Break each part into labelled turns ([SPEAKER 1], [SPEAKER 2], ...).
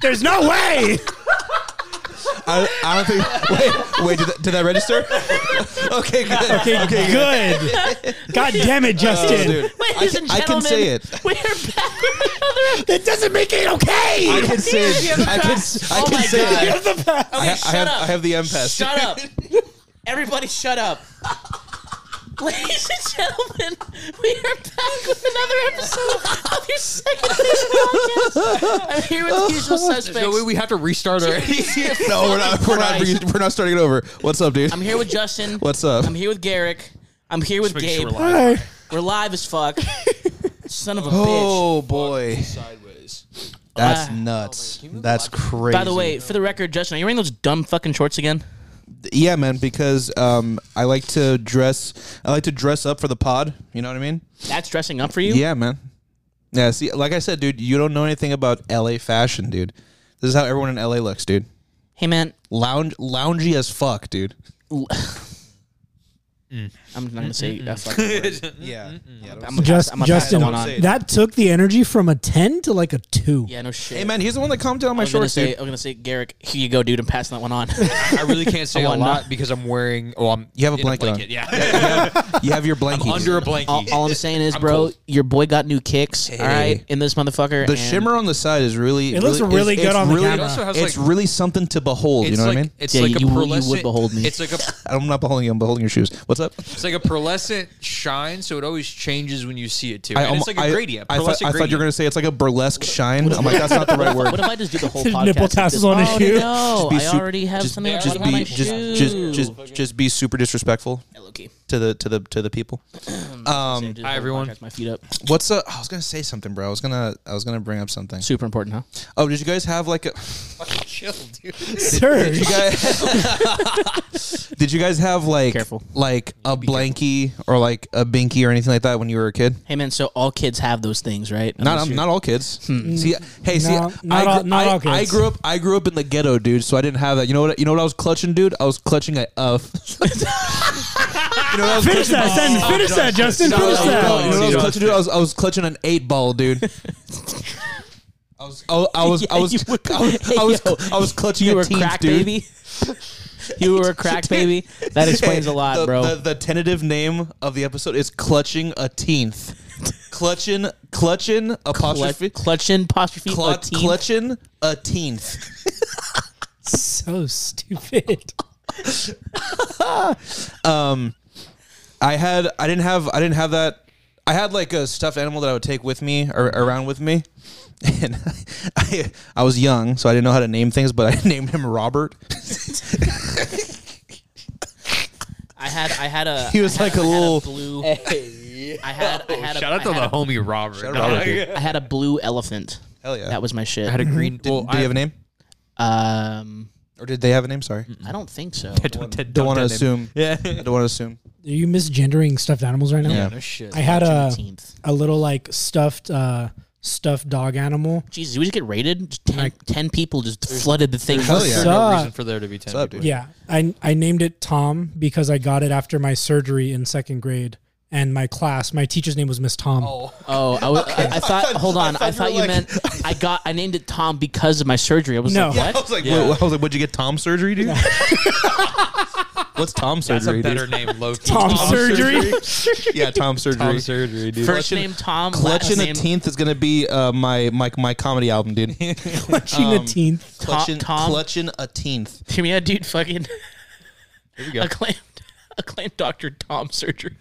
[SPEAKER 1] There's no way.
[SPEAKER 2] I, I don't think. Wait, wait. Did that, did that register? okay, good.
[SPEAKER 1] Okay, good. God damn it, Justin.
[SPEAKER 2] dude.
[SPEAKER 3] Ladies
[SPEAKER 2] I
[SPEAKER 3] and
[SPEAKER 2] can- I can
[SPEAKER 3] gentlemen,
[SPEAKER 2] say it.
[SPEAKER 3] We're back with another.
[SPEAKER 1] that doesn't make it okay.
[SPEAKER 2] I can say
[SPEAKER 3] Do you have
[SPEAKER 2] it.
[SPEAKER 3] the
[SPEAKER 2] I can.
[SPEAKER 3] pass?
[SPEAKER 2] I
[SPEAKER 3] Oh
[SPEAKER 2] can
[SPEAKER 3] my
[SPEAKER 2] say
[SPEAKER 3] God.
[SPEAKER 2] it.
[SPEAKER 1] You're the best.
[SPEAKER 2] I, I
[SPEAKER 3] shut
[SPEAKER 2] have.
[SPEAKER 3] up.
[SPEAKER 2] I have the M pass.
[SPEAKER 3] Shut up. Everybody shut up. Ladies and gentlemen, we are back with another episode of your second Vision podcast. I'm here with the usual
[SPEAKER 4] So we,
[SPEAKER 3] suspects.
[SPEAKER 4] we have to restart already.
[SPEAKER 2] No, we're not. We're not.
[SPEAKER 3] Christ.
[SPEAKER 2] Re- we're not starting it over. What's up, dude?
[SPEAKER 3] I'm here with Justin.
[SPEAKER 2] What's up?
[SPEAKER 3] I'm here with Garrick. I'm here with
[SPEAKER 4] making
[SPEAKER 3] Gabe.
[SPEAKER 4] sure we're
[SPEAKER 3] we're,
[SPEAKER 4] live.
[SPEAKER 3] live. as fuck. Son of a bitch.
[SPEAKER 2] oh boy,
[SPEAKER 4] Sideways.
[SPEAKER 2] that's
[SPEAKER 3] Ah.
[SPEAKER 2] nuts. that's crazy.
[SPEAKER 3] By the way, for the record, Justin, are you wearing those dumb fucking shorts again?
[SPEAKER 2] yeah, man, because um, I like to dress. I like to dress up for the pod. You know what I mean?
[SPEAKER 3] That's dressing up for you?
[SPEAKER 2] Yeah, man. Yeah, see, like I said, dude, you don't know anything about LA fashion, dude. This is how everyone in LA looks, dude.
[SPEAKER 3] Hey, man.
[SPEAKER 2] Lounge, loungy as fuck, dude.
[SPEAKER 3] I'm not going to say a fucking word.
[SPEAKER 2] Yeah,
[SPEAKER 3] I'm a-
[SPEAKER 1] Just,
[SPEAKER 3] I'm a pass
[SPEAKER 1] Justin,
[SPEAKER 3] that one on.
[SPEAKER 1] that took the energy from a 10 to like a 2.
[SPEAKER 3] Yeah, no shit.
[SPEAKER 2] Hey, man, he's the one that commented on my
[SPEAKER 3] I'm gonna
[SPEAKER 2] shorts,
[SPEAKER 3] say,
[SPEAKER 2] dude.
[SPEAKER 3] I'm gonna say, Garrick, here you go, dude. I'm passing that one on.
[SPEAKER 4] I really can't say
[SPEAKER 3] I
[SPEAKER 4] a
[SPEAKER 3] wanna
[SPEAKER 4] lot
[SPEAKER 3] know.
[SPEAKER 4] because I'm wearing. Oh, I'm.
[SPEAKER 2] You have a
[SPEAKER 4] in
[SPEAKER 2] blanket on.
[SPEAKER 4] Yeah.
[SPEAKER 2] You have your blankie.
[SPEAKER 4] Under a blanket.
[SPEAKER 3] all, all I'm saying is, bro,
[SPEAKER 4] cold.
[SPEAKER 3] your boy got new kicks. All right, in this motherfucker.
[SPEAKER 2] the
[SPEAKER 3] and
[SPEAKER 2] shimmer on the side is really.
[SPEAKER 1] It looks really
[SPEAKER 2] it's-
[SPEAKER 1] good
[SPEAKER 2] it's
[SPEAKER 1] on the
[SPEAKER 2] really-
[SPEAKER 1] camera.
[SPEAKER 4] It also has,
[SPEAKER 2] it's
[SPEAKER 4] like-
[SPEAKER 2] really something to behold. You know
[SPEAKER 4] like,
[SPEAKER 2] what I mean?
[SPEAKER 4] It's
[SPEAKER 3] Yeah,
[SPEAKER 4] like a
[SPEAKER 3] you- you would
[SPEAKER 4] pearlescent.
[SPEAKER 3] behold me.
[SPEAKER 4] It's like a
[SPEAKER 2] I'm not beholding you. I'm beholding your shoes. What's up?
[SPEAKER 4] it's like a pearlescent shine, so it always changes when you see it too.
[SPEAKER 2] I
[SPEAKER 4] and
[SPEAKER 2] almo-
[SPEAKER 4] it's like a
[SPEAKER 2] I-
[SPEAKER 4] gradient.
[SPEAKER 2] I, thought,
[SPEAKER 4] pearlescent
[SPEAKER 2] I thought you were
[SPEAKER 4] gradient.
[SPEAKER 2] gonna say it's like a burlesque shine. I'm like, that's not the right
[SPEAKER 3] What
[SPEAKER 2] word.
[SPEAKER 3] if I just do the whole
[SPEAKER 1] There's
[SPEAKER 3] podcast?
[SPEAKER 1] nipple
[SPEAKER 3] like this?
[SPEAKER 1] tassels on his
[SPEAKER 3] oh,
[SPEAKER 1] shoe.
[SPEAKER 3] No,
[SPEAKER 2] Just be
[SPEAKER 3] I
[SPEAKER 2] su-
[SPEAKER 3] already have
[SPEAKER 2] just-
[SPEAKER 3] something.
[SPEAKER 2] Just
[SPEAKER 3] on my
[SPEAKER 2] be just just just just be super disrespectful to the to the to the people. Um,
[SPEAKER 4] Hi, everyone.
[SPEAKER 3] My feet up.
[SPEAKER 2] what's up? I was gonna say something, bro. I was gonna I was gonna bring up something.
[SPEAKER 3] Super important, huh?
[SPEAKER 2] Oh, did you guys have like a?
[SPEAKER 4] Fucking chill, dude.
[SPEAKER 1] Surge.
[SPEAKER 2] You guys- did you guys have like
[SPEAKER 3] Careful.
[SPEAKER 2] like a blankie or like a binky or anything like that when you were a kid?
[SPEAKER 3] Hey, man. So all kids have those things, right?
[SPEAKER 2] Not
[SPEAKER 3] Unless
[SPEAKER 2] um,
[SPEAKER 3] you're-
[SPEAKER 2] not all kids.
[SPEAKER 3] Hmm.
[SPEAKER 2] See, hey, see,
[SPEAKER 1] No, not
[SPEAKER 2] I,
[SPEAKER 1] all-
[SPEAKER 2] gr-
[SPEAKER 1] not
[SPEAKER 2] I,
[SPEAKER 1] all kids.
[SPEAKER 2] I grew up. I grew up in the ghetto, dude. So I didn't have that. You know what? You know what I was clutching, dude? I was clutching a F. you know what I was
[SPEAKER 1] Finish that sentence. Finish that, Justin.
[SPEAKER 2] No,
[SPEAKER 1] Finish
[SPEAKER 2] no, no,
[SPEAKER 1] that.
[SPEAKER 2] you know what I was
[SPEAKER 4] Dude.
[SPEAKER 2] clutching, dude? I was, I was clutching an eight ball, dude. I was, I was, I was, I
[SPEAKER 3] Yeah,
[SPEAKER 2] was,
[SPEAKER 3] you were-
[SPEAKER 2] I was, I was, I was clutching
[SPEAKER 3] You
[SPEAKER 2] a
[SPEAKER 3] were a
[SPEAKER 2] teeth,
[SPEAKER 3] crack
[SPEAKER 2] dude.
[SPEAKER 3] baby. you were a crack baby. That explains a lot,
[SPEAKER 2] the,
[SPEAKER 3] bro.
[SPEAKER 2] The, the tentative name of the episode is "Clutching a Teenth." clutching, clutching apostrophe,
[SPEAKER 3] Clut- clutching apostrophe
[SPEAKER 2] clut-
[SPEAKER 3] clutch,
[SPEAKER 2] clutching a teenth.
[SPEAKER 1] So stupid.
[SPEAKER 2] Um, I had I didn't have I didn't have that I had like a stuffed animal that I would take with me or around with me. And I I was young, so I didn't know how to name things, but I named him Robert.
[SPEAKER 3] I had I had a
[SPEAKER 2] He was
[SPEAKER 3] I
[SPEAKER 2] like
[SPEAKER 3] had-
[SPEAKER 2] a
[SPEAKER 3] I had
[SPEAKER 2] little-
[SPEAKER 3] blue. I had I had a,
[SPEAKER 4] Shout out
[SPEAKER 3] I
[SPEAKER 4] to
[SPEAKER 3] had
[SPEAKER 4] the
[SPEAKER 3] a-
[SPEAKER 4] homie Robert. Shout
[SPEAKER 2] out Robert, dude.
[SPEAKER 3] I had a blue elephant.
[SPEAKER 2] Hell yeah.
[SPEAKER 3] That was my shit.
[SPEAKER 4] I had a green.
[SPEAKER 2] did,
[SPEAKER 4] well,
[SPEAKER 2] do
[SPEAKER 4] I,
[SPEAKER 2] you have a name?
[SPEAKER 3] um,
[SPEAKER 2] Or did they have a name? Sorry.
[SPEAKER 3] I don't think so.
[SPEAKER 4] I don't, don't,
[SPEAKER 2] Don't want to
[SPEAKER 4] tell him.
[SPEAKER 2] assume. Yeah. I don't want to assume.
[SPEAKER 1] Are you misgendering stuffed animals right now?
[SPEAKER 2] Yeah.
[SPEAKER 4] No shit.
[SPEAKER 1] I had a,
[SPEAKER 3] Seventeenth.
[SPEAKER 1] a little like stuffed uh, stuffed dog animal.
[SPEAKER 3] Jesus, we just get raided. Just ten, ten people just flooded the thing.
[SPEAKER 2] Hell Oh, yeah.
[SPEAKER 4] There's no
[SPEAKER 1] Suck.
[SPEAKER 4] reason for there to be ten.
[SPEAKER 2] up,
[SPEAKER 4] people.
[SPEAKER 2] dude?
[SPEAKER 1] Yeah, I I named it Tom because I got it after my surgery in second grade, and my class, my teacher's name was Miss Tom.
[SPEAKER 3] Oh, I, was, I, I thought. hold on, I thought, you,
[SPEAKER 2] were like-
[SPEAKER 3] meant I got. I named it Tom because of my surgery. I was
[SPEAKER 1] No.
[SPEAKER 3] like,
[SPEAKER 1] Yeah,
[SPEAKER 3] what?
[SPEAKER 2] I was like, wha- I was like, would you get Tom surgery, dude? What's Tom
[SPEAKER 4] That's a
[SPEAKER 2] surgery?
[SPEAKER 4] better
[SPEAKER 2] dude?
[SPEAKER 4] name, Loki.
[SPEAKER 1] Tom, surgery.
[SPEAKER 2] Yeah, Tom surgery.
[SPEAKER 4] Tom surgery, dude.
[SPEAKER 3] First
[SPEAKER 2] Clutching-
[SPEAKER 3] name Tom, last
[SPEAKER 2] Clutching a
[SPEAKER 3] name
[SPEAKER 2] teenth is gonna be uh, my my my comedy album, dude.
[SPEAKER 1] Clutching a teenth.
[SPEAKER 2] clutching,
[SPEAKER 3] Tom.
[SPEAKER 2] clutching a teenth.
[SPEAKER 3] Yeah, dude, fucking
[SPEAKER 4] Here we go.
[SPEAKER 3] acclaimed, acclaimed doctor Tom surgery.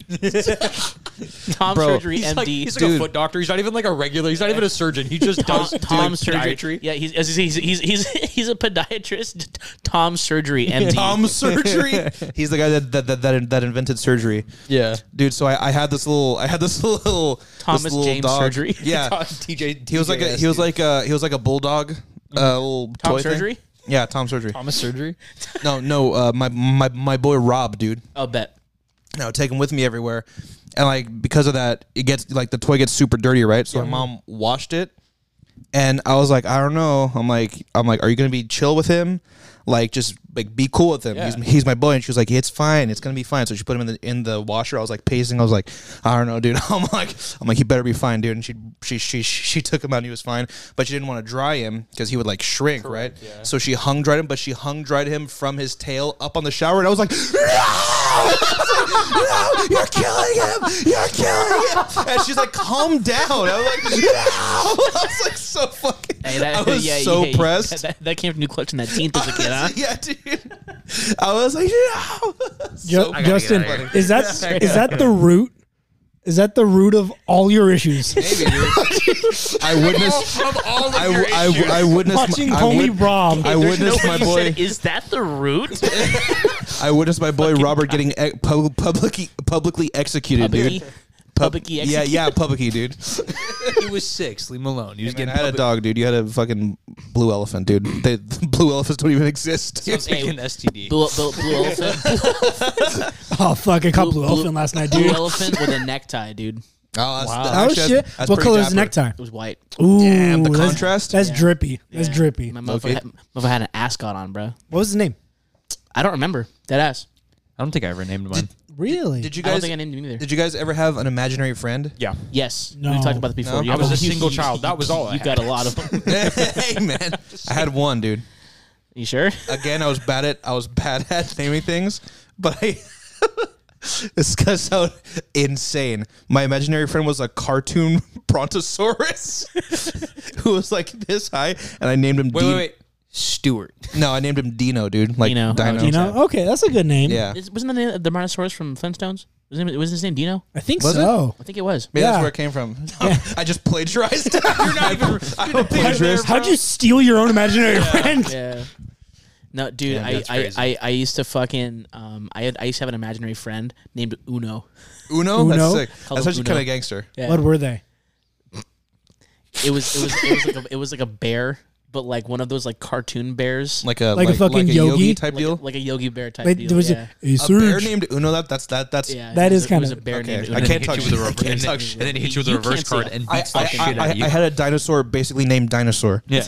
[SPEAKER 3] Tom
[SPEAKER 2] Bro,
[SPEAKER 3] surgery,
[SPEAKER 4] He's
[SPEAKER 3] MD.
[SPEAKER 4] like, he's like
[SPEAKER 2] Dude.
[SPEAKER 4] a foot doctor. He's not even like a regular. He's not even a surgeon. He just
[SPEAKER 3] Tom,
[SPEAKER 4] does do,
[SPEAKER 3] Tom
[SPEAKER 4] like,
[SPEAKER 3] surgery.
[SPEAKER 4] podiatry.
[SPEAKER 3] Yeah, he's, he's he's he's he's he's a podiatrist. Tom surgery, MD.
[SPEAKER 2] Tom surgery. He's the guy that that that, that, that invented surgery.
[SPEAKER 4] Yeah.
[SPEAKER 2] Dude, so I, I had this little I had this little
[SPEAKER 3] Thomas
[SPEAKER 2] this little
[SPEAKER 3] James
[SPEAKER 2] dog.
[SPEAKER 3] surgery.
[SPEAKER 2] Yeah.
[SPEAKER 4] TJ.
[SPEAKER 2] he was like a he was like a he was like a bulldog uh, little
[SPEAKER 3] Tom
[SPEAKER 2] toy thing.
[SPEAKER 3] surgery?
[SPEAKER 2] Yeah, Tom surgery.
[SPEAKER 4] Thomas surgery.
[SPEAKER 2] No, no, uh, my my my boy Rob, dude.
[SPEAKER 3] I'll bet.
[SPEAKER 2] And I would take him with me everywhere. And like because of that, it gets like the toy gets super dirty, right? So my mom washed it and I was like, I don't know. I'm like, I'm like, are you gonna be chill with him? Like, just like be cool with him. He's, he's my boy. And she was like, it's fine. It's gonna be fine. So she put him in the in the washer. I was like pacing. I was like, I don't know, dude. I'm like, I'm like, he better be fine, dude. And she she she she took him out. and He was fine, but she didn't want to dry him because he would like shrink, right? So she hung dried him, but she hung dried him from his tail up on the shower. And I was like, no, you're killing him. You're killing him. And she's like, calm down. I was like, no. I was like, so fucking.
[SPEAKER 3] Hey, that-
[SPEAKER 2] I was
[SPEAKER 3] yeah,
[SPEAKER 2] so
[SPEAKER 3] yeah, yeah.
[SPEAKER 2] pressed.
[SPEAKER 3] That, that came from you clutching that teeth as a kid, huh?
[SPEAKER 2] yeah, dude. I was like, no.
[SPEAKER 1] Ju-
[SPEAKER 2] So-
[SPEAKER 4] I gotta
[SPEAKER 1] Justin,
[SPEAKER 4] get out of
[SPEAKER 1] is that is that the root? Is that the root of all your issues?
[SPEAKER 2] Maybe, dude. I witnessed.
[SPEAKER 4] From all of
[SPEAKER 2] I,
[SPEAKER 4] your issues.
[SPEAKER 2] I, I witnessed.
[SPEAKER 1] Watching
[SPEAKER 2] my,
[SPEAKER 1] Tony
[SPEAKER 2] I, wit-
[SPEAKER 1] Robb.
[SPEAKER 2] I
[SPEAKER 3] There's
[SPEAKER 2] witnessed
[SPEAKER 3] no
[SPEAKER 2] my
[SPEAKER 3] way you
[SPEAKER 2] boy.
[SPEAKER 3] said, is that the root?
[SPEAKER 2] I witnessed my boy Robert getting e- pub- publicly publicly executed, dude.
[SPEAKER 3] Publicly- publicly
[SPEAKER 2] Yeah, yeah, publicly, dude.
[SPEAKER 4] he was six. Leave him alone. He was
[SPEAKER 2] Man,
[SPEAKER 4] getting
[SPEAKER 2] I had a
[SPEAKER 4] public-
[SPEAKER 2] dog, dude. You had a fucking blue elephant, dude. They, blue elephants don't even exist.
[SPEAKER 4] I was thinking STD.
[SPEAKER 3] Blue, blue, blue elephant.
[SPEAKER 1] Oh fuck! I caught blue,
[SPEAKER 3] blue-
[SPEAKER 1] elephant last night,
[SPEAKER 3] Blue
[SPEAKER 1] dude.
[SPEAKER 3] elephant with a necktie, dude. It
[SPEAKER 2] Oh, that's,
[SPEAKER 1] Oh
[SPEAKER 2] actually,
[SPEAKER 1] shit!
[SPEAKER 2] that's- that's
[SPEAKER 1] what
[SPEAKER 2] pretty
[SPEAKER 1] color is the
[SPEAKER 2] dapper.
[SPEAKER 1] necktie?
[SPEAKER 3] was white.
[SPEAKER 1] Ooh,
[SPEAKER 2] Damn, the
[SPEAKER 1] that's-
[SPEAKER 2] contrast?
[SPEAKER 1] That's drippy. That's drippy.
[SPEAKER 3] My
[SPEAKER 1] What
[SPEAKER 3] motherfucker
[SPEAKER 2] Okay.
[SPEAKER 3] had, motherfucker had an ascot on, bro.
[SPEAKER 1] was his name?
[SPEAKER 3] I don't remember. Dead ass.
[SPEAKER 4] I don't think I ever named mine.
[SPEAKER 1] Really?
[SPEAKER 2] Did you
[SPEAKER 3] I don't
[SPEAKER 2] guys?
[SPEAKER 3] think I named him either.
[SPEAKER 2] Did you guys ever have an imaginary friend?
[SPEAKER 4] Yeah.
[SPEAKER 3] yes.
[SPEAKER 1] No.
[SPEAKER 3] We've talked about it before.
[SPEAKER 2] No?
[SPEAKER 3] You
[SPEAKER 2] I
[SPEAKER 3] have
[SPEAKER 4] was a
[SPEAKER 3] you-
[SPEAKER 4] single
[SPEAKER 3] you-
[SPEAKER 4] child. That was all I
[SPEAKER 3] You got a lot of them.
[SPEAKER 2] hey man, I had one, dude.
[SPEAKER 3] You sure?
[SPEAKER 2] Again, I was bad at I was bad at naming things, but I. this gonna sound insane. My imaginary friend was a cartoon brontosaurus who was like this high, and I named him.
[SPEAKER 4] Wait,
[SPEAKER 2] Dino.
[SPEAKER 4] wait, wait. Stewart.
[SPEAKER 2] No, I named him Dino, dude. Like
[SPEAKER 3] Dino. Oh,
[SPEAKER 2] Dino.
[SPEAKER 1] You know? Okay, that's a good name.
[SPEAKER 2] Yeah.
[SPEAKER 3] Is- wasn't that the name of the Brontosaurus from Flintstones? Was his name, was his name Dino?
[SPEAKER 1] I think
[SPEAKER 2] Was
[SPEAKER 1] so.
[SPEAKER 3] I think it was.
[SPEAKER 2] Maybe
[SPEAKER 1] Yeah.
[SPEAKER 2] that's where it came from. I just plagiarized. You're not even. I'm a plagiarist.
[SPEAKER 1] How'd you steal your own imaginary friend?
[SPEAKER 3] Yeah. No, dude, I,
[SPEAKER 4] that's
[SPEAKER 3] I,
[SPEAKER 4] crazy.
[SPEAKER 3] I, I used to fucking um I had, I used to have an imaginary friend named Uno.
[SPEAKER 2] Uno?
[SPEAKER 1] Uno?
[SPEAKER 2] That's sick.
[SPEAKER 3] Call
[SPEAKER 2] That's
[SPEAKER 3] him
[SPEAKER 2] actually
[SPEAKER 3] Uno.
[SPEAKER 2] kind of gangster.
[SPEAKER 3] Yeah.
[SPEAKER 1] What were they?
[SPEAKER 3] It was it was it was like a, it was like a bear, but like one of those like cartoon bears,
[SPEAKER 2] Like a
[SPEAKER 1] Like a fucking
[SPEAKER 2] yogi,
[SPEAKER 1] yogi?
[SPEAKER 2] type
[SPEAKER 3] like,
[SPEAKER 2] deal.
[SPEAKER 3] like a Yogi Bear type
[SPEAKER 1] Wait,
[SPEAKER 3] deal.
[SPEAKER 1] there was
[SPEAKER 3] yeah.
[SPEAKER 1] a, a
[SPEAKER 2] a bear
[SPEAKER 1] surge.
[SPEAKER 2] named Uno. That that's that that's.
[SPEAKER 3] yeah,
[SPEAKER 1] That
[SPEAKER 3] it
[SPEAKER 1] is
[SPEAKER 3] was a- it was
[SPEAKER 1] kinda-
[SPEAKER 3] a bear
[SPEAKER 2] Okay,
[SPEAKER 3] named
[SPEAKER 2] I
[SPEAKER 3] Uno.
[SPEAKER 2] can't touch
[SPEAKER 4] you with
[SPEAKER 2] it.
[SPEAKER 4] a
[SPEAKER 2] I
[SPEAKER 4] reverse.
[SPEAKER 2] can't
[SPEAKER 4] And then,
[SPEAKER 2] touch it.
[SPEAKER 4] and then he hit you with a
[SPEAKER 3] You
[SPEAKER 4] reverse
[SPEAKER 3] can't say
[SPEAKER 4] card
[SPEAKER 3] that.
[SPEAKER 4] and
[SPEAKER 2] I,
[SPEAKER 4] beats the
[SPEAKER 2] I,
[SPEAKER 4] shit
[SPEAKER 2] I,
[SPEAKER 4] out of
[SPEAKER 2] I,
[SPEAKER 4] you.
[SPEAKER 2] I had a dinosaur basically named dinosaur,
[SPEAKER 4] yeah.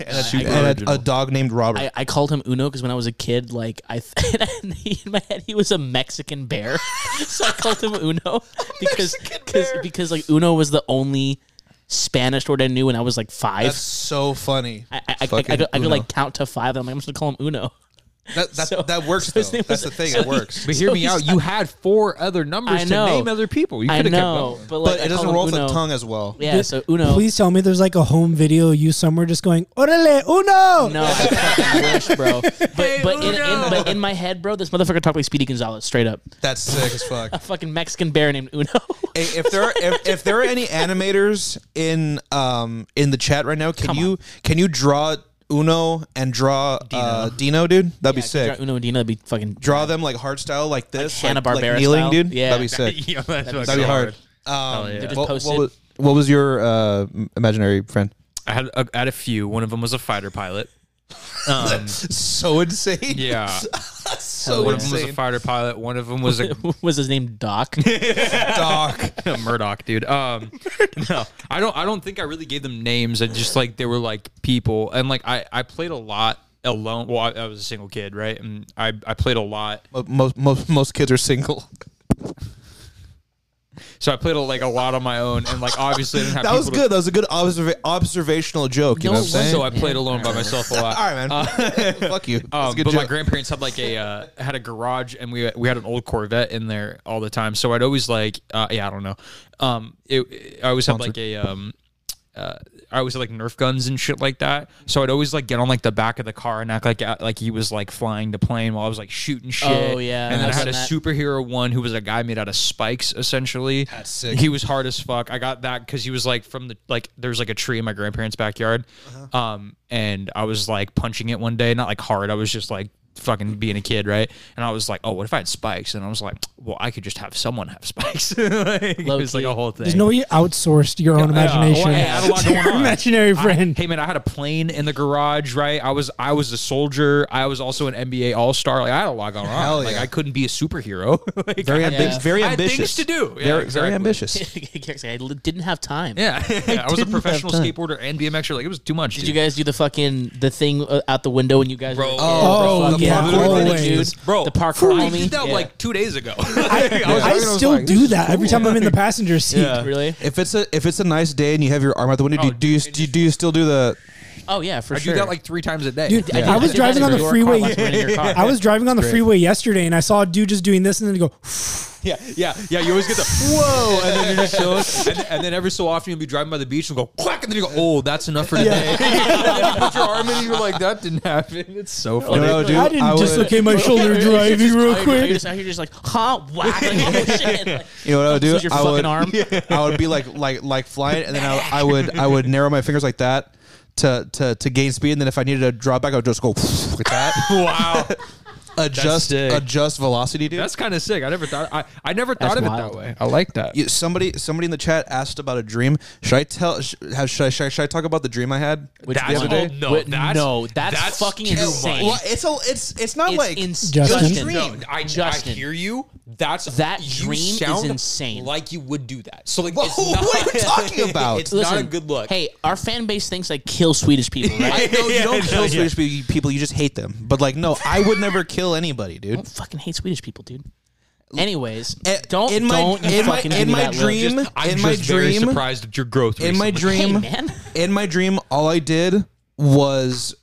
[SPEAKER 2] and, a, and a, a dog named Robert.
[SPEAKER 3] I, I called him Uno because when I was a kid, like I th- and he- in my head he was a Mexican bear, so I called him Uno because because because like Uno was the only Spanish word I knew when I was like five.
[SPEAKER 2] that's so funny.
[SPEAKER 3] I, I, I, I,
[SPEAKER 2] Fucking
[SPEAKER 3] could, I could
[SPEAKER 2] Uno.
[SPEAKER 3] like count to five. And I'm like I'm just gonna call him Uno.
[SPEAKER 2] that that,
[SPEAKER 3] so-
[SPEAKER 2] that works.
[SPEAKER 3] so his
[SPEAKER 2] though.
[SPEAKER 3] name
[SPEAKER 2] That's
[SPEAKER 3] was-
[SPEAKER 2] the thing.
[SPEAKER 3] so
[SPEAKER 2] it works.
[SPEAKER 4] But hear
[SPEAKER 3] So
[SPEAKER 4] me
[SPEAKER 3] he's
[SPEAKER 4] out. You had four other numbers
[SPEAKER 3] I
[SPEAKER 4] to
[SPEAKER 3] know.
[SPEAKER 4] name other people. You
[SPEAKER 3] I
[SPEAKER 4] could have kept
[SPEAKER 3] know,
[SPEAKER 4] going.
[SPEAKER 3] but like
[SPEAKER 2] But
[SPEAKER 3] I
[SPEAKER 2] it doesn't
[SPEAKER 3] called
[SPEAKER 2] roll off
[SPEAKER 3] him
[SPEAKER 2] the
[SPEAKER 3] Uno.
[SPEAKER 2] tongue as well.
[SPEAKER 3] Yeah, so Uno.
[SPEAKER 1] Please tell me there's like a home video of you somewhere just going, Orale, Uno!
[SPEAKER 3] No, I fucking wish, bro. But but in, in but in my head, bro, this motherfucker talked like Speedy Gonzalez, straight up.
[SPEAKER 2] That's sick as fuck.
[SPEAKER 3] A fucking Mexican bear named Uno.
[SPEAKER 2] Hey, if there are if, if there are any animators in um in the chat right now, can you can you draw Uno and draw Dino, uh, Dino dude? That'd be sick.
[SPEAKER 3] Uno and Dino, that'd be fucking
[SPEAKER 2] Draw them like hard style, like this, like,
[SPEAKER 3] Hanna-Barbera
[SPEAKER 2] like kneeling,
[SPEAKER 3] style.
[SPEAKER 2] dude.
[SPEAKER 3] Yeah.
[SPEAKER 2] that'd be sick.
[SPEAKER 4] yeah, that's
[SPEAKER 3] That'd
[SPEAKER 2] That'd
[SPEAKER 4] so
[SPEAKER 2] be hard. Um,
[SPEAKER 4] yeah. They're
[SPEAKER 3] just
[SPEAKER 2] what, what
[SPEAKER 3] posted.
[SPEAKER 2] was, what was your uh, m- imaginary friend?
[SPEAKER 4] I had a, I had a few. One of them was a fighter pilot. Um,
[SPEAKER 2] So insane.
[SPEAKER 4] yeah.
[SPEAKER 2] so
[SPEAKER 4] One of them was a
[SPEAKER 2] insane.
[SPEAKER 4] fighter pilot. One of them was a
[SPEAKER 3] was his name Doc?
[SPEAKER 2] Doc.
[SPEAKER 4] Murdoch, dude. Um, no, I don't. I don't think I really gave them names. I just like they were like people, and like I, I played a lot alone. Well, I, I was a single kid, right? And I, I played a lot.
[SPEAKER 2] Mo- most most most kids are single.
[SPEAKER 4] So I played a, like a lot on my own, and like obviously I didn't have.
[SPEAKER 2] That was
[SPEAKER 4] people to-
[SPEAKER 2] good. That was a good observa- observational joke. You
[SPEAKER 3] No, Uh,
[SPEAKER 2] know what I'm saying?
[SPEAKER 4] So I played alone by myself a lot.
[SPEAKER 2] All right, man. Fuck you. That's
[SPEAKER 4] Um,
[SPEAKER 2] a good
[SPEAKER 4] but my
[SPEAKER 2] joke.
[SPEAKER 4] grandparents had like a uh, had a garage, and we we had an old Corvette in there all the time. So I'd always like, uh, yeah, I don't know. Um, it, it- I always had like a um, uh, I always had like Nerf guns and shit like that. So I'd always like get on like the back of the car and act like like he was like flying the plane while I was like shooting shit.
[SPEAKER 3] Oh, yeah,
[SPEAKER 4] and then I
[SPEAKER 3] I've
[SPEAKER 4] had a
[SPEAKER 3] done that.
[SPEAKER 4] superhero one who was a guy made out of spikes essentially. That's
[SPEAKER 2] sick.
[SPEAKER 4] He was hard as fuck. I got that because he was like from the like there's like a tree in my grandparents' backyard, um, and I was like punching it one day, not like hard. I was just like fucking being a kid, right? And I was like, oh, what if I had spikes? And I was like, well, I could just have someone have spikes. like, it
[SPEAKER 3] Low
[SPEAKER 4] was like
[SPEAKER 3] key.
[SPEAKER 4] a whole thing.
[SPEAKER 1] There's no way you outsourced your own
[SPEAKER 4] Uh,
[SPEAKER 1] imagination.
[SPEAKER 4] well, hey, I had a lot
[SPEAKER 1] to
[SPEAKER 4] going
[SPEAKER 1] your
[SPEAKER 4] on.
[SPEAKER 1] imaginary
[SPEAKER 4] I-
[SPEAKER 1] friend.
[SPEAKER 4] hey man, I had a plane in the garage, right? I was I was a soldier. I was also an NBA All Star. Like I had a lot going on.
[SPEAKER 2] Hell
[SPEAKER 4] Like
[SPEAKER 2] yeah.
[SPEAKER 4] I couldn't be a superhero. like,
[SPEAKER 2] Very,
[SPEAKER 4] I,
[SPEAKER 2] ambi-
[SPEAKER 3] Yeah.
[SPEAKER 2] very
[SPEAKER 4] I had
[SPEAKER 2] ambitious.
[SPEAKER 4] things to do. Yeah,
[SPEAKER 2] very,
[SPEAKER 4] exactly.
[SPEAKER 2] very ambitious.
[SPEAKER 3] Garrick's like, I li- didn't have time.
[SPEAKER 4] yeah, yeah. I was a
[SPEAKER 2] didn't have
[SPEAKER 4] professional
[SPEAKER 2] time.
[SPEAKER 4] skateboarder and BMXer. Like it was too much.
[SPEAKER 3] Did you guys do the fucking the thing uh, out the window when you guys?
[SPEAKER 4] Bro.
[SPEAKER 3] were
[SPEAKER 2] Oh,
[SPEAKER 3] bro,
[SPEAKER 2] the
[SPEAKER 3] yeah,
[SPEAKER 2] parkour
[SPEAKER 3] bro,
[SPEAKER 2] always.
[SPEAKER 3] dude,
[SPEAKER 4] bro?
[SPEAKER 3] the parkour
[SPEAKER 4] I
[SPEAKER 3] homie.
[SPEAKER 4] did that
[SPEAKER 3] Yeah.
[SPEAKER 4] like two days ago.
[SPEAKER 2] was
[SPEAKER 1] I
[SPEAKER 2] talking, I was
[SPEAKER 1] still
[SPEAKER 2] like, this
[SPEAKER 1] do
[SPEAKER 2] is
[SPEAKER 1] that every time I'm in the passenger seat.
[SPEAKER 3] really?
[SPEAKER 2] If it's a if it's a nice day and you have your arm out the window,
[SPEAKER 4] Oh,
[SPEAKER 2] do, do you
[SPEAKER 4] dude, it
[SPEAKER 2] do you, do you still do the?
[SPEAKER 3] Oh yeah, for
[SPEAKER 4] I
[SPEAKER 3] sure.
[SPEAKER 4] do that like three times a day.
[SPEAKER 1] Dude,
[SPEAKER 3] I did-
[SPEAKER 1] I was
[SPEAKER 3] did that
[SPEAKER 1] driving
[SPEAKER 3] in
[SPEAKER 1] on the
[SPEAKER 3] your car
[SPEAKER 1] freeway.
[SPEAKER 3] last night in your car.
[SPEAKER 1] I was driving on the freeway yesterday and I saw a dude just doing this and then go,
[SPEAKER 4] Yeah, yeah, yeah. You always get the whoa, and then you just show, and, and then every so often you'll be driving by the beach and go quack, and then you go, oh, that's enough for today. and then you put your arm in, and you're like, that didn't happen. It's so
[SPEAKER 2] You
[SPEAKER 3] Oh,
[SPEAKER 4] funny.
[SPEAKER 2] know, dude,
[SPEAKER 1] I didn't
[SPEAKER 2] would-
[SPEAKER 1] dislocate my shoulder driving real
[SPEAKER 3] You're
[SPEAKER 1] quick.
[SPEAKER 3] just out here just like, huh? Wow. Like, oh, shit. Like,
[SPEAKER 2] You know what I would do?
[SPEAKER 3] Lose your
[SPEAKER 2] I would,
[SPEAKER 3] fucking arm.
[SPEAKER 2] I would be like like like flying, and then I, I would I would narrow my fingers like that to to to gain speed, and then if I needed to drop back, I would just go like that.
[SPEAKER 4] Wow,
[SPEAKER 2] adjust
[SPEAKER 4] sick.
[SPEAKER 2] adjust velocity, dude.
[SPEAKER 4] that's kind of sick. I never thought I, I never thought
[SPEAKER 3] That's
[SPEAKER 4] of
[SPEAKER 3] wild.
[SPEAKER 4] it that way. I like that.
[SPEAKER 2] You- somebody somebody in the chat asked about a dream. Should I tell? Sh- have, should, I, should I should I talk about the dream I had?
[SPEAKER 3] Which
[SPEAKER 4] That's-
[SPEAKER 3] one?
[SPEAKER 4] oh, no,
[SPEAKER 3] Wait,
[SPEAKER 4] that's-
[SPEAKER 3] no, that's,
[SPEAKER 4] that's
[SPEAKER 3] fucking
[SPEAKER 4] too
[SPEAKER 3] insane.
[SPEAKER 2] Well, it's a, it's it's not
[SPEAKER 3] It's
[SPEAKER 2] like
[SPEAKER 3] insane.
[SPEAKER 1] Justin?
[SPEAKER 2] Just
[SPEAKER 4] No,
[SPEAKER 2] dream.
[SPEAKER 4] I,
[SPEAKER 3] Justin.
[SPEAKER 4] I hear you. That's
[SPEAKER 3] That
[SPEAKER 4] you
[SPEAKER 3] dream is
[SPEAKER 4] sound
[SPEAKER 3] insane.
[SPEAKER 4] Like you would do that. So like,
[SPEAKER 2] Whoa,
[SPEAKER 4] it's not,
[SPEAKER 2] what are you talking about?
[SPEAKER 4] It's
[SPEAKER 3] Listen,
[SPEAKER 4] not a good look.
[SPEAKER 3] Hey, our fan base thinks I kill Swedish people, right?
[SPEAKER 2] I know you don't
[SPEAKER 4] Yeah,
[SPEAKER 2] kill
[SPEAKER 4] yeah.
[SPEAKER 2] Swedish pe- people. You just hate them. But like, no, I would never kill anybody, dude.
[SPEAKER 3] fucking hate Swedish people, dude. Anyways,
[SPEAKER 2] Eh,
[SPEAKER 3] don't
[SPEAKER 2] in my-
[SPEAKER 3] don't you
[SPEAKER 2] in my-
[SPEAKER 3] fucking
[SPEAKER 2] in
[SPEAKER 3] do
[SPEAKER 2] my
[SPEAKER 3] that look.
[SPEAKER 2] dream-
[SPEAKER 4] Just- I'm
[SPEAKER 2] in my
[SPEAKER 4] just very
[SPEAKER 2] dream-
[SPEAKER 4] surprised at your growth.
[SPEAKER 2] in my
[SPEAKER 4] recently.
[SPEAKER 2] dream,
[SPEAKER 3] Hey, man.
[SPEAKER 2] in my dream, all I did was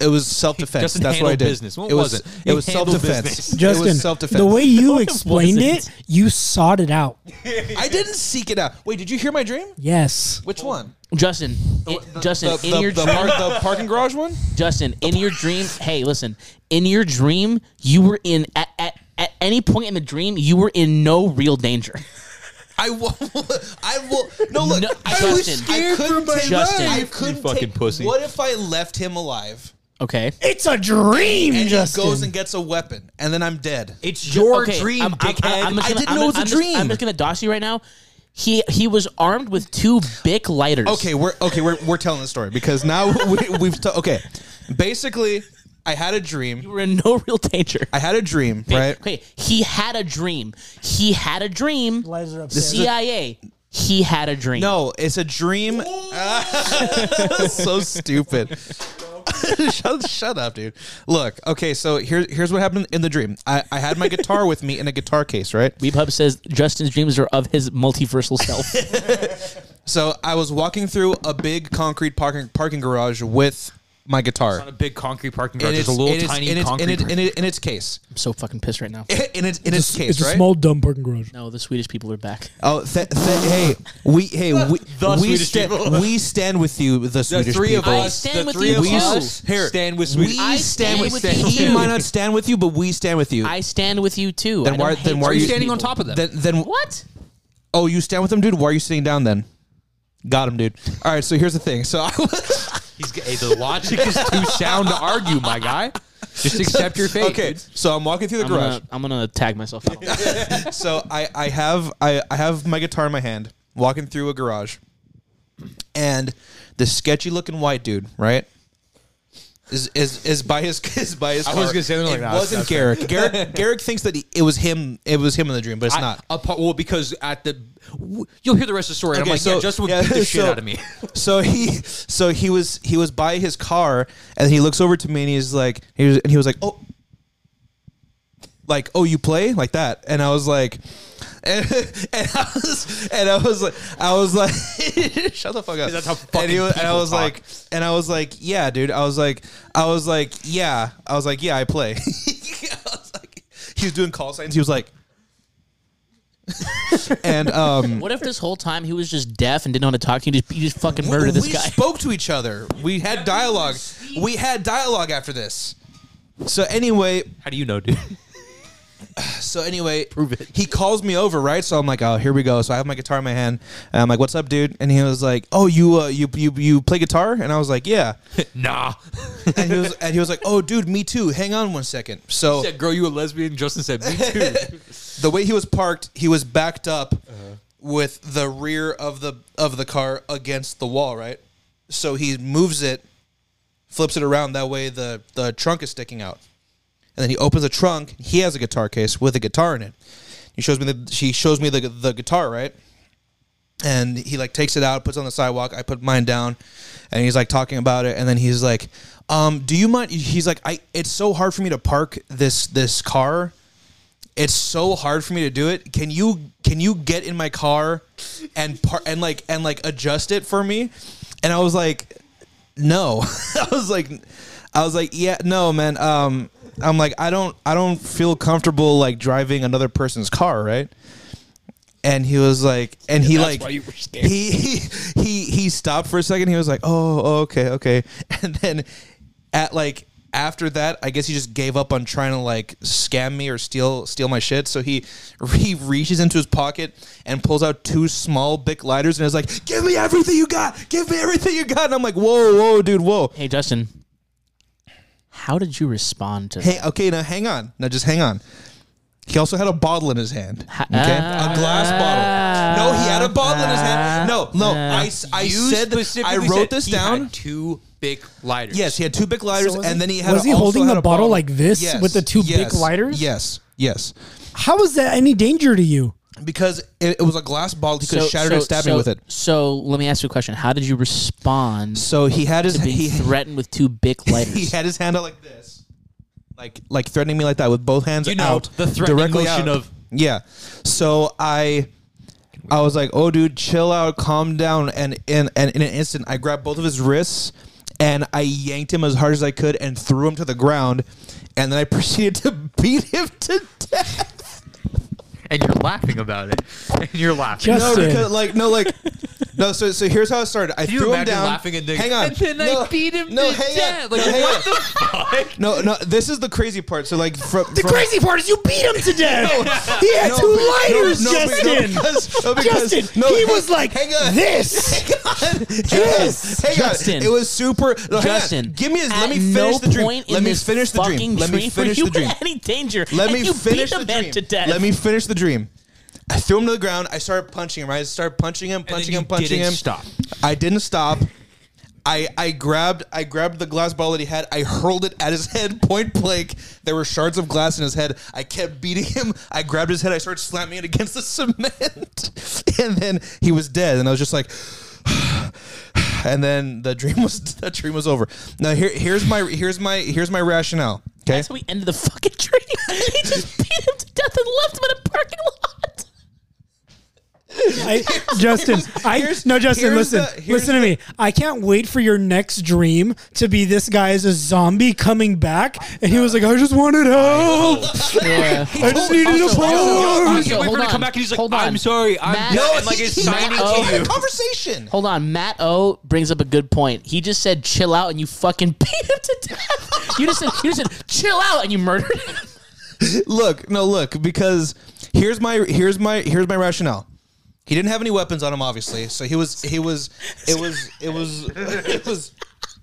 [SPEAKER 2] it was self defense.
[SPEAKER 4] Justin
[SPEAKER 2] That's what I
[SPEAKER 4] handled
[SPEAKER 2] did.
[SPEAKER 4] business. What
[SPEAKER 2] it was,
[SPEAKER 4] was it?
[SPEAKER 2] It
[SPEAKER 4] He
[SPEAKER 2] was self
[SPEAKER 4] handled
[SPEAKER 2] defense.
[SPEAKER 4] business.
[SPEAKER 2] It
[SPEAKER 1] Justin,
[SPEAKER 2] was self defense.
[SPEAKER 1] the way you explained it,
[SPEAKER 3] wasn't.
[SPEAKER 1] you sought it out.
[SPEAKER 2] I didn't seek it out. Wait, did you hear my dream?
[SPEAKER 1] Yes.
[SPEAKER 2] Which one?
[SPEAKER 3] Justin, it- Justin,
[SPEAKER 2] The,
[SPEAKER 3] in
[SPEAKER 2] the-
[SPEAKER 3] your
[SPEAKER 2] the
[SPEAKER 3] dream,
[SPEAKER 2] par- the parking garage one?
[SPEAKER 3] Justin, in your dream, hey, listen, in your dream, you were in at, at, at any point in the dream, you were in no real danger.
[SPEAKER 2] I will. I will. No, look.
[SPEAKER 3] No,
[SPEAKER 2] I was
[SPEAKER 3] Justin.
[SPEAKER 2] scared for my
[SPEAKER 3] Justin.
[SPEAKER 2] life. I
[SPEAKER 3] You
[SPEAKER 2] couldn't
[SPEAKER 4] fucking
[SPEAKER 2] take-
[SPEAKER 4] pussy.
[SPEAKER 2] What if I left him alive
[SPEAKER 3] Okay.
[SPEAKER 1] It's a dream,
[SPEAKER 2] and
[SPEAKER 1] Justin.
[SPEAKER 2] he goes and gets a weapon, and then I'm dead?
[SPEAKER 4] It's your
[SPEAKER 3] okay,
[SPEAKER 4] dream,
[SPEAKER 3] I'm, I'm,
[SPEAKER 4] dickhead.
[SPEAKER 3] I'm, I'm just
[SPEAKER 2] I
[SPEAKER 3] gonna-
[SPEAKER 2] didn't
[SPEAKER 3] I'm
[SPEAKER 2] know it was
[SPEAKER 3] gonna-
[SPEAKER 2] a
[SPEAKER 3] I'm just-
[SPEAKER 2] dream.
[SPEAKER 3] I'm just gonna doss you right now. He he was armed with two bic lighters.
[SPEAKER 2] Okay, we're okay. We're, we're telling the story because now we, we've t- okay. Basically, I had a
[SPEAKER 3] you
[SPEAKER 2] dream.
[SPEAKER 3] were in no real danger.
[SPEAKER 2] I had a dream, right?
[SPEAKER 3] Okay, he had a dream. He had a dream.
[SPEAKER 1] Lies are upset.
[SPEAKER 3] CIA. He had a dream.
[SPEAKER 2] No, it's a dream. so stupid. shut, shut up, dude. Look, okay, so here, here's what happened in the dream. I, I had my guitar with me in a guitar case, right?
[SPEAKER 3] Weepub says Justin's dreams are of his multiversal self.
[SPEAKER 2] So I was walking through a big concrete parking parking garage with my guitar.
[SPEAKER 4] on a big concrete parking
[SPEAKER 2] In
[SPEAKER 4] garage. There's a little
[SPEAKER 2] in
[SPEAKER 4] tiny
[SPEAKER 2] in its, in,
[SPEAKER 4] concrete.
[SPEAKER 2] it, in, it, in its case.
[SPEAKER 3] I'm so fucking pissed right now.
[SPEAKER 2] In its in its
[SPEAKER 1] It's,
[SPEAKER 2] case,
[SPEAKER 1] it's
[SPEAKER 2] right?
[SPEAKER 1] a small, dumb parking garage.
[SPEAKER 3] No, the Swedish people are back.
[SPEAKER 2] oh, th- th- hey, we hey we
[SPEAKER 4] The
[SPEAKER 2] we,
[SPEAKER 4] Swedish
[SPEAKER 2] sta-
[SPEAKER 4] people.
[SPEAKER 2] we stand with you, the,
[SPEAKER 4] the
[SPEAKER 2] Swedish
[SPEAKER 4] three of
[SPEAKER 2] people.
[SPEAKER 3] I
[SPEAKER 4] us,
[SPEAKER 3] stand
[SPEAKER 4] the
[SPEAKER 3] with
[SPEAKER 4] three
[SPEAKER 3] you
[SPEAKER 4] of
[SPEAKER 3] too.
[SPEAKER 4] us,
[SPEAKER 2] Here.
[SPEAKER 4] stand with Swedish.
[SPEAKER 2] We
[SPEAKER 3] I
[SPEAKER 2] stand with,
[SPEAKER 3] stand with
[SPEAKER 2] He
[SPEAKER 3] you.
[SPEAKER 2] might not stand with you, but we stand with you.
[SPEAKER 3] I stand with you too.
[SPEAKER 2] Then
[SPEAKER 3] I
[SPEAKER 2] why-
[SPEAKER 3] don't hate
[SPEAKER 2] then why are you
[SPEAKER 3] Swedish
[SPEAKER 2] standing
[SPEAKER 3] people.
[SPEAKER 4] on top of them?
[SPEAKER 2] Then, then
[SPEAKER 3] What?
[SPEAKER 2] Oh, you stand with him, dude. Why are you sitting down then? Got him, dude. All right, so here's the thing. So I was
[SPEAKER 4] He's, g- hey, the logic is too sound to argue, my guy. Just accept your fate.
[SPEAKER 2] okay.
[SPEAKER 4] dude.
[SPEAKER 2] So I'm walking through the
[SPEAKER 3] I'm
[SPEAKER 2] garage.
[SPEAKER 3] gonna, I'm gonna tag myself. Out.
[SPEAKER 2] so I, I have I, I have my guitar in my hand, walking through a garage, and this sketchy looking white dude, right? Is, is, is by his is by his.
[SPEAKER 4] I was
[SPEAKER 2] car.
[SPEAKER 4] gonna say something like,
[SPEAKER 2] it
[SPEAKER 4] "Nah, that's-
[SPEAKER 2] wasn't Garrick. Garrick. Garrick thinks that he, it was him. It was him in the dream, but it's
[SPEAKER 4] I-
[SPEAKER 2] not.
[SPEAKER 4] a part- well, because at the w- you'll hear the rest of the story. and I'm
[SPEAKER 2] Okay,
[SPEAKER 4] like, yeah, Justin would beat the shit
[SPEAKER 2] so-
[SPEAKER 4] out of me.
[SPEAKER 2] So he, so he was, he was by his car, and he looks over to me, and he's like, he was, and he was like, oh, like, oh, you play like that, and I was like, and, and I was, and I was like, I was like, shut the fuck up.
[SPEAKER 4] That's how
[SPEAKER 2] and, he
[SPEAKER 4] fucking
[SPEAKER 2] was, and I
[SPEAKER 4] people
[SPEAKER 2] was
[SPEAKER 4] talk.
[SPEAKER 2] like, and I was like, yeah, dude. I was like, I was like, yeah, I was like, yeah, I play. I was like, he was doing call signs. He was like. and um
[SPEAKER 3] What if this whole time he was just deaf and didn't know how to talk to you? Just, you just fucking murdered this
[SPEAKER 2] we
[SPEAKER 3] guy.
[SPEAKER 2] spoke to each other. We had dialogue. We had dialogue after this. So anyway,
[SPEAKER 4] How do you know, dude?
[SPEAKER 2] So anyway, he calls me over, right? So I'm like, oh, here we go. So I have my guitar in my hand, and I'm like, what's up, dude? And he was like, oh, you uh, you you you play guitar? And I was like, yeah.
[SPEAKER 4] nah.
[SPEAKER 2] And he was and he was like, oh, dude, me too. Hang on one second. So
[SPEAKER 4] said, "Girl, you a lesbian?" Justin said, "Me too."
[SPEAKER 2] the way he was parked, he was backed up with the rear of the of the car against the wall, right? So he moves it, flips it around that way the the trunk is sticking out. And then he opens the trunk, he has a guitar case with a guitar in it. He shows me the she shows me the the guitar, right? and he like takes it out, puts it on the sidewalk. I put mine down, and he's like talking about it, and then he's like, um, "Do you mind?" He's like, "I it's so hard for me to park this this car. It's so hard for me to do it. Can you can you get in my car and par- and like and like adjust it for me?" And I was like, "No." I was like, I was like, "Yeah, no, man." Um, I'm like, I don't I don't feel comfortable like driving another person's car, right? and he was like, and he like, he, he he he stopped for a second. He was like, oh, oh, okay, okay, and then at like after that, I guess he just gave up on trying to like scam me or steal steal my shit. So he he reaches into his pocket and pulls out two small big lighters and is like, give me everything you got, give me everything you got. And I'm like, whoa, whoa, dude, whoa.
[SPEAKER 3] Hey, Justin. How did you respond to
[SPEAKER 2] Hey, okay, now hang on, now just hang on. He also had a bottle in his hand. Okay,
[SPEAKER 1] ah.
[SPEAKER 2] a glass bottle. No, he had a bottle in his hand. No, no, I, s- I said this. I
[SPEAKER 4] specifically
[SPEAKER 2] wrote
[SPEAKER 4] said
[SPEAKER 2] this
[SPEAKER 4] he
[SPEAKER 2] down.
[SPEAKER 4] had two big lighters.
[SPEAKER 2] Yes, he had two big lighters, and then he had.
[SPEAKER 1] was he
[SPEAKER 2] also
[SPEAKER 1] holding
[SPEAKER 2] had
[SPEAKER 1] the
[SPEAKER 2] a
[SPEAKER 1] bottle like this with the two big lighters?
[SPEAKER 2] Yes, yes,
[SPEAKER 1] How is that any danger to you?
[SPEAKER 2] because it, it was a glass bottle. He could have shattered it, stabbed me
[SPEAKER 3] so-
[SPEAKER 2] with it.
[SPEAKER 3] So let me ask you a question. How did you respond
[SPEAKER 2] So he had his
[SPEAKER 3] to being
[SPEAKER 2] he,
[SPEAKER 3] threatened with two big lighters?
[SPEAKER 2] he had his hand out like this, like like threatening me like that with both hands
[SPEAKER 4] You know,
[SPEAKER 2] out.
[SPEAKER 4] the threatening
[SPEAKER 2] directly
[SPEAKER 4] motion
[SPEAKER 2] out.
[SPEAKER 4] of-
[SPEAKER 2] yeah. So I. I was like, "Oh, dude, chill out, calm down." And in and in an instant, I grabbed both of his wrists and I yanked him as hard as I could and threw him to the ground. And then I proceeded to beat him to death.
[SPEAKER 4] and you're laughing about it, and you're laughing.
[SPEAKER 1] Just-
[SPEAKER 2] No,
[SPEAKER 1] Justin.
[SPEAKER 2] because like no, like no. So so here's how it started. I
[SPEAKER 4] you
[SPEAKER 2] threw him
[SPEAKER 4] imagine
[SPEAKER 2] down.
[SPEAKER 4] laughing and then-
[SPEAKER 2] hang on.
[SPEAKER 4] And then I
[SPEAKER 2] no,
[SPEAKER 4] beat him
[SPEAKER 2] No,
[SPEAKER 4] to
[SPEAKER 2] hang
[SPEAKER 4] death.
[SPEAKER 2] on.
[SPEAKER 4] Like,
[SPEAKER 2] no, hang
[SPEAKER 4] what
[SPEAKER 2] on.
[SPEAKER 4] the fuck?
[SPEAKER 2] No, no. This is the crazy part. So like from from-
[SPEAKER 1] part is you beat him to death.
[SPEAKER 2] He
[SPEAKER 1] had two lighters, Justin.
[SPEAKER 2] because, no, because- no, hang- hang on.
[SPEAKER 1] this.
[SPEAKER 2] Yes. Hang on.
[SPEAKER 3] Justin.
[SPEAKER 2] It was super. No, hang on.
[SPEAKER 3] Justin,
[SPEAKER 2] Give me his.
[SPEAKER 3] at
[SPEAKER 2] Let me finish
[SPEAKER 3] no
[SPEAKER 2] the dream.
[SPEAKER 3] point
[SPEAKER 2] Let
[SPEAKER 3] in
[SPEAKER 2] me
[SPEAKER 3] this
[SPEAKER 2] finish the dream.
[SPEAKER 3] fucking
[SPEAKER 2] Let me
[SPEAKER 3] were
[SPEAKER 2] finish
[SPEAKER 3] you
[SPEAKER 2] the dream.
[SPEAKER 3] in any danger?
[SPEAKER 2] Let
[SPEAKER 3] and
[SPEAKER 2] me
[SPEAKER 3] you
[SPEAKER 2] finish
[SPEAKER 3] beat
[SPEAKER 2] the
[SPEAKER 3] a man
[SPEAKER 2] dream.
[SPEAKER 3] to death.
[SPEAKER 2] Let me finish the dream. I threw him to the ground. I started punching him. I started punching him, punching
[SPEAKER 4] you
[SPEAKER 2] him, punching
[SPEAKER 4] didn't
[SPEAKER 2] him.
[SPEAKER 4] stop.
[SPEAKER 2] I didn't stop. I I grabbed I grabbed the glass bottle that he had. I hurled it at his head point blank. There were shards of glass in his head. I kept beating him. I grabbed his head. I started slamming it against the cement, and then he was dead. And I was just like. And then the dream was the dream was over. Now here here's my here's my here's my rationale. Okay,
[SPEAKER 3] That's how we ended the fucking dream. he just beat him to death and left him in a parking lot.
[SPEAKER 1] I, Justin, I
[SPEAKER 2] here's-
[SPEAKER 1] no, Justin,
[SPEAKER 2] here's
[SPEAKER 1] listen,
[SPEAKER 2] the- here's
[SPEAKER 1] listen to me. I can't wait for your next dream to be this guy is a zombie coming back, and he was like, "I just wanted help.
[SPEAKER 3] Yeah.
[SPEAKER 1] I just needed a bar."
[SPEAKER 3] Also,
[SPEAKER 4] Wait for
[SPEAKER 3] hold
[SPEAKER 4] him to
[SPEAKER 3] on.
[SPEAKER 4] come back and he's like,
[SPEAKER 3] Hold on.
[SPEAKER 4] "I'm sorry, I'm
[SPEAKER 3] Matt-
[SPEAKER 4] no,
[SPEAKER 3] No,
[SPEAKER 4] like it's
[SPEAKER 2] he-
[SPEAKER 4] signing
[SPEAKER 3] Oh.
[SPEAKER 4] to
[SPEAKER 2] Had
[SPEAKER 4] you."
[SPEAKER 2] a conversation.
[SPEAKER 3] Hold on, Matt O brings up a good point. He just said chill out and you fucking beat him to death. You just said you just said chill out and you murdered him.
[SPEAKER 2] look, no, look, because here's my here's my here's my rationale. He didn't have any weapons on him, obviously, so he was he was it was it was it was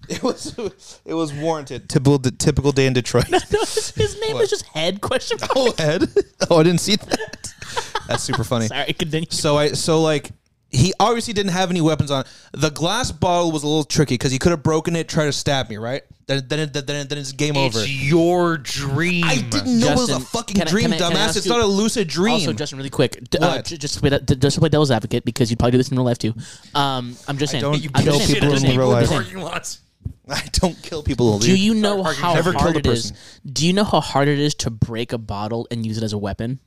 [SPEAKER 2] it was it was warranted. Typical typical day in Detroit.
[SPEAKER 3] No, his, his name is just head question mark.
[SPEAKER 2] oh, Ed. Oh, I didn't see that. That's super funny.
[SPEAKER 3] Sorry, continue.
[SPEAKER 2] So I so like he obviously didn't have any weapons on. The glass bottle was a little tricky because he could have broken it, tried to stab me, right? Then then it- then, it- then it's game over.
[SPEAKER 4] It's your dream.
[SPEAKER 2] I didn't know it was
[SPEAKER 3] Justin,
[SPEAKER 2] a fucking
[SPEAKER 3] can I-
[SPEAKER 2] dream,
[SPEAKER 3] can I- can I
[SPEAKER 2] dumbass.
[SPEAKER 3] ask
[SPEAKER 2] It's
[SPEAKER 3] you-
[SPEAKER 2] not a lucid dream.
[SPEAKER 3] Also, Justin, really quick, d- uh,
[SPEAKER 2] What?
[SPEAKER 3] j- just to play, that- d- just to play devil's advocate because you'd probably do this in real life too. Um, I'm just saying.
[SPEAKER 2] don't- you
[SPEAKER 3] I'm
[SPEAKER 2] kill
[SPEAKER 3] just saying,
[SPEAKER 2] people
[SPEAKER 3] I'm just
[SPEAKER 2] in
[SPEAKER 3] saying,
[SPEAKER 2] real
[SPEAKER 3] I'm
[SPEAKER 2] life.
[SPEAKER 3] just saying.
[SPEAKER 4] Parking lots.
[SPEAKER 2] I don't kill people.
[SPEAKER 3] Do you know how
[SPEAKER 2] Never
[SPEAKER 3] hard
[SPEAKER 2] killed a
[SPEAKER 3] it is?
[SPEAKER 2] person.
[SPEAKER 3] Do you know how hard it is to break a bottle and use it as a weapon?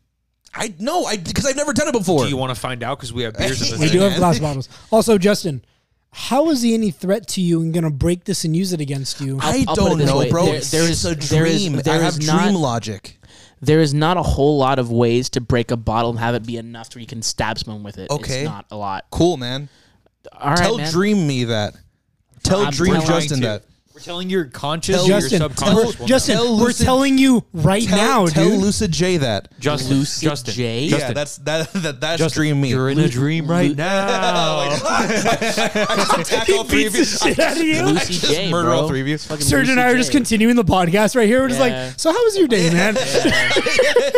[SPEAKER 2] I no, I because I've never done it before.
[SPEAKER 4] Do you want to find out? Because we have beers in
[SPEAKER 1] We
[SPEAKER 4] this
[SPEAKER 1] do
[SPEAKER 4] thing.
[SPEAKER 1] have glass bottles. Also, Justin, how is he any threat to you and gonna break this and use it against you?
[SPEAKER 2] I
[SPEAKER 3] I'll put it
[SPEAKER 2] don't
[SPEAKER 3] this
[SPEAKER 2] know,
[SPEAKER 3] way.
[SPEAKER 2] bro.
[SPEAKER 3] There-
[SPEAKER 2] It's
[SPEAKER 3] there is-
[SPEAKER 2] a
[SPEAKER 3] there is-
[SPEAKER 2] dream.
[SPEAKER 3] there
[SPEAKER 2] I
[SPEAKER 3] is
[SPEAKER 2] have
[SPEAKER 3] not-
[SPEAKER 2] dream logic.
[SPEAKER 3] There is not a whole lot of ways to break a bottle and have it be enough to where you can stab someone with it.
[SPEAKER 2] Okay.
[SPEAKER 3] It's not a lot.
[SPEAKER 2] Cool, man.
[SPEAKER 3] All right,
[SPEAKER 2] Tell
[SPEAKER 3] man.
[SPEAKER 2] dream me that. Tell
[SPEAKER 3] I'm
[SPEAKER 2] dream
[SPEAKER 3] telling
[SPEAKER 2] Justin
[SPEAKER 4] you.
[SPEAKER 2] that.
[SPEAKER 4] We're telling your conscious or
[SPEAKER 1] Justin,
[SPEAKER 4] your subconscious.
[SPEAKER 1] we're,
[SPEAKER 4] will
[SPEAKER 1] Justin,
[SPEAKER 2] Tell
[SPEAKER 1] we're
[SPEAKER 2] Lucid-
[SPEAKER 1] telling you right
[SPEAKER 2] Tell,
[SPEAKER 1] now,
[SPEAKER 2] tell
[SPEAKER 1] dude.
[SPEAKER 2] Lucid J that.
[SPEAKER 4] know. Justin,
[SPEAKER 3] Lucid
[SPEAKER 4] Justin,
[SPEAKER 3] J?
[SPEAKER 4] Justin,
[SPEAKER 2] Yeah, that's that, that that's
[SPEAKER 4] Justin,
[SPEAKER 2] dream me. Oh
[SPEAKER 4] You're in a dream right now.
[SPEAKER 2] I just attack all three
[SPEAKER 1] Beats
[SPEAKER 2] of
[SPEAKER 1] the
[SPEAKER 2] you.
[SPEAKER 1] shit out of you.
[SPEAKER 2] I
[SPEAKER 3] Lucy
[SPEAKER 2] just
[SPEAKER 3] J,
[SPEAKER 2] murder
[SPEAKER 3] bro.
[SPEAKER 2] all three of you.
[SPEAKER 3] It's fucking
[SPEAKER 1] Serge and I
[SPEAKER 3] Lucy
[SPEAKER 1] are just
[SPEAKER 3] J.
[SPEAKER 1] continuing the podcast right here. We're just
[SPEAKER 3] Yeah.
[SPEAKER 1] like, so how was your day, man?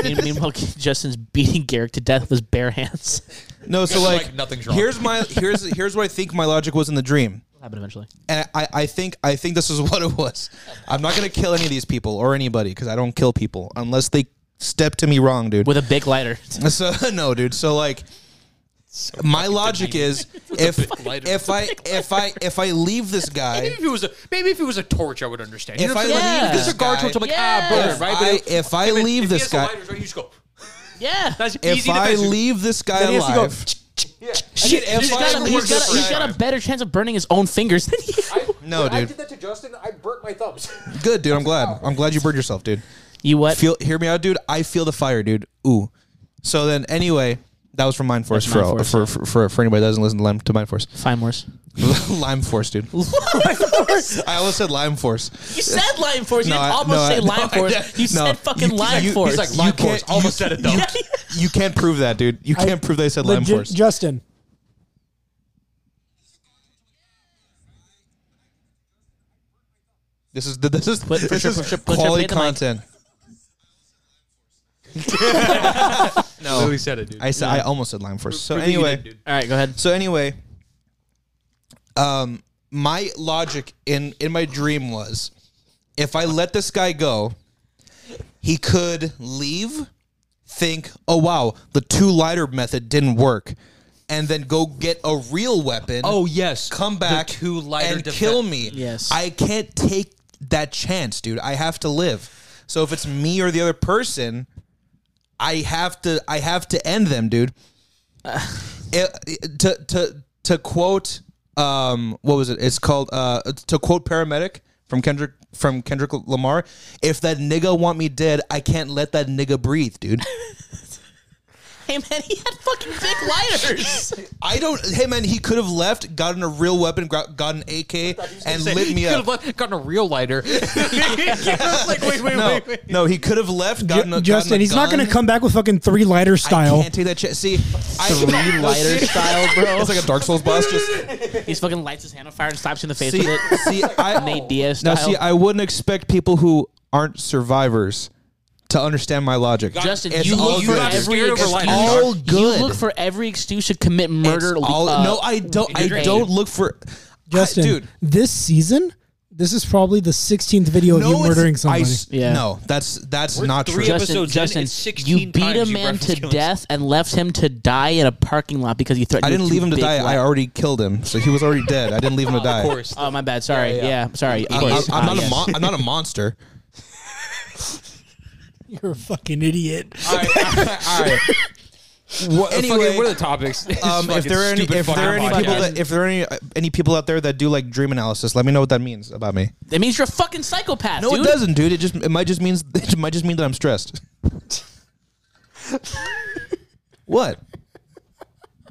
[SPEAKER 3] Mean- Meanwhile, Justin's beating Garrick to death with his bare hands.
[SPEAKER 2] No, so
[SPEAKER 4] Just
[SPEAKER 2] like,
[SPEAKER 4] like nothing's wrong.
[SPEAKER 2] Here's my here's here's what I think my logic was in the dream,
[SPEAKER 3] It'll happen eventually.
[SPEAKER 2] and I I think I think this is what it was. I'm not gonna kill any of these people or anybody because I don't kill people unless they step to me wrong, dude.
[SPEAKER 3] With a big lighter.
[SPEAKER 2] So no, dude. So like, my logic is if
[SPEAKER 4] lighter.
[SPEAKER 2] if I if I if I leave this guy,
[SPEAKER 4] Maybe if it was a maybe if it was a torch, I would understand. You
[SPEAKER 2] If
[SPEAKER 4] know,
[SPEAKER 2] I
[SPEAKER 4] if it's
[SPEAKER 3] leave
[SPEAKER 4] like,
[SPEAKER 3] this
[SPEAKER 4] disregard
[SPEAKER 2] guy-
[SPEAKER 4] torch, I'm like
[SPEAKER 3] Yeah.
[SPEAKER 4] ah, burn,
[SPEAKER 2] If
[SPEAKER 4] right?
[SPEAKER 2] I-
[SPEAKER 4] But
[SPEAKER 2] if I
[SPEAKER 4] it-
[SPEAKER 2] leave
[SPEAKER 4] if he
[SPEAKER 2] this
[SPEAKER 4] has the
[SPEAKER 2] guy-
[SPEAKER 4] lighters, right, you just go.
[SPEAKER 3] Yeah.
[SPEAKER 4] That's
[SPEAKER 2] if
[SPEAKER 4] easy to
[SPEAKER 2] I
[SPEAKER 4] measure.
[SPEAKER 2] leave this guy
[SPEAKER 1] Then he has to go,
[SPEAKER 2] alive,
[SPEAKER 3] Shit,
[SPEAKER 2] if
[SPEAKER 3] he's
[SPEAKER 2] I
[SPEAKER 3] got, a,
[SPEAKER 2] leave
[SPEAKER 3] he's, got
[SPEAKER 2] this
[SPEAKER 3] a, he's got
[SPEAKER 2] guy-
[SPEAKER 3] a better chance of burning his own fingers than you.
[SPEAKER 2] no, dude.
[SPEAKER 4] that to Justin. I burnt my thumbs.
[SPEAKER 2] Good, dude. I'm glad. I'm glad you burned yourself, dude.
[SPEAKER 3] You what?
[SPEAKER 2] Feel, hear me out, dude. I feel the fire, dude. Ooh. So then, anyway, that was from Mind Force for,
[SPEAKER 3] Mind Force.
[SPEAKER 2] For, for for for anybody that doesn't listen to Lime to Mind Force.
[SPEAKER 3] Find worse.
[SPEAKER 2] Lime Force, dude. I almost said Lime Force.
[SPEAKER 3] You said Lion Force. You
[SPEAKER 2] No, I-
[SPEAKER 3] didn't almost
[SPEAKER 2] no, I-
[SPEAKER 3] say
[SPEAKER 2] no,
[SPEAKER 3] Lion
[SPEAKER 2] I
[SPEAKER 3] Force.
[SPEAKER 2] did-
[SPEAKER 3] You
[SPEAKER 2] no.
[SPEAKER 3] said fucking
[SPEAKER 2] You-
[SPEAKER 3] Lion
[SPEAKER 2] you-
[SPEAKER 3] Force.
[SPEAKER 2] he's like, You
[SPEAKER 4] Lime
[SPEAKER 2] can't-
[SPEAKER 4] Force.
[SPEAKER 2] you-
[SPEAKER 4] Almost said it though.
[SPEAKER 2] you- You can't prove that, dude. You can't prove they said Lime
[SPEAKER 1] Legit-
[SPEAKER 2] Force.
[SPEAKER 1] Justin,
[SPEAKER 2] This is this is
[SPEAKER 3] Put-
[SPEAKER 2] this
[SPEAKER 3] push her-
[SPEAKER 2] is
[SPEAKER 3] push her- push her-
[SPEAKER 2] quality
[SPEAKER 3] play the mic.
[SPEAKER 2] content.
[SPEAKER 4] Literally said it, dude.
[SPEAKER 2] I said I almost said Lime Force. So
[SPEAKER 4] Prove that you
[SPEAKER 2] anyway,
[SPEAKER 4] did, dude.
[SPEAKER 3] All right, go ahead.
[SPEAKER 2] so anyway, um, my logic in in my dream was, if I let this guy go, he could leave, think, oh wow, the two lighter method didn't work, and then go get a real weapon.
[SPEAKER 4] Oh yes,
[SPEAKER 2] come back
[SPEAKER 4] the two lighter
[SPEAKER 2] and
[SPEAKER 4] defe-
[SPEAKER 2] kill me.
[SPEAKER 3] Yes.
[SPEAKER 2] I can't take that chance, dude. I have to live. So if it's me or the other person, I have to I have to end them, dude. It- it- to to to quote um what was it? It's called uh to quote paramedic from Kendrick from Kendrick Lamar, if that nigga want me dead, I can't let that nigga breathe, dude.
[SPEAKER 3] Hey, man, he had fucking big lighters.
[SPEAKER 2] I don't. Hey man, he could have left, gotten a real weapon, gra- got an AK, and lit me
[SPEAKER 4] you
[SPEAKER 2] up.
[SPEAKER 4] could have le- gotten a real lighter. like, wait, wait,
[SPEAKER 2] no,
[SPEAKER 4] wait, wait.
[SPEAKER 2] no, he could have left. Gotten a,
[SPEAKER 1] Justin,
[SPEAKER 2] gotten a
[SPEAKER 1] he's not going
[SPEAKER 2] gun.
[SPEAKER 1] to come back with fucking three lighter
[SPEAKER 2] I
[SPEAKER 1] style.
[SPEAKER 2] can't take that chance. See, three
[SPEAKER 3] lighter style, bro.
[SPEAKER 2] It's like a Dark Souls boss. Just
[SPEAKER 3] He's fucking lights his hand on fire and slaps you in the face
[SPEAKER 2] see,
[SPEAKER 3] with it.
[SPEAKER 2] see, I
[SPEAKER 3] Nate Diaz
[SPEAKER 2] Now,
[SPEAKER 3] style.
[SPEAKER 2] see, I wouldn't expect people who aren't survivors to understand my logic.
[SPEAKER 3] Justin,
[SPEAKER 2] It's
[SPEAKER 3] you
[SPEAKER 2] all
[SPEAKER 3] look for
[SPEAKER 2] good.
[SPEAKER 3] every
[SPEAKER 4] Scared of her
[SPEAKER 3] excuse.
[SPEAKER 4] lighters.
[SPEAKER 2] All
[SPEAKER 3] You
[SPEAKER 2] good.
[SPEAKER 3] look for every excuse to commit
[SPEAKER 2] It's
[SPEAKER 3] murder.
[SPEAKER 2] all-
[SPEAKER 3] uh,
[SPEAKER 2] no, I don't. I
[SPEAKER 3] rape.
[SPEAKER 2] don't look for
[SPEAKER 1] Justin,
[SPEAKER 2] I, dude.
[SPEAKER 1] this season, this is probably the 16th video
[SPEAKER 2] No,
[SPEAKER 1] of you
[SPEAKER 2] it's-
[SPEAKER 1] murdering
[SPEAKER 2] I
[SPEAKER 1] somebody.
[SPEAKER 2] s-
[SPEAKER 3] Yeah.
[SPEAKER 2] No, that's that's
[SPEAKER 4] We're
[SPEAKER 2] not
[SPEAKER 4] three
[SPEAKER 2] true.
[SPEAKER 4] of us-
[SPEAKER 3] Justin,
[SPEAKER 4] episodes in,
[SPEAKER 3] Justin,
[SPEAKER 4] it's 16
[SPEAKER 3] you beat a
[SPEAKER 4] times you
[SPEAKER 3] man
[SPEAKER 4] reference
[SPEAKER 3] to
[SPEAKER 4] killings.
[SPEAKER 3] death and left him to die in a parking lot because you threatened.
[SPEAKER 2] I didn't
[SPEAKER 3] with
[SPEAKER 2] leave
[SPEAKER 3] two
[SPEAKER 2] him to
[SPEAKER 3] big
[SPEAKER 2] die. I
[SPEAKER 3] li-
[SPEAKER 2] already killed him, so he was already dead. I didn't leave him to die.
[SPEAKER 4] Of course.
[SPEAKER 3] Oh my bad. Sorry. Yeah. sorry.
[SPEAKER 2] I'm,
[SPEAKER 3] Idiots.
[SPEAKER 2] I'm- I'm
[SPEAKER 3] Ah,
[SPEAKER 2] not a
[SPEAKER 3] yes.
[SPEAKER 2] mon- I'm not a monster.
[SPEAKER 1] You're a fucking idiot.
[SPEAKER 4] All right, all right. What,
[SPEAKER 2] Anyway,
[SPEAKER 4] fucking, what are the topics? This
[SPEAKER 2] Um, if
[SPEAKER 4] fucking
[SPEAKER 2] there are any,
[SPEAKER 4] stupid
[SPEAKER 2] if there
[SPEAKER 4] fucking
[SPEAKER 2] are any people
[SPEAKER 4] podcast.
[SPEAKER 2] that, if there are any uh, any people out there that do like dream analysis, let me know what that means about me.
[SPEAKER 3] That means you're a fucking psychopath.
[SPEAKER 2] No,
[SPEAKER 3] dude.
[SPEAKER 2] it doesn't, dude. It just it might just means it might just mean that I'm stressed. what?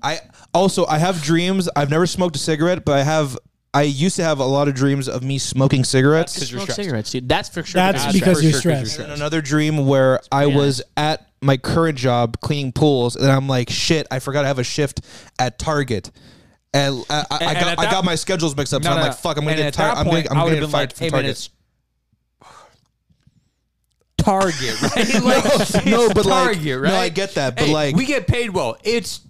[SPEAKER 2] I also I have dreams. I've never smoked a cigarette, but I have. I used to have a lot of dreams of me smoking cigarettes.
[SPEAKER 4] Because you're
[SPEAKER 3] Smoke
[SPEAKER 4] stressed.
[SPEAKER 3] cigarettes, dude. That's for sure.
[SPEAKER 1] That's because
[SPEAKER 3] because-
[SPEAKER 4] for
[SPEAKER 1] you're
[SPEAKER 4] sure, 'cause you're
[SPEAKER 1] stressed.
[SPEAKER 4] stressed.
[SPEAKER 2] And another dream where I was at my current job cleaning pools, and I'm like, shit, I forgot I have a shift at Target. And I, I, I
[SPEAKER 4] And- and
[SPEAKER 2] got
[SPEAKER 4] at
[SPEAKER 2] I
[SPEAKER 4] that-
[SPEAKER 2] got my schedules mixed up, so
[SPEAKER 4] No,
[SPEAKER 2] I'm
[SPEAKER 4] no,
[SPEAKER 2] like,
[SPEAKER 4] no.
[SPEAKER 2] fuck, I'm gonna
[SPEAKER 4] And
[SPEAKER 2] get
[SPEAKER 4] at
[SPEAKER 2] tired.
[SPEAKER 4] that
[SPEAKER 2] I'm
[SPEAKER 4] point,
[SPEAKER 2] gonna, I'm
[SPEAKER 4] I
[SPEAKER 2] gonna
[SPEAKER 4] would've
[SPEAKER 2] get
[SPEAKER 4] been
[SPEAKER 2] fired
[SPEAKER 4] like,
[SPEAKER 2] from
[SPEAKER 4] hey, man,
[SPEAKER 2] Target.
[SPEAKER 4] it's Target, right? Like,
[SPEAKER 2] no,
[SPEAKER 4] it's
[SPEAKER 2] but like,
[SPEAKER 4] Target,
[SPEAKER 2] no, I
[SPEAKER 4] right?
[SPEAKER 2] get that, but
[SPEAKER 4] hey,
[SPEAKER 2] like,
[SPEAKER 4] we get paid well. It's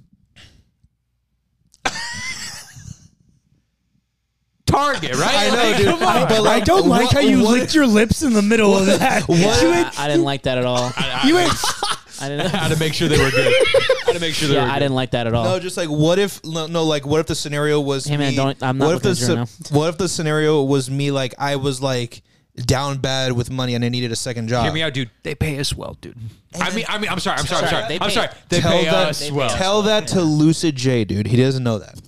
[SPEAKER 4] Target, right?
[SPEAKER 2] I know,
[SPEAKER 4] Like,
[SPEAKER 2] dude.
[SPEAKER 4] Come on.
[SPEAKER 2] But
[SPEAKER 1] I
[SPEAKER 2] like,
[SPEAKER 1] don't like
[SPEAKER 2] what-
[SPEAKER 1] how you
[SPEAKER 2] what-
[SPEAKER 1] licked your lips in the middle of that.
[SPEAKER 2] What-
[SPEAKER 1] You
[SPEAKER 3] I,
[SPEAKER 1] ain't-
[SPEAKER 3] I didn't like that at all.
[SPEAKER 1] you ain't-
[SPEAKER 3] I didn't.
[SPEAKER 4] How to make sure they were good. How to make sure they
[SPEAKER 3] yeah,
[SPEAKER 4] were
[SPEAKER 3] I
[SPEAKER 4] good.
[SPEAKER 3] didn't like that at all.
[SPEAKER 2] No, just like what if no, no like what if the scenario was
[SPEAKER 3] Hey, man,
[SPEAKER 2] me-
[SPEAKER 3] don't- I'm not
[SPEAKER 2] what if
[SPEAKER 3] looking
[SPEAKER 2] the
[SPEAKER 3] at you right
[SPEAKER 2] sce- what if the scenario was me like I was like down bad with money and I needed a second job.
[SPEAKER 4] Hear me out, dude. They pay us well, dude. I mean, I mean, I'm sorry, I'm sorry, I'm
[SPEAKER 3] Sorry,
[SPEAKER 4] sorry.
[SPEAKER 3] they
[SPEAKER 4] I'm
[SPEAKER 3] pay-
[SPEAKER 4] sorry. They pay
[SPEAKER 2] that,
[SPEAKER 4] us well.
[SPEAKER 2] tell that to Lucid J, dude. He doesn't know that.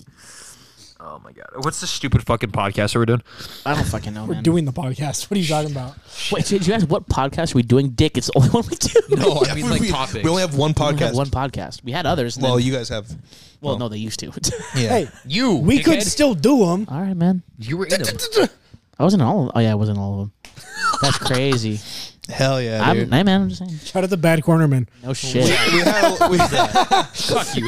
[SPEAKER 4] Oh my god, what's the stupid fucking podcast that we're doing?
[SPEAKER 3] I don't fucking know, man.
[SPEAKER 1] doing the podcast. What are you talking about?
[SPEAKER 3] Wait, did you ask what podcast are we doing? Dick, it's the only one we do.
[SPEAKER 4] No, Oh, I
[SPEAKER 2] Yeah,
[SPEAKER 4] mean
[SPEAKER 2] we,
[SPEAKER 4] like
[SPEAKER 2] we,
[SPEAKER 4] topics.
[SPEAKER 2] We only have one
[SPEAKER 3] we
[SPEAKER 2] podcast.
[SPEAKER 3] had one podcast. We had others. and
[SPEAKER 2] well,
[SPEAKER 3] then-
[SPEAKER 2] you guys have.
[SPEAKER 3] well, no, they used to.
[SPEAKER 2] Yeah.
[SPEAKER 1] Hey,
[SPEAKER 4] you.
[SPEAKER 1] we could
[SPEAKER 4] dickhead.
[SPEAKER 1] still do them.
[SPEAKER 3] All right, man.
[SPEAKER 4] You were in them.
[SPEAKER 3] I wasn't all. Oh yeah, I wasn't all of them. That's crazy.
[SPEAKER 5] Hell yeah,
[SPEAKER 3] I'm,
[SPEAKER 5] dude.
[SPEAKER 3] hey man, I'm just saying.
[SPEAKER 1] Shout out the bad cornerman.
[SPEAKER 3] No shit.
[SPEAKER 5] we had, we,
[SPEAKER 4] Fuck you.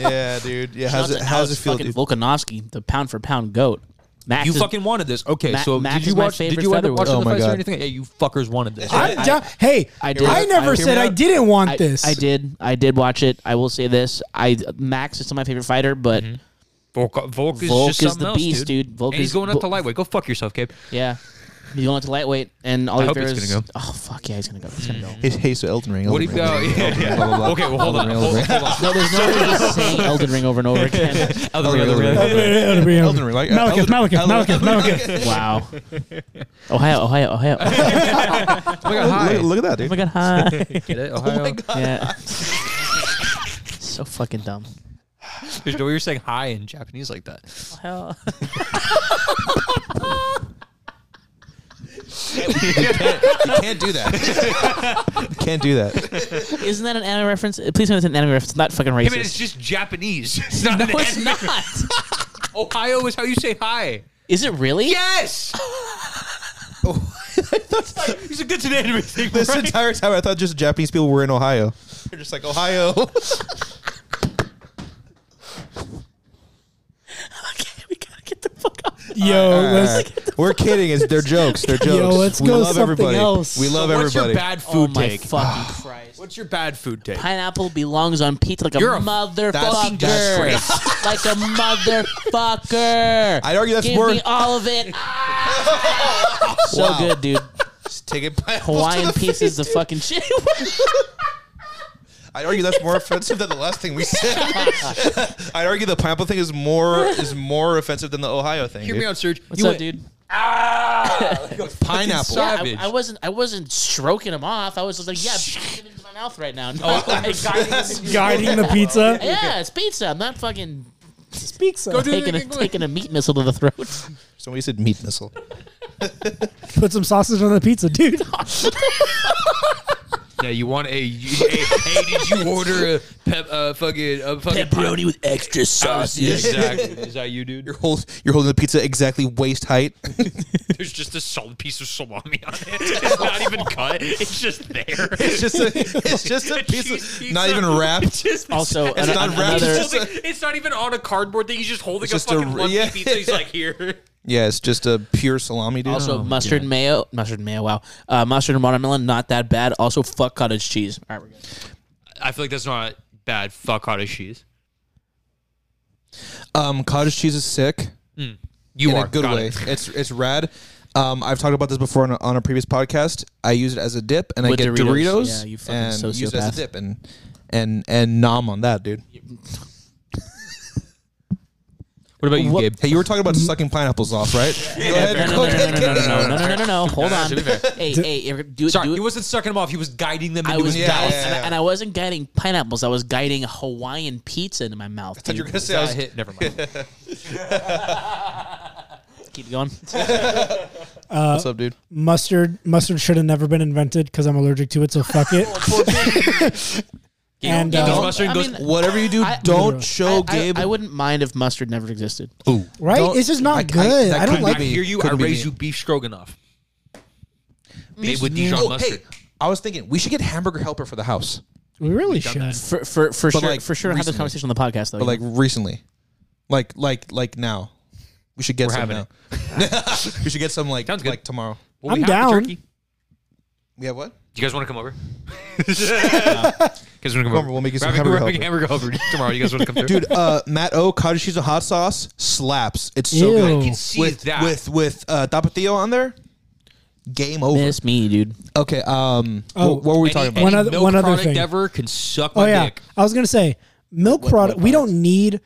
[SPEAKER 5] yeah, dude. Yeah, how's
[SPEAKER 3] Shout out
[SPEAKER 5] it,
[SPEAKER 3] to
[SPEAKER 5] how's
[SPEAKER 3] Alex
[SPEAKER 5] it feel,
[SPEAKER 3] fucking
[SPEAKER 5] dude?
[SPEAKER 3] Volkanovski, the pound for pound goat. Max
[SPEAKER 4] You
[SPEAKER 3] is-
[SPEAKER 4] fucking wanted this. Okay,
[SPEAKER 3] Ma-
[SPEAKER 4] so
[SPEAKER 3] Mac
[SPEAKER 4] did you
[SPEAKER 3] is my
[SPEAKER 4] watch? Did
[SPEAKER 3] favorite
[SPEAKER 4] you end up
[SPEAKER 3] featherweight.
[SPEAKER 4] watching
[SPEAKER 2] Oh
[SPEAKER 4] the
[SPEAKER 2] my
[SPEAKER 4] fights
[SPEAKER 2] God.
[SPEAKER 4] or anything? Yeah, you fuckers wanted this.
[SPEAKER 1] I'm
[SPEAKER 3] I-
[SPEAKER 1] down- hey,
[SPEAKER 3] I
[SPEAKER 1] I,
[SPEAKER 3] did-
[SPEAKER 1] never
[SPEAKER 3] I-
[SPEAKER 1] said
[SPEAKER 4] hear me
[SPEAKER 1] I
[SPEAKER 4] out?
[SPEAKER 1] didn't want
[SPEAKER 3] I,
[SPEAKER 1] this.
[SPEAKER 3] I did. I did watch it. I will say this. I Max is still my favorite fighter, but
[SPEAKER 4] Volk, Volk is
[SPEAKER 3] Volk
[SPEAKER 4] just
[SPEAKER 3] is
[SPEAKER 4] something
[SPEAKER 3] the
[SPEAKER 4] else,
[SPEAKER 3] beast, dude. Volk
[SPEAKER 4] and he's
[SPEAKER 3] is-
[SPEAKER 4] going up
[SPEAKER 3] Vol-
[SPEAKER 4] to lightweight. Go fuck yourself, Gabe.
[SPEAKER 3] yeah, he's going up to lightweight, and all
[SPEAKER 4] I
[SPEAKER 3] he
[SPEAKER 4] hope
[SPEAKER 3] fears.
[SPEAKER 4] he's gonna go.
[SPEAKER 3] Oh fuck yeah, he's gonna go. He's gonna go.
[SPEAKER 2] Hey, hey, so Elden Ring.
[SPEAKER 4] What do
[SPEAKER 2] Elden
[SPEAKER 4] you
[SPEAKER 2] Ring,
[SPEAKER 4] go?
[SPEAKER 2] Elden Ring,
[SPEAKER 4] Yeah, yeah.
[SPEAKER 2] blah, blah, blah.
[SPEAKER 4] Okay, well hold on.
[SPEAKER 2] Elden Ring, Elden Ring.
[SPEAKER 4] Hold, hold on.
[SPEAKER 3] No, there's no way to say Elden Ring over and over again.
[SPEAKER 4] Elden
[SPEAKER 2] Elden
[SPEAKER 4] Ring, Elden
[SPEAKER 2] Ring,
[SPEAKER 4] Ring.
[SPEAKER 2] Elden Ring.
[SPEAKER 1] Elden Ring.
[SPEAKER 2] Elden Ring, like, uh,
[SPEAKER 1] Malekith,
[SPEAKER 2] Elden-
[SPEAKER 1] Malekith,
[SPEAKER 2] Elden-
[SPEAKER 1] Malekith, Malekith.
[SPEAKER 3] Wow. Ohio, Ohio, Ohio. Oh
[SPEAKER 4] Oh my God, hi.
[SPEAKER 2] Look, look at that, dude.
[SPEAKER 3] my god, hi.
[SPEAKER 4] Get it?
[SPEAKER 3] Oh
[SPEAKER 4] Ohio.
[SPEAKER 3] Yeah. so fucking dumb.
[SPEAKER 4] There's no way you're saying hi in Japanese like that.
[SPEAKER 3] Hell.
[SPEAKER 2] Oh You can't do that. You can't do that.
[SPEAKER 3] Isn't that an anime reference? Please tell me it's an anime reference. It's not fucking
[SPEAKER 4] I mean, it's
[SPEAKER 3] racist.
[SPEAKER 4] just Japanese. It's not
[SPEAKER 3] No,
[SPEAKER 4] an
[SPEAKER 3] it's
[SPEAKER 4] anime.
[SPEAKER 3] not.
[SPEAKER 4] Ohio is how you say hi.
[SPEAKER 3] Is it really?
[SPEAKER 4] Yes. He's a good to anime thing.
[SPEAKER 2] This
[SPEAKER 4] right?
[SPEAKER 2] entire time, I thought just Japanese people were in Ohio. They're just like Ohio.
[SPEAKER 3] Okay, we gotta get the fuck off.
[SPEAKER 1] Yo, let's.
[SPEAKER 2] We're kidding. It's they're jokes. They're jokes.
[SPEAKER 1] Yo, let's
[SPEAKER 2] we
[SPEAKER 1] go
[SPEAKER 2] love
[SPEAKER 1] something
[SPEAKER 2] everybody.
[SPEAKER 1] else.
[SPEAKER 2] We love
[SPEAKER 4] What's
[SPEAKER 2] everybody.
[SPEAKER 4] your bad
[SPEAKER 3] Oh
[SPEAKER 4] food
[SPEAKER 3] my
[SPEAKER 4] take?
[SPEAKER 2] Ah.
[SPEAKER 3] fucking Christ.
[SPEAKER 4] What's your bad food take?
[SPEAKER 3] Pineapple belongs on pizza like a
[SPEAKER 4] You're a-
[SPEAKER 3] motherfucker.
[SPEAKER 2] that's
[SPEAKER 3] like a motherfucker.
[SPEAKER 2] I'd argue that's
[SPEAKER 3] Give
[SPEAKER 2] more-
[SPEAKER 3] me all of it. Ah! so
[SPEAKER 2] Wow.
[SPEAKER 3] good, dude.
[SPEAKER 2] Just take it back.
[SPEAKER 3] Hawaiian pizza is the fucking shit.
[SPEAKER 2] I'd argue that's more offensive than the last thing we said. I'd argue the pineapple thing is more is more offensive than the Ohio thing.
[SPEAKER 4] Hear
[SPEAKER 2] dude.
[SPEAKER 4] me out, Serge.
[SPEAKER 3] What's
[SPEAKER 4] you
[SPEAKER 3] up,
[SPEAKER 4] went
[SPEAKER 3] dude?
[SPEAKER 2] Pineapple.
[SPEAKER 4] Yeah,
[SPEAKER 3] I,
[SPEAKER 4] Savage.
[SPEAKER 3] I wasn't. I wasn't stroking him off. I was just like, yeah, get it into my mouth right now. No, like,
[SPEAKER 1] Guiding the pizza.
[SPEAKER 3] yeah, it's pizza. I'm not fucking
[SPEAKER 1] Speak so.
[SPEAKER 3] taking a, taking a meat missile to the throat.
[SPEAKER 2] Somebody said meat missile.
[SPEAKER 1] Put some sausage on the pizza, dude.
[SPEAKER 4] Yeah, you want a? you- hey, hey, did you order a pep? Uh, fucking a fucking
[SPEAKER 3] Pepperoni with extra sauce.
[SPEAKER 4] Yeah, exactly. Is that you, dude?
[SPEAKER 2] You're, hold, you're holding the pizza exactly waist height.
[SPEAKER 4] There's just a solid piece of salami on it. It's not even cut. It's just there. It's
[SPEAKER 2] just a, it's just a piece
[SPEAKER 4] cheese
[SPEAKER 2] of
[SPEAKER 4] pizza.
[SPEAKER 2] not even wrapped.
[SPEAKER 4] It's just-
[SPEAKER 3] Also,
[SPEAKER 4] it's,
[SPEAKER 3] an-
[SPEAKER 2] not
[SPEAKER 4] he's
[SPEAKER 2] wrapped,
[SPEAKER 3] another-
[SPEAKER 2] it's just
[SPEAKER 4] holding- it's not even on a cardboard thing. He's just holding a
[SPEAKER 2] just a
[SPEAKER 4] fucking
[SPEAKER 2] r-
[SPEAKER 4] lumpy
[SPEAKER 2] yeah.
[SPEAKER 4] pizza. He's like, here.
[SPEAKER 2] Yeah, it's just a pure salami, dude.
[SPEAKER 3] Also,
[SPEAKER 4] Uh-huh.
[SPEAKER 3] mustard and mayo, mustard and mayo. Wow, uh, mustard and watermelon, not that bad. Also, fuck cottage cheese. All right, we're good.
[SPEAKER 4] I feel like that's not bad. Fuck cottage cheese.
[SPEAKER 2] um, cottage cheese is sick.
[SPEAKER 4] You
[SPEAKER 2] in
[SPEAKER 4] are
[SPEAKER 2] a good
[SPEAKER 4] Got
[SPEAKER 2] way.
[SPEAKER 4] it.
[SPEAKER 2] It's it's rad. Um, I've talked about this before on a, on a previous podcast. I use it as a dip, and
[SPEAKER 3] With
[SPEAKER 2] I get
[SPEAKER 3] Doritos.
[SPEAKER 2] Doritos,
[SPEAKER 3] Yeah, you fucking
[SPEAKER 2] and use it as
[SPEAKER 3] sociopath.
[SPEAKER 2] a dip, and and and nom on that, dude.
[SPEAKER 4] What about you,
[SPEAKER 3] What-
[SPEAKER 4] Gabe?
[SPEAKER 2] Hey, you were talking about sucking pineapples off, right? Go ahead.
[SPEAKER 3] No,
[SPEAKER 2] Go
[SPEAKER 3] no, no,
[SPEAKER 2] ahead.
[SPEAKER 3] no, no, no, no, no, no, no, no, no, no. Hold
[SPEAKER 4] No,
[SPEAKER 3] on.
[SPEAKER 4] to be fair.
[SPEAKER 3] Hey, hey, you're- do,
[SPEAKER 4] Sorry,
[SPEAKER 3] do
[SPEAKER 4] he wasn't sucking them off. He was guiding them.
[SPEAKER 3] I
[SPEAKER 4] into
[SPEAKER 3] was
[SPEAKER 4] his
[SPEAKER 2] Yeah,
[SPEAKER 3] guiding,
[SPEAKER 2] yeah,
[SPEAKER 3] and, I,
[SPEAKER 2] yeah.
[SPEAKER 3] and I wasn't guiding pineapples. I was guiding Hawaiian pizza into my mouth.
[SPEAKER 2] Thought you were
[SPEAKER 3] dude.
[SPEAKER 2] gonna say I was-
[SPEAKER 4] hit. Never mind.
[SPEAKER 3] Keep going.
[SPEAKER 2] What's up, dude?
[SPEAKER 1] mustard mustard should have never been invented because I'm allergic to it. So fuck it. and
[SPEAKER 3] Gabe
[SPEAKER 1] uh,
[SPEAKER 3] does
[SPEAKER 4] mustard
[SPEAKER 3] I
[SPEAKER 4] goes-
[SPEAKER 3] mean,
[SPEAKER 2] Whatever you do,
[SPEAKER 3] I-
[SPEAKER 2] don't show
[SPEAKER 3] I- I-
[SPEAKER 2] Gabe.
[SPEAKER 3] I, wouldn't mind if mustard never existed.
[SPEAKER 2] Ooh.
[SPEAKER 1] right,
[SPEAKER 2] Don't-
[SPEAKER 1] it's just not
[SPEAKER 2] I- I-
[SPEAKER 1] good.
[SPEAKER 2] that
[SPEAKER 1] I, don't
[SPEAKER 2] couldn't
[SPEAKER 1] like.
[SPEAKER 4] I hear you. I
[SPEAKER 2] Couldn't be
[SPEAKER 4] raise
[SPEAKER 2] me.
[SPEAKER 4] you beef stroganoff. Made with Dijon
[SPEAKER 2] Oh,
[SPEAKER 4] mustard.
[SPEAKER 2] Hey, I was thinking we should get hamburger helper for the house,
[SPEAKER 1] We really should.
[SPEAKER 3] For for for sure,
[SPEAKER 2] like,
[SPEAKER 3] for sure, have this
[SPEAKER 2] recently.
[SPEAKER 3] conversation on the podcast though.
[SPEAKER 2] but like recently, like like like now, we should get
[SPEAKER 4] We're
[SPEAKER 2] some
[SPEAKER 4] having
[SPEAKER 2] now. we should get some like
[SPEAKER 4] Sounds good.
[SPEAKER 2] like tomorrow.
[SPEAKER 4] Well,
[SPEAKER 1] I'm
[SPEAKER 4] we have the
[SPEAKER 1] down.
[SPEAKER 4] Turkey.
[SPEAKER 2] We have what?
[SPEAKER 4] Do you guys want to come over? You guys want to come
[SPEAKER 2] Remember,
[SPEAKER 4] over?
[SPEAKER 2] we'll make you
[SPEAKER 4] We're
[SPEAKER 2] some
[SPEAKER 4] having- we're
[SPEAKER 2] hamburger
[SPEAKER 4] having hamburger helper tomorrow. You guys want to come through?
[SPEAKER 2] Dude, uh, Matt O, cottage cheese and hot sauce slaps. It's so
[SPEAKER 1] Ew.
[SPEAKER 2] good.
[SPEAKER 1] I can
[SPEAKER 4] see
[SPEAKER 2] with,
[SPEAKER 4] that.
[SPEAKER 2] With with uh, Tapatio on there, game over.
[SPEAKER 3] miss me, dude.
[SPEAKER 2] Okay, um, wh-
[SPEAKER 1] Oh.
[SPEAKER 2] what, were we talking about?
[SPEAKER 1] One other-
[SPEAKER 4] milk
[SPEAKER 1] one other
[SPEAKER 4] product
[SPEAKER 1] thing.
[SPEAKER 4] ever can suck
[SPEAKER 1] Oh
[SPEAKER 4] my
[SPEAKER 1] yeah,
[SPEAKER 4] dick.
[SPEAKER 1] I was gonna say milk product. we don't need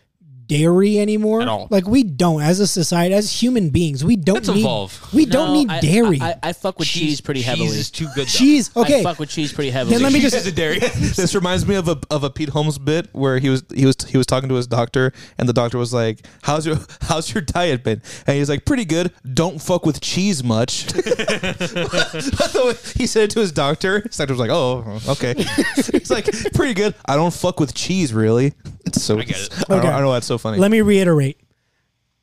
[SPEAKER 1] dairy anymore.
[SPEAKER 4] At all.
[SPEAKER 1] Like we don't as a society, as human beings, we don't
[SPEAKER 4] Let's
[SPEAKER 1] need.
[SPEAKER 4] evolve.
[SPEAKER 1] We don't
[SPEAKER 3] No,
[SPEAKER 1] need
[SPEAKER 3] I-
[SPEAKER 1] dairy.
[SPEAKER 3] I, I, I fuck with cheese, pretty heavily.
[SPEAKER 4] Cheese is too good. though.
[SPEAKER 1] cheese.
[SPEAKER 3] I
[SPEAKER 1] Okay.
[SPEAKER 3] fuck with cheese pretty heavily.
[SPEAKER 1] Then let me
[SPEAKER 4] Cheese
[SPEAKER 1] just-
[SPEAKER 4] is a dairy.
[SPEAKER 2] this reminds me of a of a Pete Holmes bit where he was he was he was talking to his doctor and the doctor was like, "How's your how's your diet been?" And he's like, "Pretty good. Don't fuck with cheese much." So he said it to his doctor. His doctor was like, "Oh, okay." he's like, "Pretty good. I don't fuck with cheese really." It's so I
[SPEAKER 4] get it.
[SPEAKER 2] don't,
[SPEAKER 1] Okay.
[SPEAKER 2] I don't know. That's so funny.
[SPEAKER 1] Let me reiterate.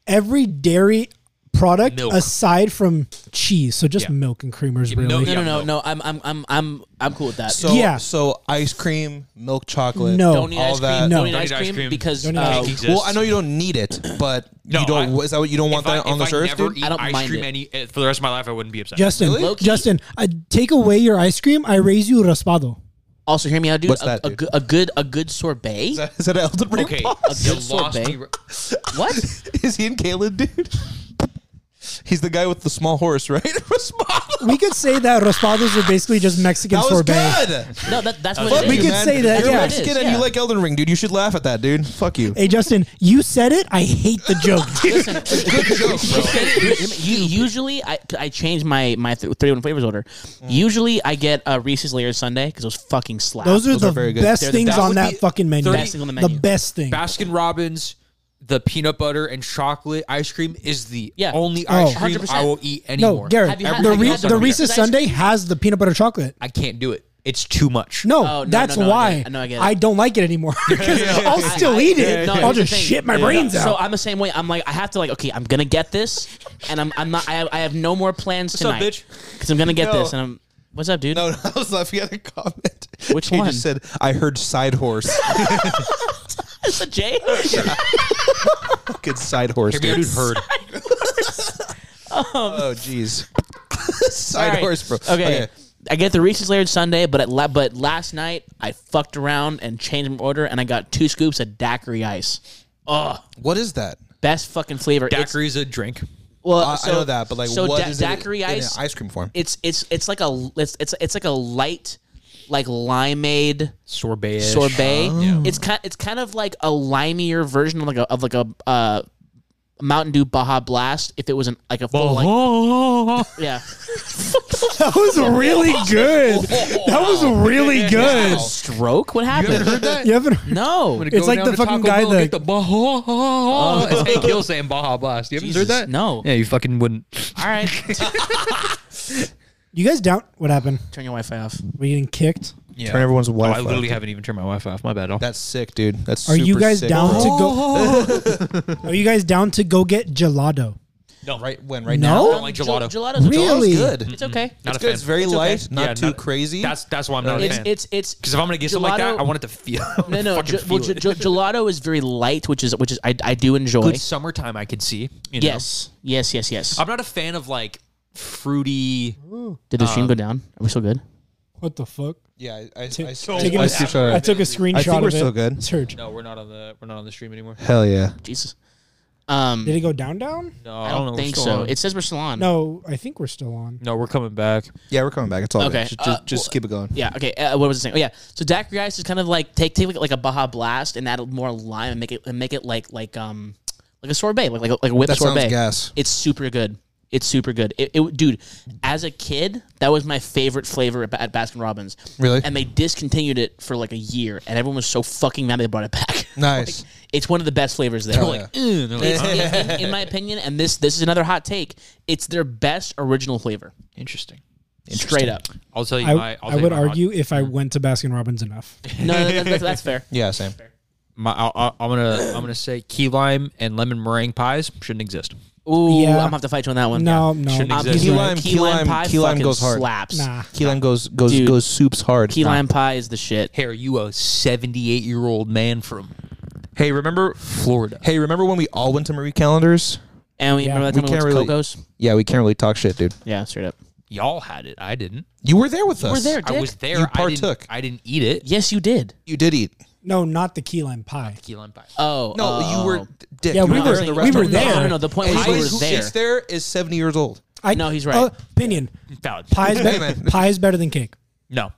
[SPEAKER 1] Every dairy product
[SPEAKER 4] Milk.
[SPEAKER 1] aside from cheese. So just
[SPEAKER 4] Yeah.
[SPEAKER 1] milk and creamers,
[SPEAKER 4] Yeah,
[SPEAKER 1] really.
[SPEAKER 3] No,
[SPEAKER 4] milk-
[SPEAKER 3] no,
[SPEAKER 4] Yeah,
[SPEAKER 3] no,
[SPEAKER 4] no.
[SPEAKER 3] no. I'm, I'm, I'm, I'm, I'm cool with that.
[SPEAKER 2] So
[SPEAKER 1] Yeah.
[SPEAKER 2] so ice cream, milk chocolate.
[SPEAKER 1] No.
[SPEAKER 3] don't need
[SPEAKER 2] all
[SPEAKER 3] ice cream.
[SPEAKER 2] that-
[SPEAKER 1] No.
[SPEAKER 3] Don't need
[SPEAKER 4] Don't
[SPEAKER 3] ice
[SPEAKER 4] need ice
[SPEAKER 3] cream
[SPEAKER 4] cream.
[SPEAKER 3] because
[SPEAKER 1] Don't need ice
[SPEAKER 3] uh,
[SPEAKER 1] cream.
[SPEAKER 2] Well, I know you don't need it, but
[SPEAKER 4] No,
[SPEAKER 2] you don't.
[SPEAKER 4] I-
[SPEAKER 2] is that what you don't want
[SPEAKER 4] If I-
[SPEAKER 2] that on
[SPEAKER 4] if
[SPEAKER 2] this
[SPEAKER 4] I
[SPEAKER 2] earth,
[SPEAKER 4] never
[SPEAKER 2] dude?
[SPEAKER 4] eat
[SPEAKER 3] I don't
[SPEAKER 4] ice
[SPEAKER 3] mind
[SPEAKER 4] cream
[SPEAKER 3] it.
[SPEAKER 4] any uh, for the rest of my life, I wouldn't be upset.
[SPEAKER 1] Justin,
[SPEAKER 2] Really?
[SPEAKER 3] Low-key-
[SPEAKER 1] Justin, I take away your ice cream. I raise you raspado.
[SPEAKER 3] also hear me out, dude.
[SPEAKER 2] What's
[SPEAKER 3] a,
[SPEAKER 2] that,
[SPEAKER 3] a
[SPEAKER 2] dude?
[SPEAKER 3] good- a good, a good sorbet.
[SPEAKER 2] Is that- Is that an Elden Ring?
[SPEAKER 4] Okay,
[SPEAKER 2] boss?
[SPEAKER 3] A
[SPEAKER 4] you
[SPEAKER 3] good
[SPEAKER 4] lost
[SPEAKER 3] sorbet?
[SPEAKER 4] me.
[SPEAKER 3] What?
[SPEAKER 2] Is he in Caleb, dude? He's the guy with the small horse, right? Raspado.
[SPEAKER 1] We could say that raspados are basically just Mexican
[SPEAKER 2] That was
[SPEAKER 1] sorbet.
[SPEAKER 2] good.
[SPEAKER 3] No, that, that's what
[SPEAKER 4] Fuck
[SPEAKER 3] it
[SPEAKER 1] We
[SPEAKER 3] is.
[SPEAKER 1] could say that,
[SPEAKER 2] You're
[SPEAKER 1] yeah.
[SPEAKER 2] Mexican
[SPEAKER 3] It is,
[SPEAKER 2] and
[SPEAKER 3] yeah.
[SPEAKER 2] you like Elden Ring, dude. You should laugh at that, dude. Fuck you.
[SPEAKER 1] Hey Justin, you said it. I hate the joke.
[SPEAKER 3] You- usually, I, I change my my th- three one flavors order.
[SPEAKER 2] Mm.
[SPEAKER 3] Usually, I get a Reese's Layers Sunday because those fucking slap.
[SPEAKER 1] Those are the
[SPEAKER 2] are very good.
[SPEAKER 1] best
[SPEAKER 3] They're the
[SPEAKER 1] things
[SPEAKER 3] best.
[SPEAKER 1] on
[SPEAKER 2] That
[SPEAKER 1] that
[SPEAKER 2] would be
[SPEAKER 1] fucking menu.
[SPEAKER 3] Best thing on the menu.
[SPEAKER 1] best thing.
[SPEAKER 4] Baskin Robbins, the peanut butter and chocolate ice cream is the
[SPEAKER 3] Yeah.
[SPEAKER 4] only
[SPEAKER 1] Oh.
[SPEAKER 4] ice cream
[SPEAKER 3] 100%.
[SPEAKER 4] I will eat
[SPEAKER 1] no,
[SPEAKER 4] anymore.
[SPEAKER 1] Garrett,
[SPEAKER 3] Have you had-
[SPEAKER 1] the,
[SPEAKER 3] have you
[SPEAKER 1] Re-
[SPEAKER 3] had the
[SPEAKER 1] the
[SPEAKER 3] Reese's
[SPEAKER 1] Reese's
[SPEAKER 3] ice
[SPEAKER 1] Sunday
[SPEAKER 3] cream?
[SPEAKER 1] has the peanut butter chocolate.
[SPEAKER 4] I can't do it. It's too much.
[SPEAKER 1] Oh, No,
[SPEAKER 3] no,
[SPEAKER 1] that's
[SPEAKER 3] no, no, no,
[SPEAKER 1] why
[SPEAKER 3] I know, I get it.
[SPEAKER 1] I don't like it anymore. 'Cause I'll still
[SPEAKER 3] I-
[SPEAKER 1] eat it.
[SPEAKER 3] no,
[SPEAKER 1] I'll
[SPEAKER 3] here's the
[SPEAKER 1] just
[SPEAKER 3] thing.
[SPEAKER 1] shit my brains out.
[SPEAKER 3] So I'm the same way. I'm like, I have to like, okay, I'm gonna get this, and I'm, I'm not. I have, I have no more plans
[SPEAKER 4] up,
[SPEAKER 3] tonight.
[SPEAKER 4] bitch?
[SPEAKER 3] Because I'm gonna get
[SPEAKER 2] No.
[SPEAKER 3] this, and I'm. What's up, dude?
[SPEAKER 2] No, no, I was laughing at a comment.
[SPEAKER 3] Which
[SPEAKER 2] he
[SPEAKER 3] one?
[SPEAKER 2] just said, "I heard side horse."
[SPEAKER 3] It's a J.
[SPEAKER 2] Good side horse,
[SPEAKER 4] Hear me out,
[SPEAKER 2] dude.
[SPEAKER 4] dude. Heard.
[SPEAKER 2] Oh, jeez. side
[SPEAKER 3] Alright.
[SPEAKER 2] horse, bro.
[SPEAKER 3] Okay. I get the Reese's Layered Sunday, but at la- but last night I fucked around and changed my order, and I got two scoops of daiquiri ice.
[SPEAKER 2] What is that?
[SPEAKER 3] Best fucking flavor. It's-
[SPEAKER 4] Daiquiri's a drink.
[SPEAKER 3] well,
[SPEAKER 2] I,
[SPEAKER 3] so-
[SPEAKER 2] I know that, but like,
[SPEAKER 3] so
[SPEAKER 2] what
[SPEAKER 3] da-
[SPEAKER 2] is
[SPEAKER 3] daiquiri
[SPEAKER 2] it in
[SPEAKER 3] ice?
[SPEAKER 2] an ice cream form?
[SPEAKER 3] It's it's it's like a it's it's it's like a light, like limeade
[SPEAKER 4] Sorbet.
[SPEAKER 3] sorbet. It's kind it's kind of like a limier version of like a of like a uh, Mountain Dew Baja Blast. If it was an like a full like yeah,
[SPEAKER 1] that was really good. That was really good.
[SPEAKER 3] stroke. What happened?
[SPEAKER 1] You haven't heard-
[SPEAKER 3] No,
[SPEAKER 1] It's like the fucking guy that- Oh.
[SPEAKER 4] the Baja. it's Hank Hill saying Baja Blast. You haven't
[SPEAKER 3] Jesus,
[SPEAKER 4] heard that?
[SPEAKER 3] no.
[SPEAKER 4] Yeah, you fucking wouldn't.
[SPEAKER 3] All right,
[SPEAKER 1] You guys down? What happened?
[SPEAKER 3] turn your Wi-Fi off.
[SPEAKER 1] We getting kicked?
[SPEAKER 4] Yeah.
[SPEAKER 2] Turn everyone's
[SPEAKER 4] Oh, I
[SPEAKER 2] Wi-Fi.
[SPEAKER 4] literally haven't even turned my Wi-Fi off. My bad. Al.
[SPEAKER 2] That's sick, dude. That's
[SPEAKER 1] Are you
[SPEAKER 2] super
[SPEAKER 1] guys
[SPEAKER 2] sick,
[SPEAKER 1] down
[SPEAKER 2] bro.
[SPEAKER 1] to go? Are you guys down to go get gelato?
[SPEAKER 4] no, right.
[SPEAKER 2] right when right
[SPEAKER 1] No?
[SPEAKER 2] now?
[SPEAKER 4] don't like gelato.
[SPEAKER 3] Gel- gelato's
[SPEAKER 1] Really?
[SPEAKER 3] It's
[SPEAKER 2] Good.
[SPEAKER 3] It's okay.
[SPEAKER 4] Not a
[SPEAKER 2] It's good.
[SPEAKER 4] fan.
[SPEAKER 2] It's very
[SPEAKER 3] okay.
[SPEAKER 2] light, not
[SPEAKER 4] Yeah,
[SPEAKER 2] too crazy.
[SPEAKER 4] That's that's why I'm not
[SPEAKER 3] It's
[SPEAKER 4] a fan.
[SPEAKER 3] it's it's
[SPEAKER 4] because if I'm gonna get something like that,
[SPEAKER 3] gelato-
[SPEAKER 4] I want it to feel.
[SPEAKER 3] no no.
[SPEAKER 4] fucking
[SPEAKER 3] Ge- well,
[SPEAKER 4] feel it.
[SPEAKER 3] ge- ge- gelato is very light, which is which is I, I do enjoy.
[SPEAKER 4] Good summertime, I could see. you know?
[SPEAKER 3] Yes, yes, yes, yes.
[SPEAKER 4] I'm not a fan of like fruity.
[SPEAKER 3] Did the
[SPEAKER 4] um,
[SPEAKER 3] stream go down? Are we still good?
[SPEAKER 1] What the fuck?
[SPEAKER 2] Yeah, I, I, I, I,
[SPEAKER 1] Taking a-
[SPEAKER 2] see try-
[SPEAKER 1] I took a screenshot.
[SPEAKER 2] we're
[SPEAKER 1] of it.
[SPEAKER 2] still good.
[SPEAKER 1] Surge.
[SPEAKER 4] we're not on the we're not on the stream anymore.
[SPEAKER 2] Hell yeah.
[SPEAKER 3] Jesus. Um,
[SPEAKER 1] Did it go down? Down?
[SPEAKER 4] No,
[SPEAKER 3] I don't think so. It says we're still on.
[SPEAKER 1] No, I think we're still on.
[SPEAKER 4] no, we're coming back.
[SPEAKER 2] Yeah, we're coming back. It's all
[SPEAKER 3] Okay,
[SPEAKER 2] okay. Just,
[SPEAKER 3] uh,
[SPEAKER 2] just, just
[SPEAKER 3] well-
[SPEAKER 2] keep it going.
[SPEAKER 3] Yeah. Okay. Uh, what was I saying? Oh yeah. So daiquiri ice is kind of like take take like, like a Baja Blast and add more lime and make it and make it like like um like a sorbet like like a, like a whipped
[SPEAKER 2] That sounds
[SPEAKER 3] sorbet.
[SPEAKER 2] gas.
[SPEAKER 3] It's super good. It's super good. It, it dude. As a kid, that was my favorite flavor at, at Baskin Robbins.
[SPEAKER 2] Really?
[SPEAKER 3] And they discontinued it for like a year, and everyone was so fucking mad they brought it back.
[SPEAKER 2] Nice.
[SPEAKER 3] It's one of the best flavors there.
[SPEAKER 2] yeah.
[SPEAKER 3] "Ew," they're like, in, in- in my opinion, and this this is another hot take. It's their best original flavor,
[SPEAKER 4] Interesting.
[SPEAKER 3] straight up.
[SPEAKER 4] I'll tell you.
[SPEAKER 1] I,
[SPEAKER 4] my, I'll
[SPEAKER 1] I
[SPEAKER 4] tell you
[SPEAKER 1] would
[SPEAKER 4] my hot-
[SPEAKER 1] argue if I went to Baskin Robbins enough.
[SPEAKER 3] No, no, no, that's, that's fair.
[SPEAKER 2] Yeah, same.
[SPEAKER 4] My, I'll, I'll- I'm gonna I'm gonna say key lime and lemon meringue pies shouldn't exist.
[SPEAKER 3] Ooh,
[SPEAKER 1] Yeah.
[SPEAKER 3] I'm gonna have to fight you on that one.
[SPEAKER 1] No, no.
[SPEAKER 4] Shouldn't
[SPEAKER 1] I'm-
[SPEAKER 3] Um,
[SPEAKER 4] exist.
[SPEAKER 1] he's
[SPEAKER 3] key,
[SPEAKER 1] right.
[SPEAKER 3] lime, key lime pie
[SPEAKER 2] key lime
[SPEAKER 3] fucking
[SPEAKER 2] goes hard.
[SPEAKER 3] slaps.
[SPEAKER 1] Nah.
[SPEAKER 2] Ah, Key lime goes goes
[SPEAKER 3] Dude.
[SPEAKER 2] goes soups hard.
[SPEAKER 3] Key
[SPEAKER 2] Nah.
[SPEAKER 3] lime pie is the shit.
[SPEAKER 4] Hey, are you a 78 year old man from? Hey, remember Florida?
[SPEAKER 2] Hey, remember when we all went to Marie Callender's?
[SPEAKER 3] And we
[SPEAKER 1] Yeah,
[SPEAKER 3] remember that
[SPEAKER 2] we
[SPEAKER 3] time we, went to
[SPEAKER 2] can't really-
[SPEAKER 3] Coco's?
[SPEAKER 2] Yeah, we can't really talk shit, dude.
[SPEAKER 3] Yeah, straight up.
[SPEAKER 4] Y'all had it. I didn't.
[SPEAKER 2] You were there with us.
[SPEAKER 3] We're there,
[SPEAKER 4] I
[SPEAKER 3] Dick.
[SPEAKER 4] was there.
[SPEAKER 2] You
[SPEAKER 4] I
[SPEAKER 2] partook.
[SPEAKER 4] didn't, I didn't eat it.
[SPEAKER 3] Yes, you did.
[SPEAKER 2] You did eat.
[SPEAKER 1] No, not the key lime pie.
[SPEAKER 4] Key lime pies.
[SPEAKER 1] Uh,
[SPEAKER 3] Oh.
[SPEAKER 2] No,
[SPEAKER 3] oh.
[SPEAKER 2] you were Dick.
[SPEAKER 1] Yeah,
[SPEAKER 2] you
[SPEAKER 1] we
[SPEAKER 2] were,
[SPEAKER 1] were-
[SPEAKER 2] there in the
[SPEAKER 1] we were
[SPEAKER 2] restaurant.
[SPEAKER 3] No,
[SPEAKER 1] there.
[SPEAKER 3] no, no, no. The point was I
[SPEAKER 2] Anybody
[SPEAKER 3] was
[SPEAKER 2] who
[SPEAKER 3] there.
[SPEAKER 2] sits there is seventy years old.
[SPEAKER 1] I,
[SPEAKER 3] No, he's right.
[SPEAKER 1] opinion.
[SPEAKER 4] Valid.
[SPEAKER 1] Pie is
[SPEAKER 2] Hey,
[SPEAKER 1] better.
[SPEAKER 2] man.
[SPEAKER 1] pie is better than cake.
[SPEAKER 4] No.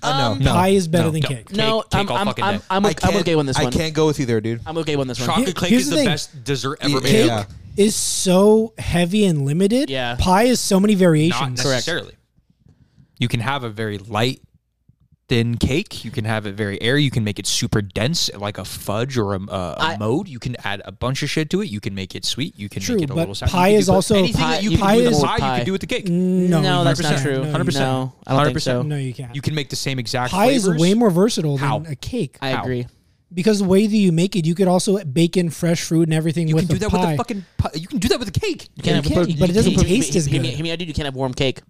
[SPEAKER 2] Uh,
[SPEAKER 3] Um,
[SPEAKER 2] no, no,
[SPEAKER 1] pie is better
[SPEAKER 2] no.
[SPEAKER 1] than
[SPEAKER 4] no.
[SPEAKER 1] cake.
[SPEAKER 3] No,
[SPEAKER 4] Cake- cake
[SPEAKER 3] I'm,
[SPEAKER 4] all
[SPEAKER 3] I'm,
[SPEAKER 4] fucking
[SPEAKER 3] I'm,
[SPEAKER 4] day.
[SPEAKER 3] I'm,
[SPEAKER 2] I
[SPEAKER 3] I'm
[SPEAKER 2] can't-
[SPEAKER 3] okay with this
[SPEAKER 2] I
[SPEAKER 3] one.
[SPEAKER 2] can't go with you there, dude.
[SPEAKER 3] I'm okay with this one.
[SPEAKER 4] Chocolate
[SPEAKER 1] Here-
[SPEAKER 4] cake
[SPEAKER 1] here's
[SPEAKER 4] is
[SPEAKER 1] the
[SPEAKER 4] the,
[SPEAKER 1] thing.
[SPEAKER 4] best dessert ever
[SPEAKER 2] Yeah.
[SPEAKER 1] Cake
[SPEAKER 4] made.
[SPEAKER 1] is so heavy and limited.
[SPEAKER 3] Yeah.
[SPEAKER 1] Pie is so many
[SPEAKER 4] Not
[SPEAKER 1] variations.
[SPEAKER 4] necessarily. You can have a very light, thin cake. You can have it very airy. You can make it super dense, like a fudge or a, a, a
[SPEAKER 3] I-
[SPEAKER 4] mold. You can add a bunch of shit to it. You can make it sweet. You can
[SPEAKER 1] True,
[SPEAKER 4] make it a
[SPEAKER 1] but
[SPEAKER 4] little sour.
[SPEAKER 1] pie
[SPEAKER 4] You can
[SPEAKER 1] is
[SPEAKER 4] do-
[SPEAKER 1] also-
[SPEAKER 4] anything
[SPEAKER 3] Pie-
[SPEAKER 4] that you
[SPEAKER 3] you
[SPEAKER 4] can
[SPEAKER 1] pie Mm.
[SPEAKER 4] do with
[SPEAKER 1] is-
[SPEAKER 4] the pie, You
[SPEAKER 3] pie.
[SPEAKER 4] can do with the cake.
[SPEAKER 1] No,
[SPEAKER 3] No,
[SPEAKER 1] you
[SPEAKER 3] that's
[SPEAKER 1] can't.
[SPEAKER 3] not true.
[SPEAKER 1] No, you
[SPEAKER 4] 100%.
[SPEAKER 3] No, I don't think so.
[SPEAKER 1] No, you can't.
[SPEAKER 4] You can make the same exact.
[SPEAKER 1] pie is
[SPEAKER 4] flavors.
[SPEAKER 1] way more versatile
[SPEAKER 4] How?
[SPEAKER 1] than a cake.
[SPEAKER 3] I
[SPEAKER 4] How?
[SPEAKER 3] agree.
[SPEAKER 1] because the way that you make it, you could also bake in fresh fruit and everything
[SPEAKER 4] You
[SPEAKER 1] with
[SPEAKER 4] can do
[SPEAKER 1] the
[SPEAKER 4] that
[SPEAKER 1] pie.
[SPEAKER 4] with a fucking. Pie. You can do that with a cake.
[SPEAKER 3] You can't
[SPEAKER 1] You
[SPEAKER 3] have-
[SPEAKER 1] can, but it doesn't
[SPEAKER 3] you-
[SPEAKER 1] taste as
[SPEAKER 3] hear me-
[SPEAKER 1] good.
[SPEAKER 3] Hear me out, dude. You can't have warm cake.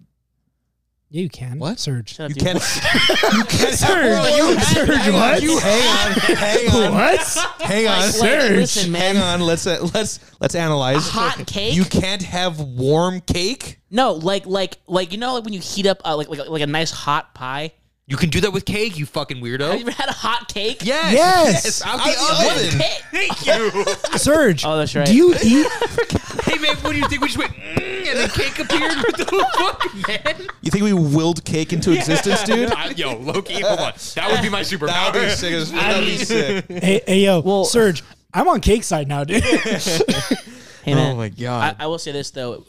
[SPEAKER 1] yeah, you can.
[SPEAKER 2] What?
[SPEAKER 1] Surge.
[SPEAKER 3] Shut up,
[SPEAKER 2] You
[SPEAKER 3] dude.
[SPEAKER 2] can't. you can't.
[SPEAKER 1] Surge. Surge. What?
[SPEAKER 5] You hang on, hang on,
[SPEAKER 1] What?
[SPEAKER 5] hang on,
[SPEAKER 3] Like, like, Listen, man.
[SPEAKER 2] Hang on. Let's let's let's analyze.
[SPEAKER 3] Hot cake?
[SPEAKER 2] You can't have warm cake.
[SPEAKER 3] No, like like like you know like when you heat up uh, like like like a nice hot pie.
[SPEAKER 4] You can do that with cake. You fucking
[SPEAKER 3] Have you
[SPEAKER 4] weirdo.
[SPEAKER 3] ever had a hot cake?
[SPEAKER 4] Yes.
[SPEAKER 1] Yes.
[SPEAKER 4] Out
[SPEAKER 2] Out the
[SPEAKER 4] the oven.
[SPEAKER 2] oven.
[SPEAKER 3] Cake?
[SPEAKER 4] Thank you.
[SPEAKER 1] Surge.
[SPEAKER 3] Oh, that's right.
[SPEAKER 1] Do you eat?
[SPEAKER 4] hey man, what do you think? We just went mm, and then cake appeared. What the fuck, man?
[SPEAKER 2] You think we willed cake into existence, dude?
[SPEAKER 4] I, yo, Loki, hold on. That would be my superpower.
[SPEAKER 5] That'd be sick. as- That'd be sick.
[SPEAKER 1] hey, hey, yo, Surge. I'm on cake side now, dude.
[SPEAKER 3] Hey man, I,
[SPEAKER 2] Oh god.
[SPEAKER 3] I will say this though,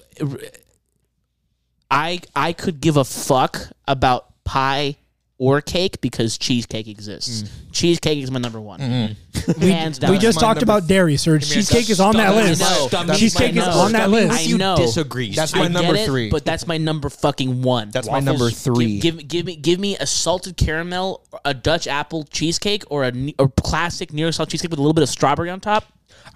[SPEAKER 3] I I could give a fuck about pie or cake because cheesecake
[SPEAKER 2] Mm.
[SPEAKER 3] exists. Cheesecake is my number one,
[SPEAKER 2] Mm-hmm.
[SPEAKER 3] hands down.
[SPEAKER 1] we just
[SPEAKER 2] my
[SPEAKER 1] talked
[SPEAKER 2] number
[SPEAKER 1] about dairy, Surge. Cheesecake is on that
[SPEAKER 4] Stomach-
[SPEAKER 1] list.
[SPEAKER 3] I know.
[SPEAKER 4] Stomach-
[SPEAKER 1] Cheesecake is
[SPEAKER 3] I know.
[SPEAKER 1] on that
[SPEAKER 3] Stomach-
[SPEAKER 1] list.
[SPEAKER 3] I know.
[SPEAKER 4] Disagrees.
[SPEAKER 2] That's
[SPEAKER 3] I
[SPEAKER 2] my number
[SPEAKER 3] get it,
[SPEAKER 2] three.
[SPEAKER 3] but that's my number fucking one.
[SPEAKER 2] That's my number three.
[SPEAKER 3] Give, give give me give me a salted caramel, a Dutch apple cheesecake, or a, ne- or classic New York style cheesecake with a little bit of strawberry on top.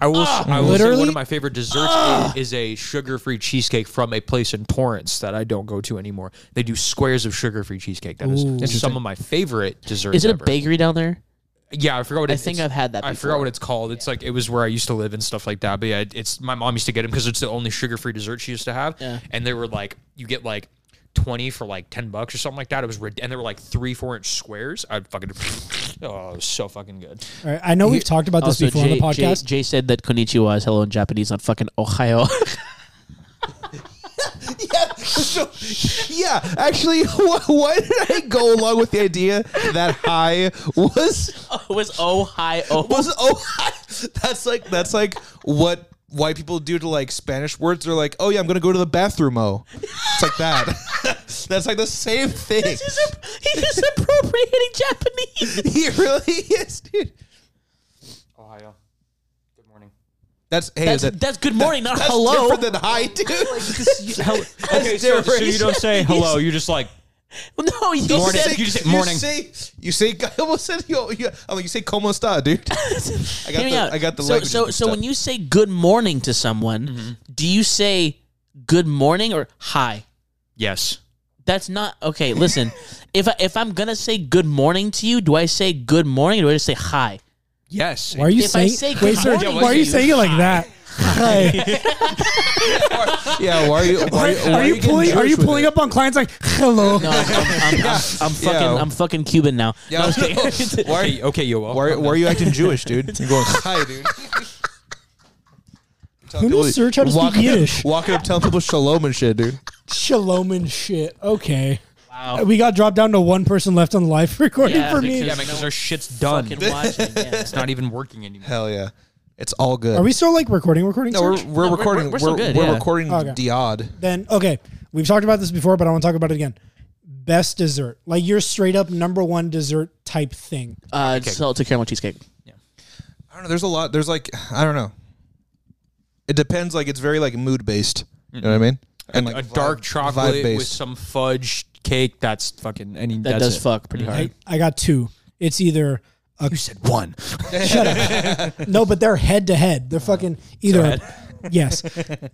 [SPEAKER 4] I will.
[SPEAKER 3] Ah.
[SPEAKER 4] I will say
[SPEAKER 1] Literally?
[SPEAKER 4] one of my favorite desserts is a sugar-free cheesecake from a place in Torrance that I don't go to anymore. They do squares of sugar-free cheesecake. That is some of my favorite desserts.
[SPEAKER 3] Is it a
[SPEAKER 4] ever.
[SPEAKER 3] bakery down there?
[SPEAKER 4] Yeah, I forgot what
[SPEAKER 3] I
[SPEAKER 4] it-
[SPEAKER 3] think
[SPEAKER 4] it's-
[SPEAKER 3] I've had that
[SPEAKER 4] I
[SPEAKER 3] before.
[SPEAKER 4] forgot what it's called. It's like it was where I used to live and stuff like that. But yeah, it's my mom used to get them because it's the only sugar-free dessert she used to have.
[SPEAKER 3] Yeah.
[SPEAKER 4] And they were like, you get like. 20 for like 10 bucks or something like that. It was, rid- and they were like three, four inch squares. I fucking, oh, it was so fucking good.
[SPEAKER 1] All right, I know we've talked about this
[SPEAKER 3] Also,
[SPEAKER 1] before on the podcast.
[SPEAKER 3] Oh, Jay, Jay said that konnichiwa is hello in Japanese, not fucking Ohio.
[SPEAKER 2] Yeah, actually, wh- why did I go along with the idea that high was
[SPEAKER 3] it was Ohio.
[SPEAKER 2] was oh that's like that's like what white people do to like Spanish words. They're like, oh yeah, I'm gonna go to the bathroom. Oh, it's like that. that's like the same thing.
[SPEAKER 3] He's just- He's just appropriating Japanese.
[SPEAKER 2] He really is, dude.
[SPEAKER 4] Ohio. Good morning.
[SPEAKER 2] That's hey,
[SPEAKER 3] That's,
[SPEAKER 2] is that,
[SPEAKER 3] that's good morning, not
[SPEAKER 2] that's
[SPEAKER 3] hello.
[SPEAKER 2] different than high, dude.
[SPEAKER 4] Okay, so, so you don't say hello.
[SPEAKER 3] He's-
[SPEAKER 4] You're just like
[SPEAKER 3] no, you
[SPEAKER 2] You
[SPEAKER 3] said
[SPEAKER 2] say-
[SPEAKER 4] You just say morning.
[SPEAKER 2] You say, you say, I almost said, yo, you, I'm like, you say, como esta, dude. I got
[SPEAKER 3] Hear me
[SPEAKER 2] the,
[SPEAKER 3] out.
[SPEAKER 2] I got the
[SPEAKER 3] so
[SPEAKER 2] language
[SPEAKER 3] so
[SPEAKER 2] mixed
[SPEAKER 3] so
[SPEAKER 2] up.
[SPEAKER 3] when you say good morning to someone, do you say good morning or hi?
[SPEAKER 4] yes.
[SPEAKER 3] That's not okay. Listen, if I, if I'm gonna say good morning to you, do I say good morning or do I just say hi?
[SPEAKER 4] Yes.
[SPEAKER 1] Why are you
[SPEAKER 3] If I
[SPEAKER 1] saying?
[SPEAKER 3] say
[SPEAKER 1] wait,
[SPEAKER 3] good
[SPEAKER 1] Surge.
[SPEAKER 3] morning
[SPEAKER 1] Why are
[SPEAKER 3] to
[SPEAKER 1] you
[SPEAKER 3] you-
[SPEAKER 1] saying it like that? Hi.
[SPEAKER 2] yeah, why are you? Why,
[SPEAKER 1] Are,
[SPEAKER 2] why
[SPEAKER 1] are you
[SPEAKER 2] getting
[SPEAKER 1] pulling? Are
[SPEAKER 2] Jewish
[SPEAKER 1] you
[SPEAKER 2] with
[SPEAKER 1] pulling
[SPEAKER 2] it?
[SPEAKER 1] up on clients like hello?
[SPEAKER 3] No, I'm, I'm, I'm, I'm, I'm fucking
[SPEAKER 2] Yeah.
[SPEAKER 3] I'm fucking Cuban now.
[SPEAKER 2] Yeah, I was kidding. why, are
[SPEAKER 4] Okay,
[SPEAKER 2] you,
[SPEAKER 4] okay, yo.
[SPEAKER 2] why, are- why are you acting Jewish, dude? You're going hi, dude.
[SPEAKER 1] Who knew Surge how to speak
[SPEAKER 2] Walking-
[SPEAKER 1] Yiddish?
[SPEAKER 2] Walking up, telling people shalom and shit, dude.
[SPEAKER 1] Shalom and shit. Okay. Wow. We got dropped down to one person left on the live recording
[SPEAKER 3] Yeah,
[SPEAKER 1] for
[SPEAKER 3] because-
[SPEAKER 1] me.
[SPEAKER 4] Yeah, man, because our shit's done.
[SPEAKER 3] Fucking watching. Yeah.
[SPEAKER 4] It's not even working anymore.
[SPEAKER 2] Hell yeah, it's all good.
[SPEAKER 1] Are we still like recording? Recording?
[SPEAKER 2] No,
[SPEAKER 1] Surge?
[SPEAKER 2] we're we're
[SPEAKER 3] we're-
[SPEAKER 2] recording.
[SPEAKER 3] we're
[SPEAKER 2] We're,
[SPEAKER 3] still
[SPEAKER 2] we're,
[SPEAKER 3] good, yeah.
[SPEAKER 2] recording
[SPEAKER 1] Okay.
[SPEAKER 2] the odd.
[SPEAKER 1] then okay. We've talked about this before, but I want to talk about it again. Best dessert, like your straight up number one dessert type thing.
[SPEAKER 3] Uh, salted caramel cheesecake.
[SPEAKER 2] I don't know. There's a lot. There's like I don't know. It depends. Like it's very like mood based. You know what I mean? And
[SPEAKER 4] a
[SPEAKER 2] like
[SPEAKER 4] dark chocolate with
[SPEAKER 2] vibe-based.
[SPEAKER 4] some fudge cake. That's fucking. Any
[SPEAKER 3] That
[SPEAKER 4] that's
[SPEAKER 3] does
[SPEAKER 4] it.
[SPEAKER 3] fuck pretty hard.
[SPEAKER 1] I, I got two. It's either a
[SPEAKER 4] You said one.
[SPEAKER 1] No, but they're head to head. They're fucking either yes,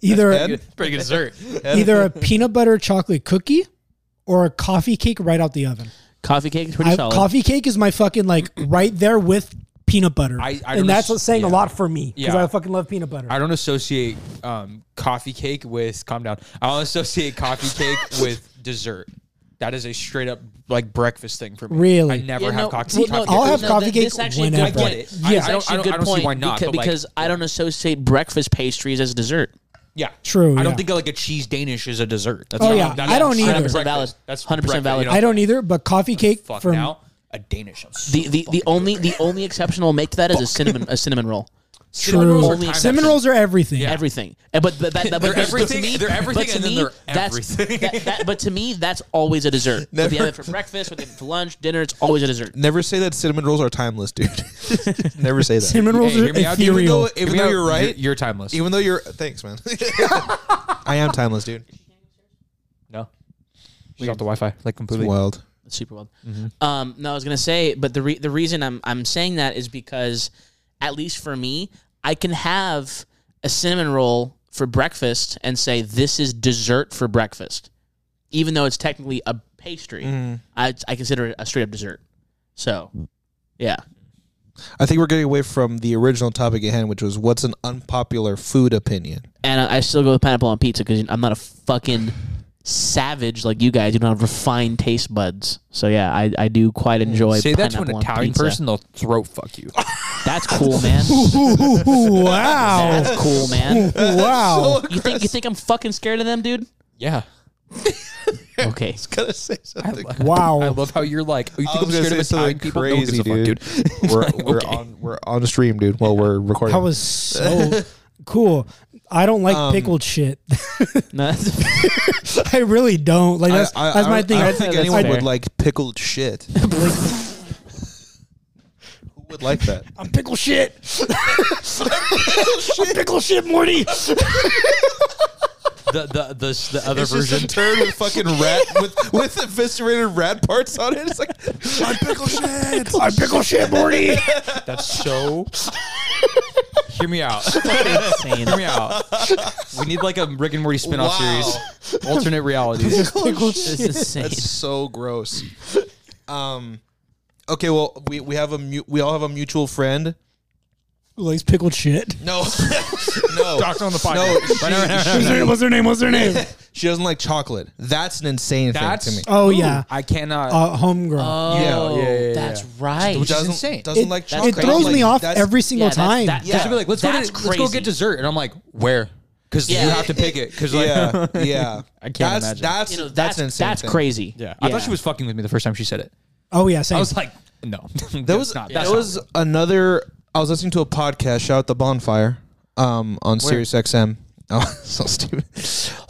[SPEAKER 1] either
[SPEAKER 4] Pretty good dessert.
[SPEAKER 1] either a peanut butter chocolate cookie or a coffee cake right out the oven.
[SPEAKER 3] Coffee cake is pretty
[SPEAKER 1] I,
[SPEAKER 3] solid.
[SPEAKER 1] coffee cake is my fucking like right there with peanut butter,
[SPEAKER 4] I- I don't
[SPEAKER 1] and that's
[SPEAKER 4] ass-
[SPEAKER 1] saying a
[SPEAKER 4] yeah.
[SPEAKER 1] lot for me because
[SPEAKER 4] Yeah.
[SPEAKER 1] I fucking love peanut butter.
[SPEAKER 4] I don't associate um, coffee cake with. Calm down. I don't associate coffee cake with dessert. That is a straight up like breakfast thing for me.
[SPEAKER 1] Really?
[SPEAKER 4] I never
[SPEAKER 3] Yeah,
[SPEAKER 4] have
[SPEAKER 3] no,
[SPEAKER 4] coffee.
[SPEAKER 3] well,
[SPEAKER 4] coffee
[SPEAKER 1] no, I'll
[SPEAKER 4] cake.
[SPEAKER 1] have
[SPEAKER 3] th-
[SPEAKER 1] coffee
[SPEAKER 3] this
[SPEAKER 1] cake
[SPEAKER 3] actually a good
[SPEAKER 1] whenever.
[SPEAKER 3] point.
[SPEAKER 1] I get
[SPEAKER 4] it.
[SPEAKER 3] Yeah,
[SPEAKER 4] I don't-
[SPEAKER 3] actually a
[SPEAKER 4] I don't-
[SPEAKER 3] good
[SPEAKER 4] I don't see
[SPEAKER 3] point
[SPEAKER 4] why not,
[SPEAKER 3] beca-
[SPEAKER 4] but, like-
[SPEAKER 3] because I don't associate breakfast pastries as a dessert.
[SPEAKER 4] Yeah,
[SPEAKER 1] True,
[SPEAKER 4] I don't
[SPEAKER 1] yeah.
[SPEAKER 4] think like a cheese Danish is a dessert. That's
[SPEAKER 1] Oh,
[SPEAKER 4] not-
[SPEAKER 1] yeah.
[SPEAKER 4] that's
[SPEAKER 1] I don't
[SPEAKER 4] not-
[SPEAKER 1] either.
[SPEAKER 3] 100% valid.
[SPEAKER 4] That's
[SPEAKER 3] 100%
[SPEAKER 4] breakfast,
[SPEAKER 3] valid.
[SPEAKER 4] you know?
[SPEAKER 1] I don't either, but coffee cake
[SPEAKER 4] fuck
[SPEAKER 1] from
[SPEAKER 4] now. A Danish. I'm so
[SPEAKER 3] The the, the only the only exception I'll make to that is a cinnamon a cinnamon roll.
[SPEAKER 1] true
[SPEAKER 4] rolls are
[SPEAKER 1] Only-
[SPEAKER 4] time
[SPEAKER 1] cinnamon
[SPEAKER 4] capsule.
[SPEAKER 1] rolls are everything.
[SPEAKER 3] Everything, And- but but that, that- but
[SPEAKER 4] They're
[SPEAKER 3] but to
[SPEAKER 4] everything-
[SPEAKER 3] me,
[SPEAKER 4] they're everything
[SPEAKER 3] but to
[SPEAKER 4] and then
[SPEAKER 3] me,
[SPEAKER 4] they're
[SPEAKER 3] that's-
[SPEAKER 4] everything.
[SPEAKER 3] that- that- but to me, that's always a dessert. Whether you have it for breakfast, whether you have it for lunch, dinner, it's always a dessert.
[SPEAKER 2] Never say that cinnamon rolls are timeless, dude. Never say that.
[SPEAKER 1] Cinnamon rolls
[SPEAKER 4] hear
[SPEAKER 1] are
[SPEAKER 4] me out, even
[SPEAKER 1] ethereal.
[SPEAKER 2] though- even though you're right,
[SPEAKER 4] you're, you're timeless.
[SPEAKER 2] Even though you're thanks, man. I am timeless, dude.
[SPEAKER 4] no, we got the Wi-Fi like completely.
[SPEAKER 2] Wild.
[SPEAKER 3] super wild.
[SPEAKER 4] Mm-hmm.
[SPEAKER 3] Um, no, I was gonna say, but the re- the reason I'm I'm saying that is because, at least for me, I can have a cinnamon roll for breakfast and say this is dessert for breakfast, even though it's technically a pastry.
[SPEAKER 4] Mm.
[SPEAKER 3] I I consider it a straight up dessert. So, yeah.
[SPEAKER 2] I think we're getting away from the original topic at hand, which was what's an unpopular food opinion.
[SPEAKER 3] and I, I still go with pineapple on pizza because I'm not a fucking savage like you guys. You don't have refined taste buds. So yeah, I, I do quite enjoy.
[SPEAKER 4] Say that to an
[SPEAKER 3] pineapple on
[SPEAKER 4] Italian
[SPEAKER 3] pizza.
[SPEAKER 4] person, they'll throat fuck you.
[SPEAKER 3] That's cool, man.
[SPEAKER 1] Ooh, wow.
[SPEAKER 3] That's cool, man.
[SPEAKER 1] Wow.
[SPEAKER 3] You think you think I'm fucking scared of them, dude?
[SPEAKER 4] yeah.
[SPEAKER 3] Okay.
[SPEAKER 2] Gotta say something.
[SPEAKER 4] I
[SPEAKER 1] Wow.
[SPEAKER 4] love how you're like, oh, you think
[SPEAKER 2] I
[SPEAKER 4] I'm
[SPEAKER 2] was gonna
[SPEAKER 4] scared of
[SPEAKER 2] say
[SPEAKER 4] Italian
[SPEAKER 2] something
[SPEAKER 4] people? No one gives a
[SPEAKER 2] crazy,
[SPEAKER 4] fuck, dude.
[SPEAKER 2] we're
[SPEAKER 4] Like,
[SPEAKER 2] we're
[SPEAKER 4] okay.
[SPEAKER 2] on we're on stream, dude. While we're recording,
[SPEAKER 1] That was so cool. I don't like
[SPEAKER 2] Um,
[SPEAKER 1] pickled shit.
[SPEAKER 3] No, that's
[SPEAKER 1] I really don't. Like that's, that's my
[SPEAKER 2] don't-
[SPEAKER 1] thing.
[SPEAKER 2] I
[SPEAKER 1] I
[SPEAKER 2] don't think
[SPEAKER 3] that's
[SPEAKER 2] anyone
[SPEAKER 3] fair.
[SPEAKER 2] would like pickled shit. Who would like that?
[SPEAKER 1] I'm pickle shit. I'm pickle shit, Morty.
[SPEAKER 4] the, the, the, the other
[SPEAKER 2] It's just
[SPEAKER 4] version.
[SPEAKER 2] a turd with fucking rat with with eviscerated rat parts on it. It's like I'm pickle shit.
[SPEAKER 1] I'm pickle shit, Morty.
[SPEAKER 4] That's so. Hear me out.
[SPEAKER 3] insane.
[SPEAKER 4] Hear me out. We need like a Rick and Morty spin-off series, alternate realities.
[SPEAKER 1] Oh,
[SPEAKER 3] This is insane.
[SPEAKER 2] That's so gross. Um, okay, well we we have a mu- we all have a mutual friend.
[SPEAKER 1] Who likes pickled shit?
[SPEAKER 2] No, no,
[SPEAKER 4] Doctor on the podcast.
[SPEAKER 2] no.
[SPEAKER 1] What's
[SPEAKER 2] She,
[SPEAKER 1] her, what's her name? What's her name?
[SPEAKER 2] she doesn't like chocolate. That's an insane
[SPEAKER 4] That's
[SPEAKER 2] thing to me.
[SPEAKER 1] Oh yeah,
[SPEAKER 4] I cannot.
[SPEAKER 1] uh, homegirl.
[SPEAKER 3] Oh,
[SPEAKER 4] Yeah, yeah, yeah, yeah.
[SPEAKER 3] that's right.
[SPEAKER 4] Which is
[SPEAKER 2] doesn't
[SPEAKER 4] insane.
[SPEAKER 2] doesn't
[SPEAKER 1] It-
[SPEAKER 2] like
[SPEAKER 1] it
[SPEAKER 2] chocolate.
[SPEAKER 1] throws
[SPEAKER 2] Like,
[SPEAKER 1] me off
[SPEAKER 2] that's-
[SPEAKER 1] every single
[SPEAKER 3] Yeah, that's-
[SPEAKER 1] time.
[SPEAKER 3] that-
[SPEAKER 4] Just be like, let's go, to,
[SPEAKER 3] That's
[SPEAKER 4] let's go
[SPEAKER 3] crazy.
[SPEAKER 4] get dessert, and I'm like, where? Because
[SPEAKER 3] Yeah.
[SPEAKER 4] you have to pick it. Because like,
[SPEAKER 2] Yeah, yeah.
[SPEAKER 4] I can't
[SPEAKER 2] that's,
[SPEAKER 4] imagine.
[SPEAKER 2] That's
[SPEAKER 3] You know,
[SPEAKER 2] that's an insane.
[SPEAKER 3] That's
[SPEAKER 2] thing.
[SPEAKER 3] crazy.
[SPEAKER 4] yeah, I thought she was fucking with me the first time she said it.
[SPEAKER 1] oh yeah, same.
[SPEAKER 4] I was like, no,
[SPEAKER 2] There was
[SPEAKER 4] not. That's
[SPEAKER 2] there was another. I was listening to a podcast. Shout out the bonfire. Um, on Sirius XM. Oh, so stupid.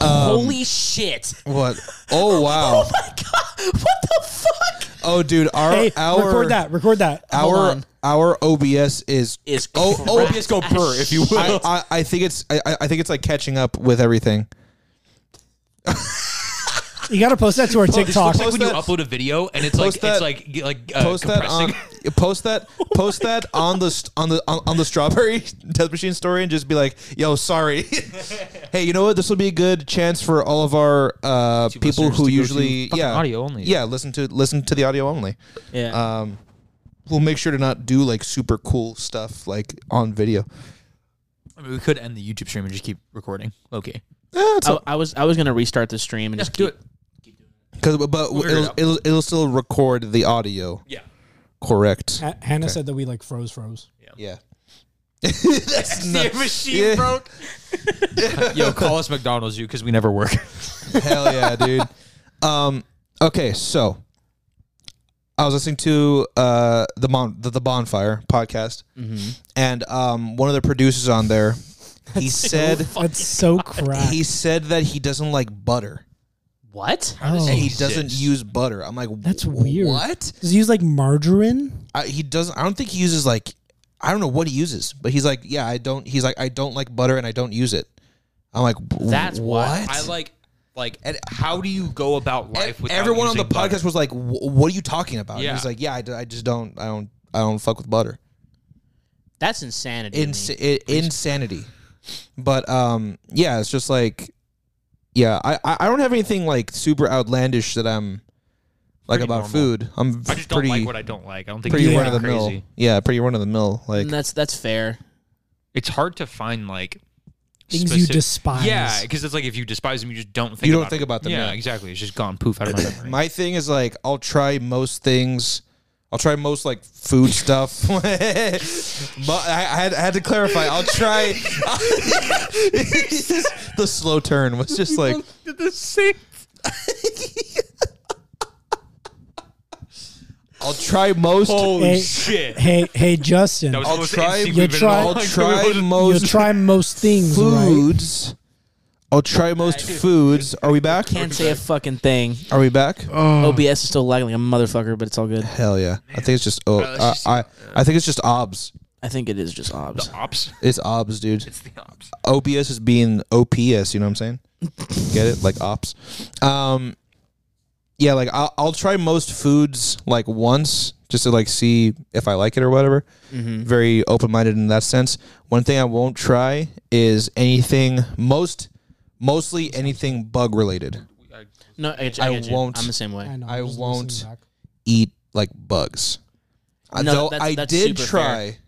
[SPEAKER 2] Uh,
[SPEAKER 3] Holy shit!
[SPEAKER 2] what? Oh wow.
[SPEAKER 3] what the fuck?
[SPEAKER 2] Oh dude, our
[SPEAKER 1] hey,
[SPEAKER 2] our Uh,
[SPEAKER 1] record that. Record that.
[SPEAKER 3] Hold
[SPEAKER 2] our
[SPEAKER 3] on.
[SPEAKER 2] our OBS is
[SPEAKER 3] Is
[SPEAKER 2] oh
[SPEAKER 3] cracked
[SPEAKER 2] OBS go
[SPEAKER 3] as
[SPEAKER 2] purr if you will. I, I, I think it's I, I- I think it's like catching up with everything.
[SPEAKER 1] You got to post that to our TikTok.
[SPEAKER 2] Post
[SPEAKER 6] when you
[SPEAKER 2] that-
[SPEAKER 6] upload a video and it's like
[SPEAKER 2] post that-
[SPEAKER 6] it's like g- like uh,
[SPEAKER 2] post that
[SPEAKER 6] compressing.
[SPEAKER 2] on post that post that on the st- on the on, on the strawberry death machine story and just be like yo sorry hey you know what this will be a good chance for all of our uh, people
[SPEAKER 4] listeners to
[SPEAKER 2] who
[SPEAKER 4] go to
[SPEAKER 2] usually
[SPEAKER 4] fucking
[SPEAKER 2] yeah
[SPEAKER 4] audio only.
[SPEAKER 2] yeah listen to listen to the audio only
[SPEAKER 3] Yeah.
[SPEAKER 2] um we'll make sure to not do like super cool stuff like on video
[SPEAKER 4] I mean, we could end the YouTube stream and just keep recording. Okay,
[SPEAKER 3] I, I was I was gonna restart the stream and just keep,
[SPEAKER 4] do it.
[SPEAKER 2] because but
[SPEAKER 4] figure it
[SPEAKER 2] it'll,
[SPEAKER 4] out.
[SPEAKER 2] it'll it'll still record the audio
[SPEAKER 4] Yeah.
[SPEAKER 2] correct
[SPEAKER 1] Ha- Hannah said that we like froze, froze.
[SPEAKER 2] yeah
[SPEAKER 6] Your machine
[SPEAKER 2] Yeah.
[SPEAKER 6] broke.
[SPEAKER 4] Yo, call us McDonald's, you, because we never work.
[SPEAKER 2] Hell yeah, dude. Um, okay, so I was listening to uh, the, bon- the the Bonfire podcast,
[SPEAKER 1] Mm-hmm.
[SPEAKER 2] and um, one of the producers on there, he said
[SPEAKER 1] That's so crap.
[SPEAKER 2] he said that he doesn't like butter
[SPEAKER 3] what?
[SPEAKER 1] Oh.
[SPEAKER 2] and he doesn't use butter. I'm like,
[SPEAKER 1] That's
[SPEAKER 2] "Wh-
[SPEAKER 1] weird.
[SPEAKER 2] What?
[SPEAKER 1] Does he use like margarine?
[SPEAKER 2] I, he doesn't. I don't think he uses like. I don't know what he uses, but he's like, yeah, I don't. He's like, I don't like butter and I don't use it. I'm like, "Wh-
[SPEAKER 3] That's
[SPEAKER 2] what?
[SPEAKER 3] wild.
[SPEAKER 6] I like like how do you go about life with
[SPEAKER 2] E- Everyone on the podcast was like, "Wh- "What are you talking about?" And
[SPEAKER 6] Yeah.
[SPEAKER 2] he's like, "Yeah, I, d- I just don't, I don't, I don't fuck with butter."
[SPEAKER 3] That's insanity. to me.
[SPEAKER 2] Ins- i insanity. But um, yeah, it's just like, yeah, I, I I don't have anything like super outlandish that I'm like
[SPEAKER 6] Pretty
[SPEAKER 2] about
[SPEAKER 6] normal.
[SPEAKER 2] food. I'm
[SPEAKER 6] I just don't
[SPEAKER 2] pretty
[SPEAKER 6] like what I don't like. I don't think
[SPEAKER 2] pretty
[SPEAKER 6] it's
[SPEAKER 2] run of the
[SPEAKER 6] that
[SPEAKER 2] mill.
[SPEAKER 6] crazy.
[SPEAKER 2] Yeah, pretty run of the mill. Like,
[SPEAKER 3] And that's that's fair.
[SPEAKER 6] It's hard to find like
[SPEAKER 1] Things you
[SPEAKER 6] specific-
[SPEAKER 1] despise.
[SPEAKER 6] Yeah, because it's like if you despise them, you just don't think
[SPEAKER 2] You don't
[SPEAKER 6] about
[SPEAKER 2] think
[SPEAKER 6] it.
[SPEAKER 2] about them,
[SPEAKER 6] Yeah,
[SPEAKER 2] yeah.
[SPEAKER 6] exactly. It's just gone poof out of my memory.
[SPEAKER 2] my thing is like, I'll try most things. I'll try most like food stuff, but I, I, had, I had to clarify. I'll try. the slow turn was just like I'll try most.
[SPEAKER 1] Hey,
[SPEAKER 6] shit!
[SPEAKER 1] hey, hey, Justin.
[SPEAKER 6] That was
[SPEAKER 2] I'll
[SPEAKER 6] the most
[SPEAKER 2] try- you
[SPEAKER 6] NSYNC we've been in
[SPEAKER 1] try-
[SPEAKER 6] a long
[SPEAKER 2] I'll
[SPEAKER 6] time.
[SPEAKER 2] try
[SPEAKER 1] You'll
[SPEAKER 2] most
[SPEAKER 1] try most things, right?
[SPEAKER 2] foods. I'll try most foods. Are we back?
[SPEAKER 3] Can't say a fucking thing.
[SPEAKER 2] Are we back?
[SPEAKER 3] OBS is still lagging like a motherfucker, but it's all good.
[SPEAKER 2] Hell yeah! I think it's just oh, I, I I think it's just obs.
[SPEAKER 3] I think it is just obs.
[SPEAKER 6] Ops.
[SPEAKER 2] It's obs, dude.
[SPEAKER 6] It's the ops.
[SPEAKER 2] OBS is being OPS. You know what I'm saying? Get it? Like ops. Um, yeah, like I'll, I'll try most foods like once just to like see if I like it or whatever.
[SPEAKER 3] Mm-hmm.
[SPEAKER 2] Very open minded in that sense. One thing I won't try is anything most mostly anything bug related.
[SPEAKER 3] No, I, get you, I,
[SPEAKER 2] I
[SPEAKER 3] get you.
[SPEAKER 2] won't.
[SPEAKER 3] I'm the same way.
[SPEAKER 1] know,
[SPEAKER 2] I
[SPEAKER 1] I'm just
[SPEAKER 2] won't.
[SPEAKER 1] listening back.
[SPEAKER 2] Eat like bugs. Uh,
[SPEAKER 3] No,
[SPEAKER 2] Though
[SPEAKER 3] that's-
[SPEAKER 2] I
[SPEAKER 3] that's
[SPEAKER 2] did
[SPEAKER 3] super
[SPEAKER 2] try.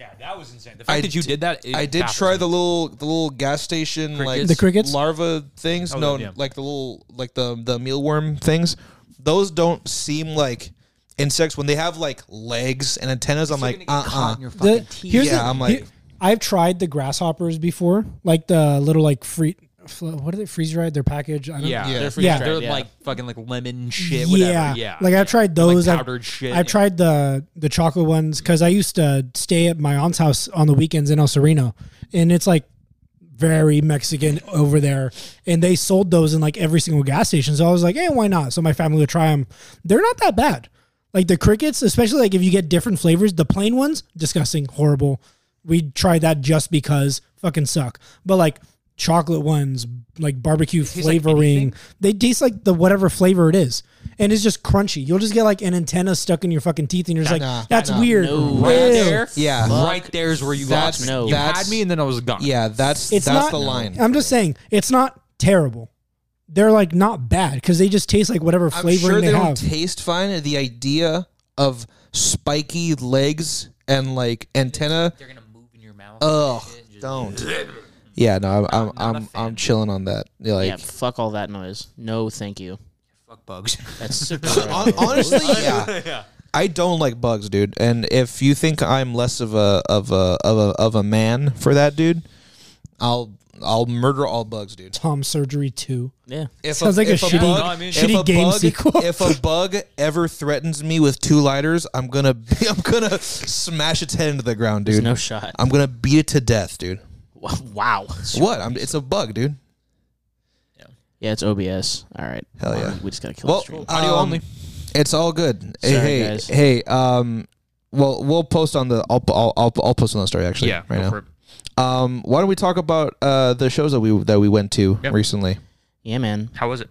[SPEAKER 6] Yeah, that was insane. The
[SPEAKER 2] I
[SPEAKER 6] fact that you
[SPEAKER 2] did-
[SPEAKER 6] did that, it
[SPEAKER 2] I did try
[SPEAKER 6] baffled
[SPEAKER 2] the little the little gas station like
[SPEAKER 1] The crickets?
[SPEAKER 2] larva things. no,
[SPEAKER 6] Oh, yeah.
[SPEAKER 2] like the little like the the mealworm things. Those don't seem like insects when they have like legs and antennas. I'm like, uh, uh
[SPEAKER 1] The- here's
[SPEAKER 2] Yeah,
[SPEAKER 1] the-
[SPEAKER 2] I'm like-
[SPEAKER 1] he- I've tried the grasshoppers before, like the little like free. fl- What do they freeze dried? Their package. I don't
[SPEAKER 6] Yeah,
[SPEAKER 2] Yeah.
[SPEAKER 6] they're
[SPEAKER 1] Yeah.
[SPEAKER 6] freeze-dried,
[SPEAKER 4] They're
[SPEAKER 6] yeah.
[SPEAKER 4] like fucking like lemon shit, whatever. Yeah,
[SPEAKER 1] Like I've tried those. I've-
[SPEAKER 6] powdered shit,
[SPEAKER 1] I've
[SPEAKER 6] yeah.
[SPEAKER 1] tried the the chocolate ones because I used to stay at my aunt's house on the weekends in El Sereno, and it's like very Mexican over there. And they sold those in like every single gas station. So I was like, hey, why not? So my family would try them. They're not that bad. Like the crickets, especially like if you get different flavors, the plain ones, disgusting, horrible. We tried that just because fucking suck. But like chocolate ones, like barbecue flavoring, they taste like the whatever flavor it is. And it's just crunchy. You'll just get like an antenna stuck in your fucking teeth and you're just like,
[SPEAKER 2] Nah.
[SPEAKER 1] that's weird.
[SPEAKER 3] No.
[SPEAKER 2] Right
[SPEAKER 1] Ew.
[SPEAKER 2] there. Yeah.
[SPEAKER 6] Right there is where you
[SPEAKER 2] That's-
[SPEAKER 6] lost me.
[SPEAKER 3] no.
[SPEAKER 6] You
[SPEAKER 2] that's-
[SPEAKER 6] had me, and then I was gone.
[SPEAKER 2] Yeah, that's
[SPEAKER 1] It's
[SPEAKER 2] that's
[SPEAKER 1] not
[SPEAKER 2] the line.
[SPEAKER 1] I'm just saying it's not terrible. They're like not bad because they just taste like whatever
[SPEAKER 2] I'm
[SPEAKER 1] flavoring
[SPEAKER 2] sure
[SPEAKER 1] they,
[SPEAKER 2] they, don't
[SPEAKER 1] have.
[SPEAKER 2] taste fine. The idea of spiky legs and like antenna.
[SPEAKER 6] They're gonna move in your mouth.
[SPEAKER 2] Ugh, don't. Yeah, no, I'm I'm I'm, I'm chilling on that. Yeah,
[SPEAKER 3] Yeah,
[SPEAKER 2] Like
[SPEAKER 3] fuck all that noise. No, thank you.
[SPEAKER 6] Fuck bugs.
[SPEAKER 3] That's super.
[SPEAKER 2] hon- honestly, yeah. I don't like bugs, dude. And if you think I'm less of a of a of a of a man for that, dude, I'll I'll murder all bugs, dude.
[SPEAKER 1] Tom Surgery 2.
[SPEAKER 3] yeah.
[SPEAKER 2] If
[SPEAKER 1] Sounds like a shitty-
[SPEAKER 4] No, I mean-
[SPEAKER 2] if
[SPEAKER 1] shitty
[SPEAKER 2] a
[SPEAKER 1] game
[SPEAKER 2] bug-
[SPEAKER 1] sequel.
[SPEAKER 2] If a bug ever threatens me with two lighters, I'm gonna be, I'm gonna smash its head into the ground, dude.
[SPEAKER 3] No shot.
[SPEAKER 2] I'm gonna beat it to death, dude.
[SPEAKER 3] Wow.
[SPEAKER 2] What? I'm, it's a bug, dude.
[SPEAKER 3] Yeah, it's OBS. All right.
[SPEAKER 2] Hell yeah.
[SPEAKER 3] We just gotta kill the
[SPEAKER 2] Well,
[SPEAKER 3] stream.
[SPEAKER 2] audio only. It's all good. Hey,
[SPEAKER 3] Sorry,
[SPEAKER 2] hey,
[SPEAKER 3] guys.
[SPEAKER 2] hey. Um, well, we'll post on the. I'll I'll I'll, I'll post on the story actually.
[SPEAKER 4] yeah.
[SPEAKER 2] right
[SPEAKER 4] go
[SPEAKER 2] now.
[SPEAKER 4] for it.
[SPEAKER 2] Um, why don't we talk about uh the shows that we that we went to
[SPEAKER 4] Yep.
[SPEAKER 2] recently?
[SPEAKER 3] Yeah, man.
[SPEAKER 4] How was it?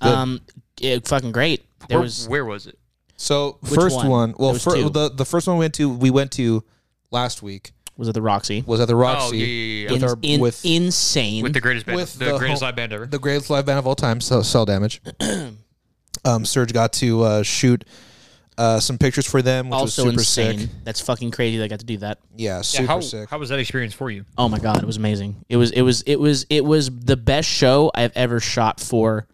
[SPEAKER 2] good.
[SPEAKER 3] Um, yeah, fucking great. There
[SPEAKER 4] Where
[SPEAKER 3] was
[SPEAKER 4] where was it?
[SPEAKER 2] So
[SPEAKER 3] Which
[SPEAKER 2] first
[SPEAKER 3] one?
[SPEAKER 2] one, well,
[SPEAKER 3] There was
[SPEAKER 2] fir-
[SPEAKER 3] two.
[SPEAKER 2] the the first one we went to we went to last week
[SPEAKER 3] was it the Roxy?
[SPEAKER 2] was at the
[SPEAKER 4] Oh
[SPEAKER 2] Roxy
[SPEAKER 4] yeah, yeah, yeah, yeah.
[SPEAKER 2] with
[SPEAKER 3] In,
[SPEAKER 2] our
[SPEAKER 3] in-
[SPEAKER 2] with
[SPEAKER 3] insane.
[SPEAKER 4] With the greatest band,
[SPEAKER 2] with
[SPEAKER 4] the,
[SPEAKER 2] the
[SPEAKER 4] greatest
[SPEAKER 2] whole-
[SPEAKER 4] live band ever.
[SPEAKER 2] the greatest live band of all time, so Cell Damage. um, Serge got to uh, shoot uh some pictures for them, which
[SPEAKER 3] also
[SPEAKER 2] was super
[SPEAKER 3] insane.
[SPEAKER 2] sick.
[SPEAKER 3] That's fucking crazy. That I got to do that.
[SPEAKER 2] Yeah, super
[SPEAKER 4] Yeah, how,
[SPEAKER 2] sick.
[SPEAKER 4] how was that experience for you?
[SPEAKER 3] Oh my god, it was amazing. It was it was it was it was the best show I've ever shot for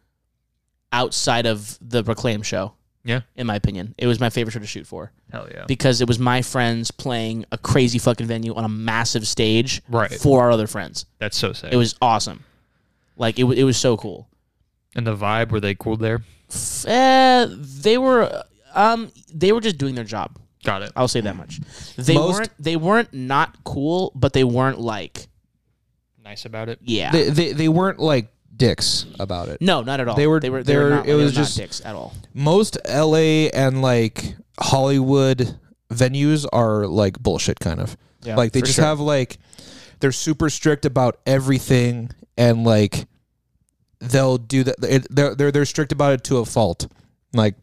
[SPEAKER 3] outside of the Reclaim show.
[SPEAKER 4] Yeah.
[SPEAKER 3] In my opinion. It was my favorite show to shoot for.
[SPEAKER 4] Hell yeah.
[SPEAKER 3] Because it was my friends playing a crazy fucking venue on a massive stage
[SPEAKER 4] Right.
[SPEAKER 3] for our other friends.
[SPEAKER 4] That's so sick.
[SPEAKER 3] It was awesome. Like it, wa- it was so cool.
[SPEAKER 4] and the vibe were they cool there?
[SPEAKER 3] F- eh, they were um they were just doing their job.
[SPEAKER 4] Got it.
[SPEAKER 3] I'll say that much. They
[SPEAKER 2] Most-
[SPEAKER 3] weren't they weren't not cool, but they weren't like
[SPEAKER 4] Nice about it.
[SPEAKER 3] yeah.
[SPEAKER 2] they, they they weren't like dicks about it.
[SPEAKER 3] no, not at all.
[SPEAKER 2] They were-
[SPEAKER 3] They were.
[SPEAKER 2] they
[SPEAKER 3] They, were,
[SPEAKER 2] were-
[SPEAKER 3] not.
[SPEAKER 2] it
[SPEAKER 3] they were
[SPEAKER 2] was
[SPEAKER 3] not
[SPEAKER 2] just-
[SPEAKER 3] dicks at all.
[SPEAKER 2] most LA and like Hollywood venues are like bullshit kind of.
[SPEAKER 3] Yeah,
[SPEAKER 2] like they
[SPEAKER 3] for
[SPEAKER 2] just
[SPEAKER 3] sure.
[SPEAKER 2] have like they're super strict about everything and like they'll do that it, they're, they're they're strict about it to a fault. Like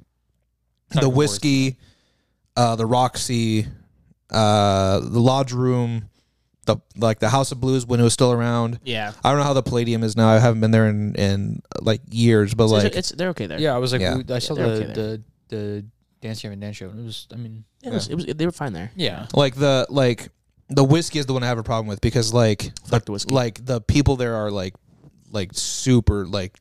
[SPEAKER 2] the whiskey, uh the Roxy, uh the lodge room, the like the House of Blues when it was still around.
[SPEAKER 3] Yeah.
[SPEAKER 2] I don't know how the Palladium is now. I haven't been there in in like years, but
[SPEAKER 3] It's-
[SPEAKER 2] like
[SPEAKER 3] it's, they're okay there.
[SPEAKER 6] Yeah, I was like,
[SPEAKER 2] Yeah.
[SPEAKER 6] we- I saw
[SPEAKER 3] they're
[SPEAKER 6] the,
[SPEAKER 3] okay there.
[SPEAKER 6] the the dance jam and dance show, and it was, I mean,
[SPEAKER 3] It was, it was, they were fine there.
[SPEAKER 6] yeah,
[SPEAKER 2] like the like the whiskey is the one I have a problem with because like
[SPEAKER 3] Fuck the whiskey.
[SPEAKER 2] like the people there are like like super like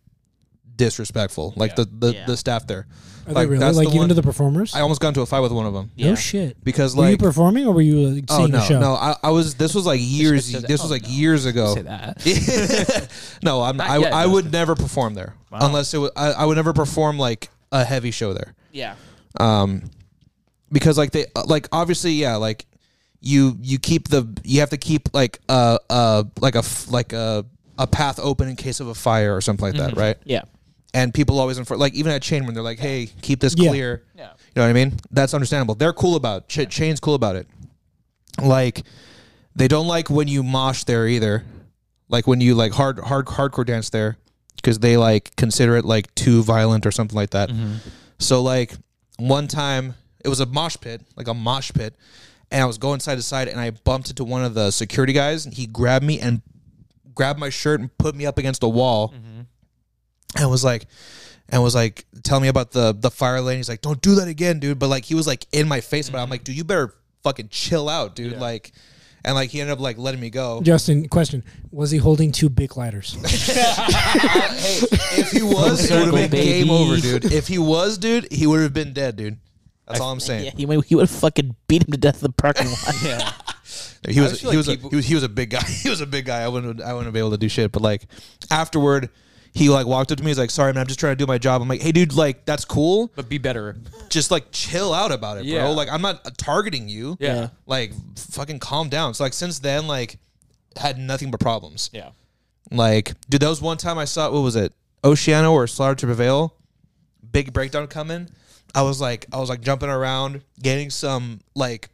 [SPEAKER 2] disrespectful like the the,
[SPEAKER 3] Yeah.
[SPEAKER 2] the staff there
[SPEAKER 1] Are they really
[SPEAKER 2] that's
[SPEAKER 1] like
[SPEAKER 2] the
[SPEAKER 1] you
[SPEAKER 2] one-
[SPEAKER 1] into the performers?
[SPEAKER 2] I almost got into a fight with one of them
[SPEAKER 3] Yeah.
[SPEAKER 1] No shit.
[SPEAKER 2] because
[SPEAKER 1] were you
[SPEAKER 2] like
[SPEAKER 1] performing or were you like,
[SPEAKER 2] oh
[SPEAKER 1] seeing
[SPEAKER 2] no
[SPEAKER 1] the show?
[SPEAKER 2] no I, I was this was like years
[SPEAKER 6] said that.
[SPEAKER 2] this was
[SPEAKER 6] Oh,
[SPEAKER 2] like years ago
[SPEAKER 6] say that.
[SPEAKER 2] no I'm I,
[SPEAKER 6] yet,
[SPEAKER 2] I
[SPEAKER 6] no.
[SPEAKER 2] would never perform there unless it was I, I would never perform like a heavy show there
[SPEAKER 3] Yeah.
[SPEAKER 2] um because like they uh, like obviously yeah like you you keep the you have to keep like uh uh like a f- like a a path open in case of a fire or something like that right
[SPEAKER 3] Yeah.
[SPEAKER 2] and people always enfor- like even at chain when they're like hey keep this
[SPEAKER 1] Yeah.
[SPEAKER 2] clear yeah. you know what i mean that's understandable they're cool about it. Ch- chain's cool about it like they don't like when you mosh there either like when you like hard hard hardcore dance there because they like consider it like too violent or something like that. So like one time it was a mosh pit, like a mosh pit, and I was going side to side and I bumped into one of the security guys and he grabbed me and grabbed my shirt and put me up against a wall and was like and was like tell me about the the fire lane he's like don't do that again dude but like he was like in my face but i'm like dude you better fucking chill out dude like and like he ended up like letting me go
[SPEAKER 1] Justin, question: Was he holding two big lighters?
[SPEAKER 2] hey if he was it would have been game over dude if he was dude he would have been dead dude that's all i'm saying
[SPEAKER 3] Yeah, he would, he would have fucking beat him to death in the parking lot. yeah.
[SPEAKER 2] he was
[SPEAKER 6] just
[SPEAKER 2] he
[SPEAKER 6] feel like
[SPEAKER 2] was, a,
[SPEAKER 6] people-
[SPEAKER 2] he was he was a big guy. He was a big guy. I wouldn't I wouldn't be able to do shit. But like afterward, he like walked up to me. He's like, "Sorry, man, I'm just trying to do my job." I'm like, "Hey, dude, like that's cool.
[SPEAKER 4] But be better.
[SPEAKER 2] Just like chill out about it,
[SPEAKER 4] Yeah.
[SPEAKER 2] bro. Like I'm not uh, targeting you.
[SPEAKER 4] Yeah.
[SPEAKER 2] Like fucking calm down." So like since then, like had nothing but problems.
[SPEAKER 4] Yeah.
[SPEAKER 2] Like dude, that was one time I saw what was it, Oceano or Slaughter to Prevail, big breakdown coming. I was like I was like jumping around, getting some like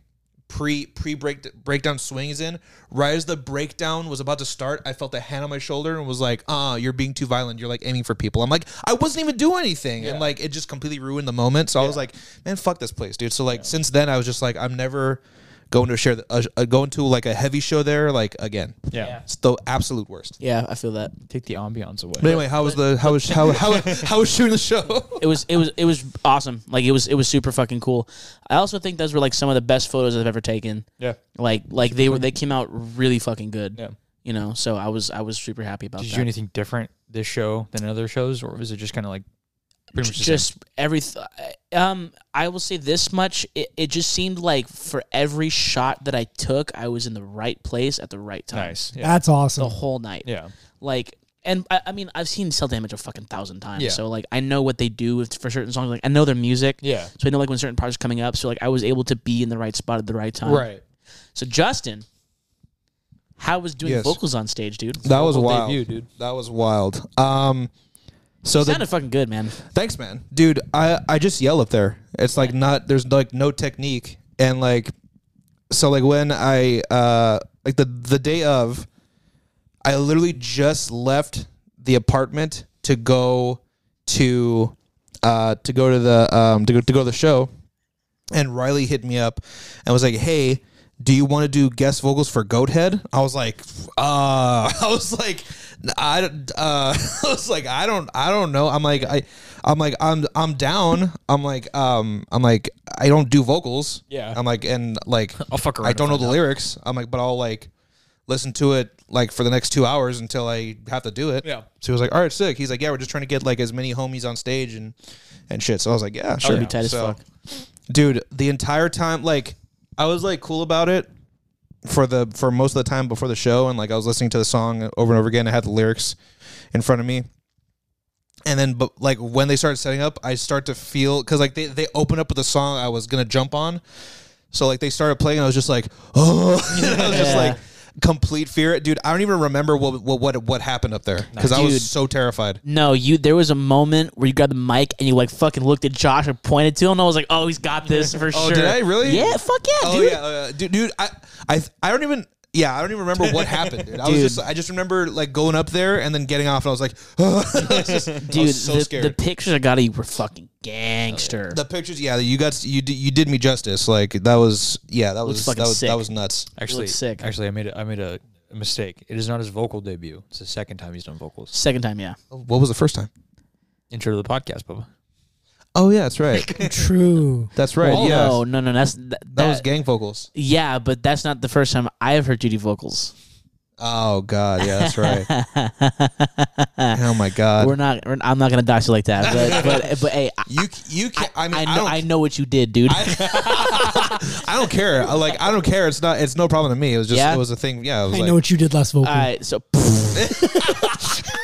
[SPEAKER 2] pre pre break breakdown swings in. Right as the breakdown was about to start, I felt a hand on my shoulder and was like, "Uh, you're being too violent. You're like aiming for people." I'm like, I wasn't even doing anything, and like it just completely ruined the moment. So I was like, "Man, fuck this place, dude." So like since then, I was just like, I'm never going to share the, uh, uh, going to like a heavy show there like again.
[SPEAKER 4] Yeah.
[SPEAKER 2] It's the absolute worst.
[SPEAKER 3] I feel that.
[SPEAKER 4] Take the ambiance away.
[SPEAKER 2] But anyway, how was the how was how how how was shooting the show?
[SPEAKER 3] It was it was it was awesome. Like it was it was super fucking cool. I also think those were like some of the best photos I've ever taken.
[SPEAKER 4] Yeah.
[SPEAKER 3] Like like they were they came out really fucking good.
[SPEAKER 4] Yeah.
[SPEAKER 3] You know, so I was I was super happy about
[SPEAKER 4] Did you
[SPEAKER 3] that.
[SPEAKER 4] do anything different this show than other shows, or was it just kind of like pretty much the same?
[SPEAKER 3] just everything. Um, I will say this much: it, it just seemed like for every shot that I took, I was in the right place at the right time.
[SPEAKER 4] nice? Yeah.
[SPEAKER 1] That's
[SPEAKER 3] The
[SPEAKER 1] awesome.
[SPEAKER 3] whole night,
[SPEAKER 4] Yeah.
[SPEAKER 3] like, and I, I mean, I've seen Cell Damage a fucking thousand times,
[SPEAKER 4] Yeah.
[SPEAKER 3] so like, I know what they do with- for certain songs. Like, I know their music,
[SPEAKER 4] Yeah.
[SPEAKER 3] So I know like when certain parts are coming up. So like, I was able to be in the right spot at the right time. So Justin, how was doing
[SPEAKER 2] Yes.
[SPEAKER 3] vocals on stage, dude?
[SPEAKER 2] That was
[SPEAKER 4] Vocal
[SPEAKER 2] wild,
[SPEAKER 4] debut, dude.
[SPEAKER 2] That was wild. Um, so the,
[SPEAKER 3] sounded fucking good, man.
[SPEAKER 2] thanks, man, dude. I I just yell up there. It's like not there's like no technique and like so like when I uh like the the day of, I literally just left the apartment to go to uh to go to the um to go to go to the show, and Riley hit me up and was like, hey. Do you want to do guest vocals for Goathead? I was like, uh, I was like, I, don't- uh, I was like, I don't, I don't know. I'm like, I, I'm like, I'm, I'm down. I'm like, um, I'm like, I don't do vocals.
[SPEAKER 4] Yeah.
[SPEAKER 2] I'm like, and like,
[SPEAKER 4] I'll fuck around
[SPEAKER 2] I
[SPEAKER 4] and
[SPEAKER 2] don't know
[SPEAKER 4] find
[SPEAKER 2] the lyrics. I'm like, but I'll like listen to it like for the next two hours until I have to do it.
[SPEAKER 4] Yeah.
[SPEAKER 2] So he was like, all right, sick. He's like, yeah, we're just trying to get like as many homies on stage and and shit. So I was like, yeah, sure.
[SPEAKER 3] be tight as
[SPEAKER 2] So-
[SPEAKER 3] fuck.
[SPEAKER 2] Dude, the entire time, like, I was like cool about it for the for most of the time before the show, and like I was listening to the song over and over again. I had the lyrics in front of me. And then, but like when they started setting up, I start to feel because like they they open up with a song I was gonna jump on, so like they started playing, and I was just like, oh, And I was just
[SPEAKER 3] Yeah.
[SPEAKER 2] like complete fear, dude. I don't even remember what what what, what happened up there because I
[SPEAKER 3] Dude.
[SPEAKER 2] was so terrified.
[SPEAKER 3] No, you. There was a moment where you grabbed the mic and you like fucking looked at Josh and pointed to him. And I was like, "Oh, he's got this for
[SPEAKER 2] Oh,
[SPEAKER 3] sure."
[SPEAKER 2] did I really?
[SPEAKER 3] Yeah, fuck yeah,
[SPEAKER 2] Oh
[SPEAKER 3] dude.
[SPEAKER 2] yeah, uh, dude, dude. I, I, I don't even. Yeah, I don't even remember what happened, dude. I
[SPEAKER 3] Dude.
[SPEAKER 2] was just, I just remember like going up there and then getting off, and I was like, I was just- I was
[SPEAKER 3] Dude,
[SPEAKER 2] so
[SPEAKER 3] the,
[SPEAKER 2] scared.
[SPEAKER 3] the
[SPEAKER 2] The,
[SPEAKER 3] pictures I got of you were fucking gangster.
[SPEAKER 2] pictures, yeah, you got, you, di- you did me justice. Like that was, yeah, that was, that
[SPEAKER 3] fucking
[SPEAKER 2] was,
[SPEAKER 3] sick.
[SPEAKER 2] that was nuts.
[SPEAKER 4] Actually,
[SPEAKER 3] sick.
[SPEAKER 4] Actually, I made a, I made a, a mistake. It is not his vocal debut. It's the second time he's done vocals.
[SPEAKER 3] Second time, yeah.
[SPEAKER 2] What was the first time?
[SPEAKER 4] Intro to the podcast, Bubba.
[SPEAKER 2] Oh yeah, that's right,
[SPEAKER 1] True.
[SPEAKER 2] that's right.
[SPEAKER 3] Oh,
[SPEAKER 2] yeah,
[SPEAKER 3] No, no, no. That's that,
[SPEAKER 2] that was
[SPEAKER 3] that-
[SPEAKER 2] gang vocals.
[SPEAKER 3] Yeah, but that's not the first time I've heard Judy vocals.
[SPEAKER 2] Oh god, yeah, that's right. oh my god,
[SPEAKER 3] we're not. We're, I'm not gonna dox you like that. But but, but hey, I,
[SPEAKER 2] you, you can. I, mean,
[SPEAKER 3] I
[SPEAKER 2] I,
[SPEAKER 3] know.
[SPEAKER 2] don't,
[SPEAKER 3] I, know what you did, dude.
[SPEAKER 2] I don't care. I, like I don't care. It's not. It's no problem to me. It was just.
[SPEAKER 3] Yeah?
[SPEAKER 2] It was a thing. Yeah. It was
[SPEAKER 1] I
[SPEAKER 2] like,
[SPEAKER 1] know what you did last vocal.
[SPEAKER 3] All right, so. wow.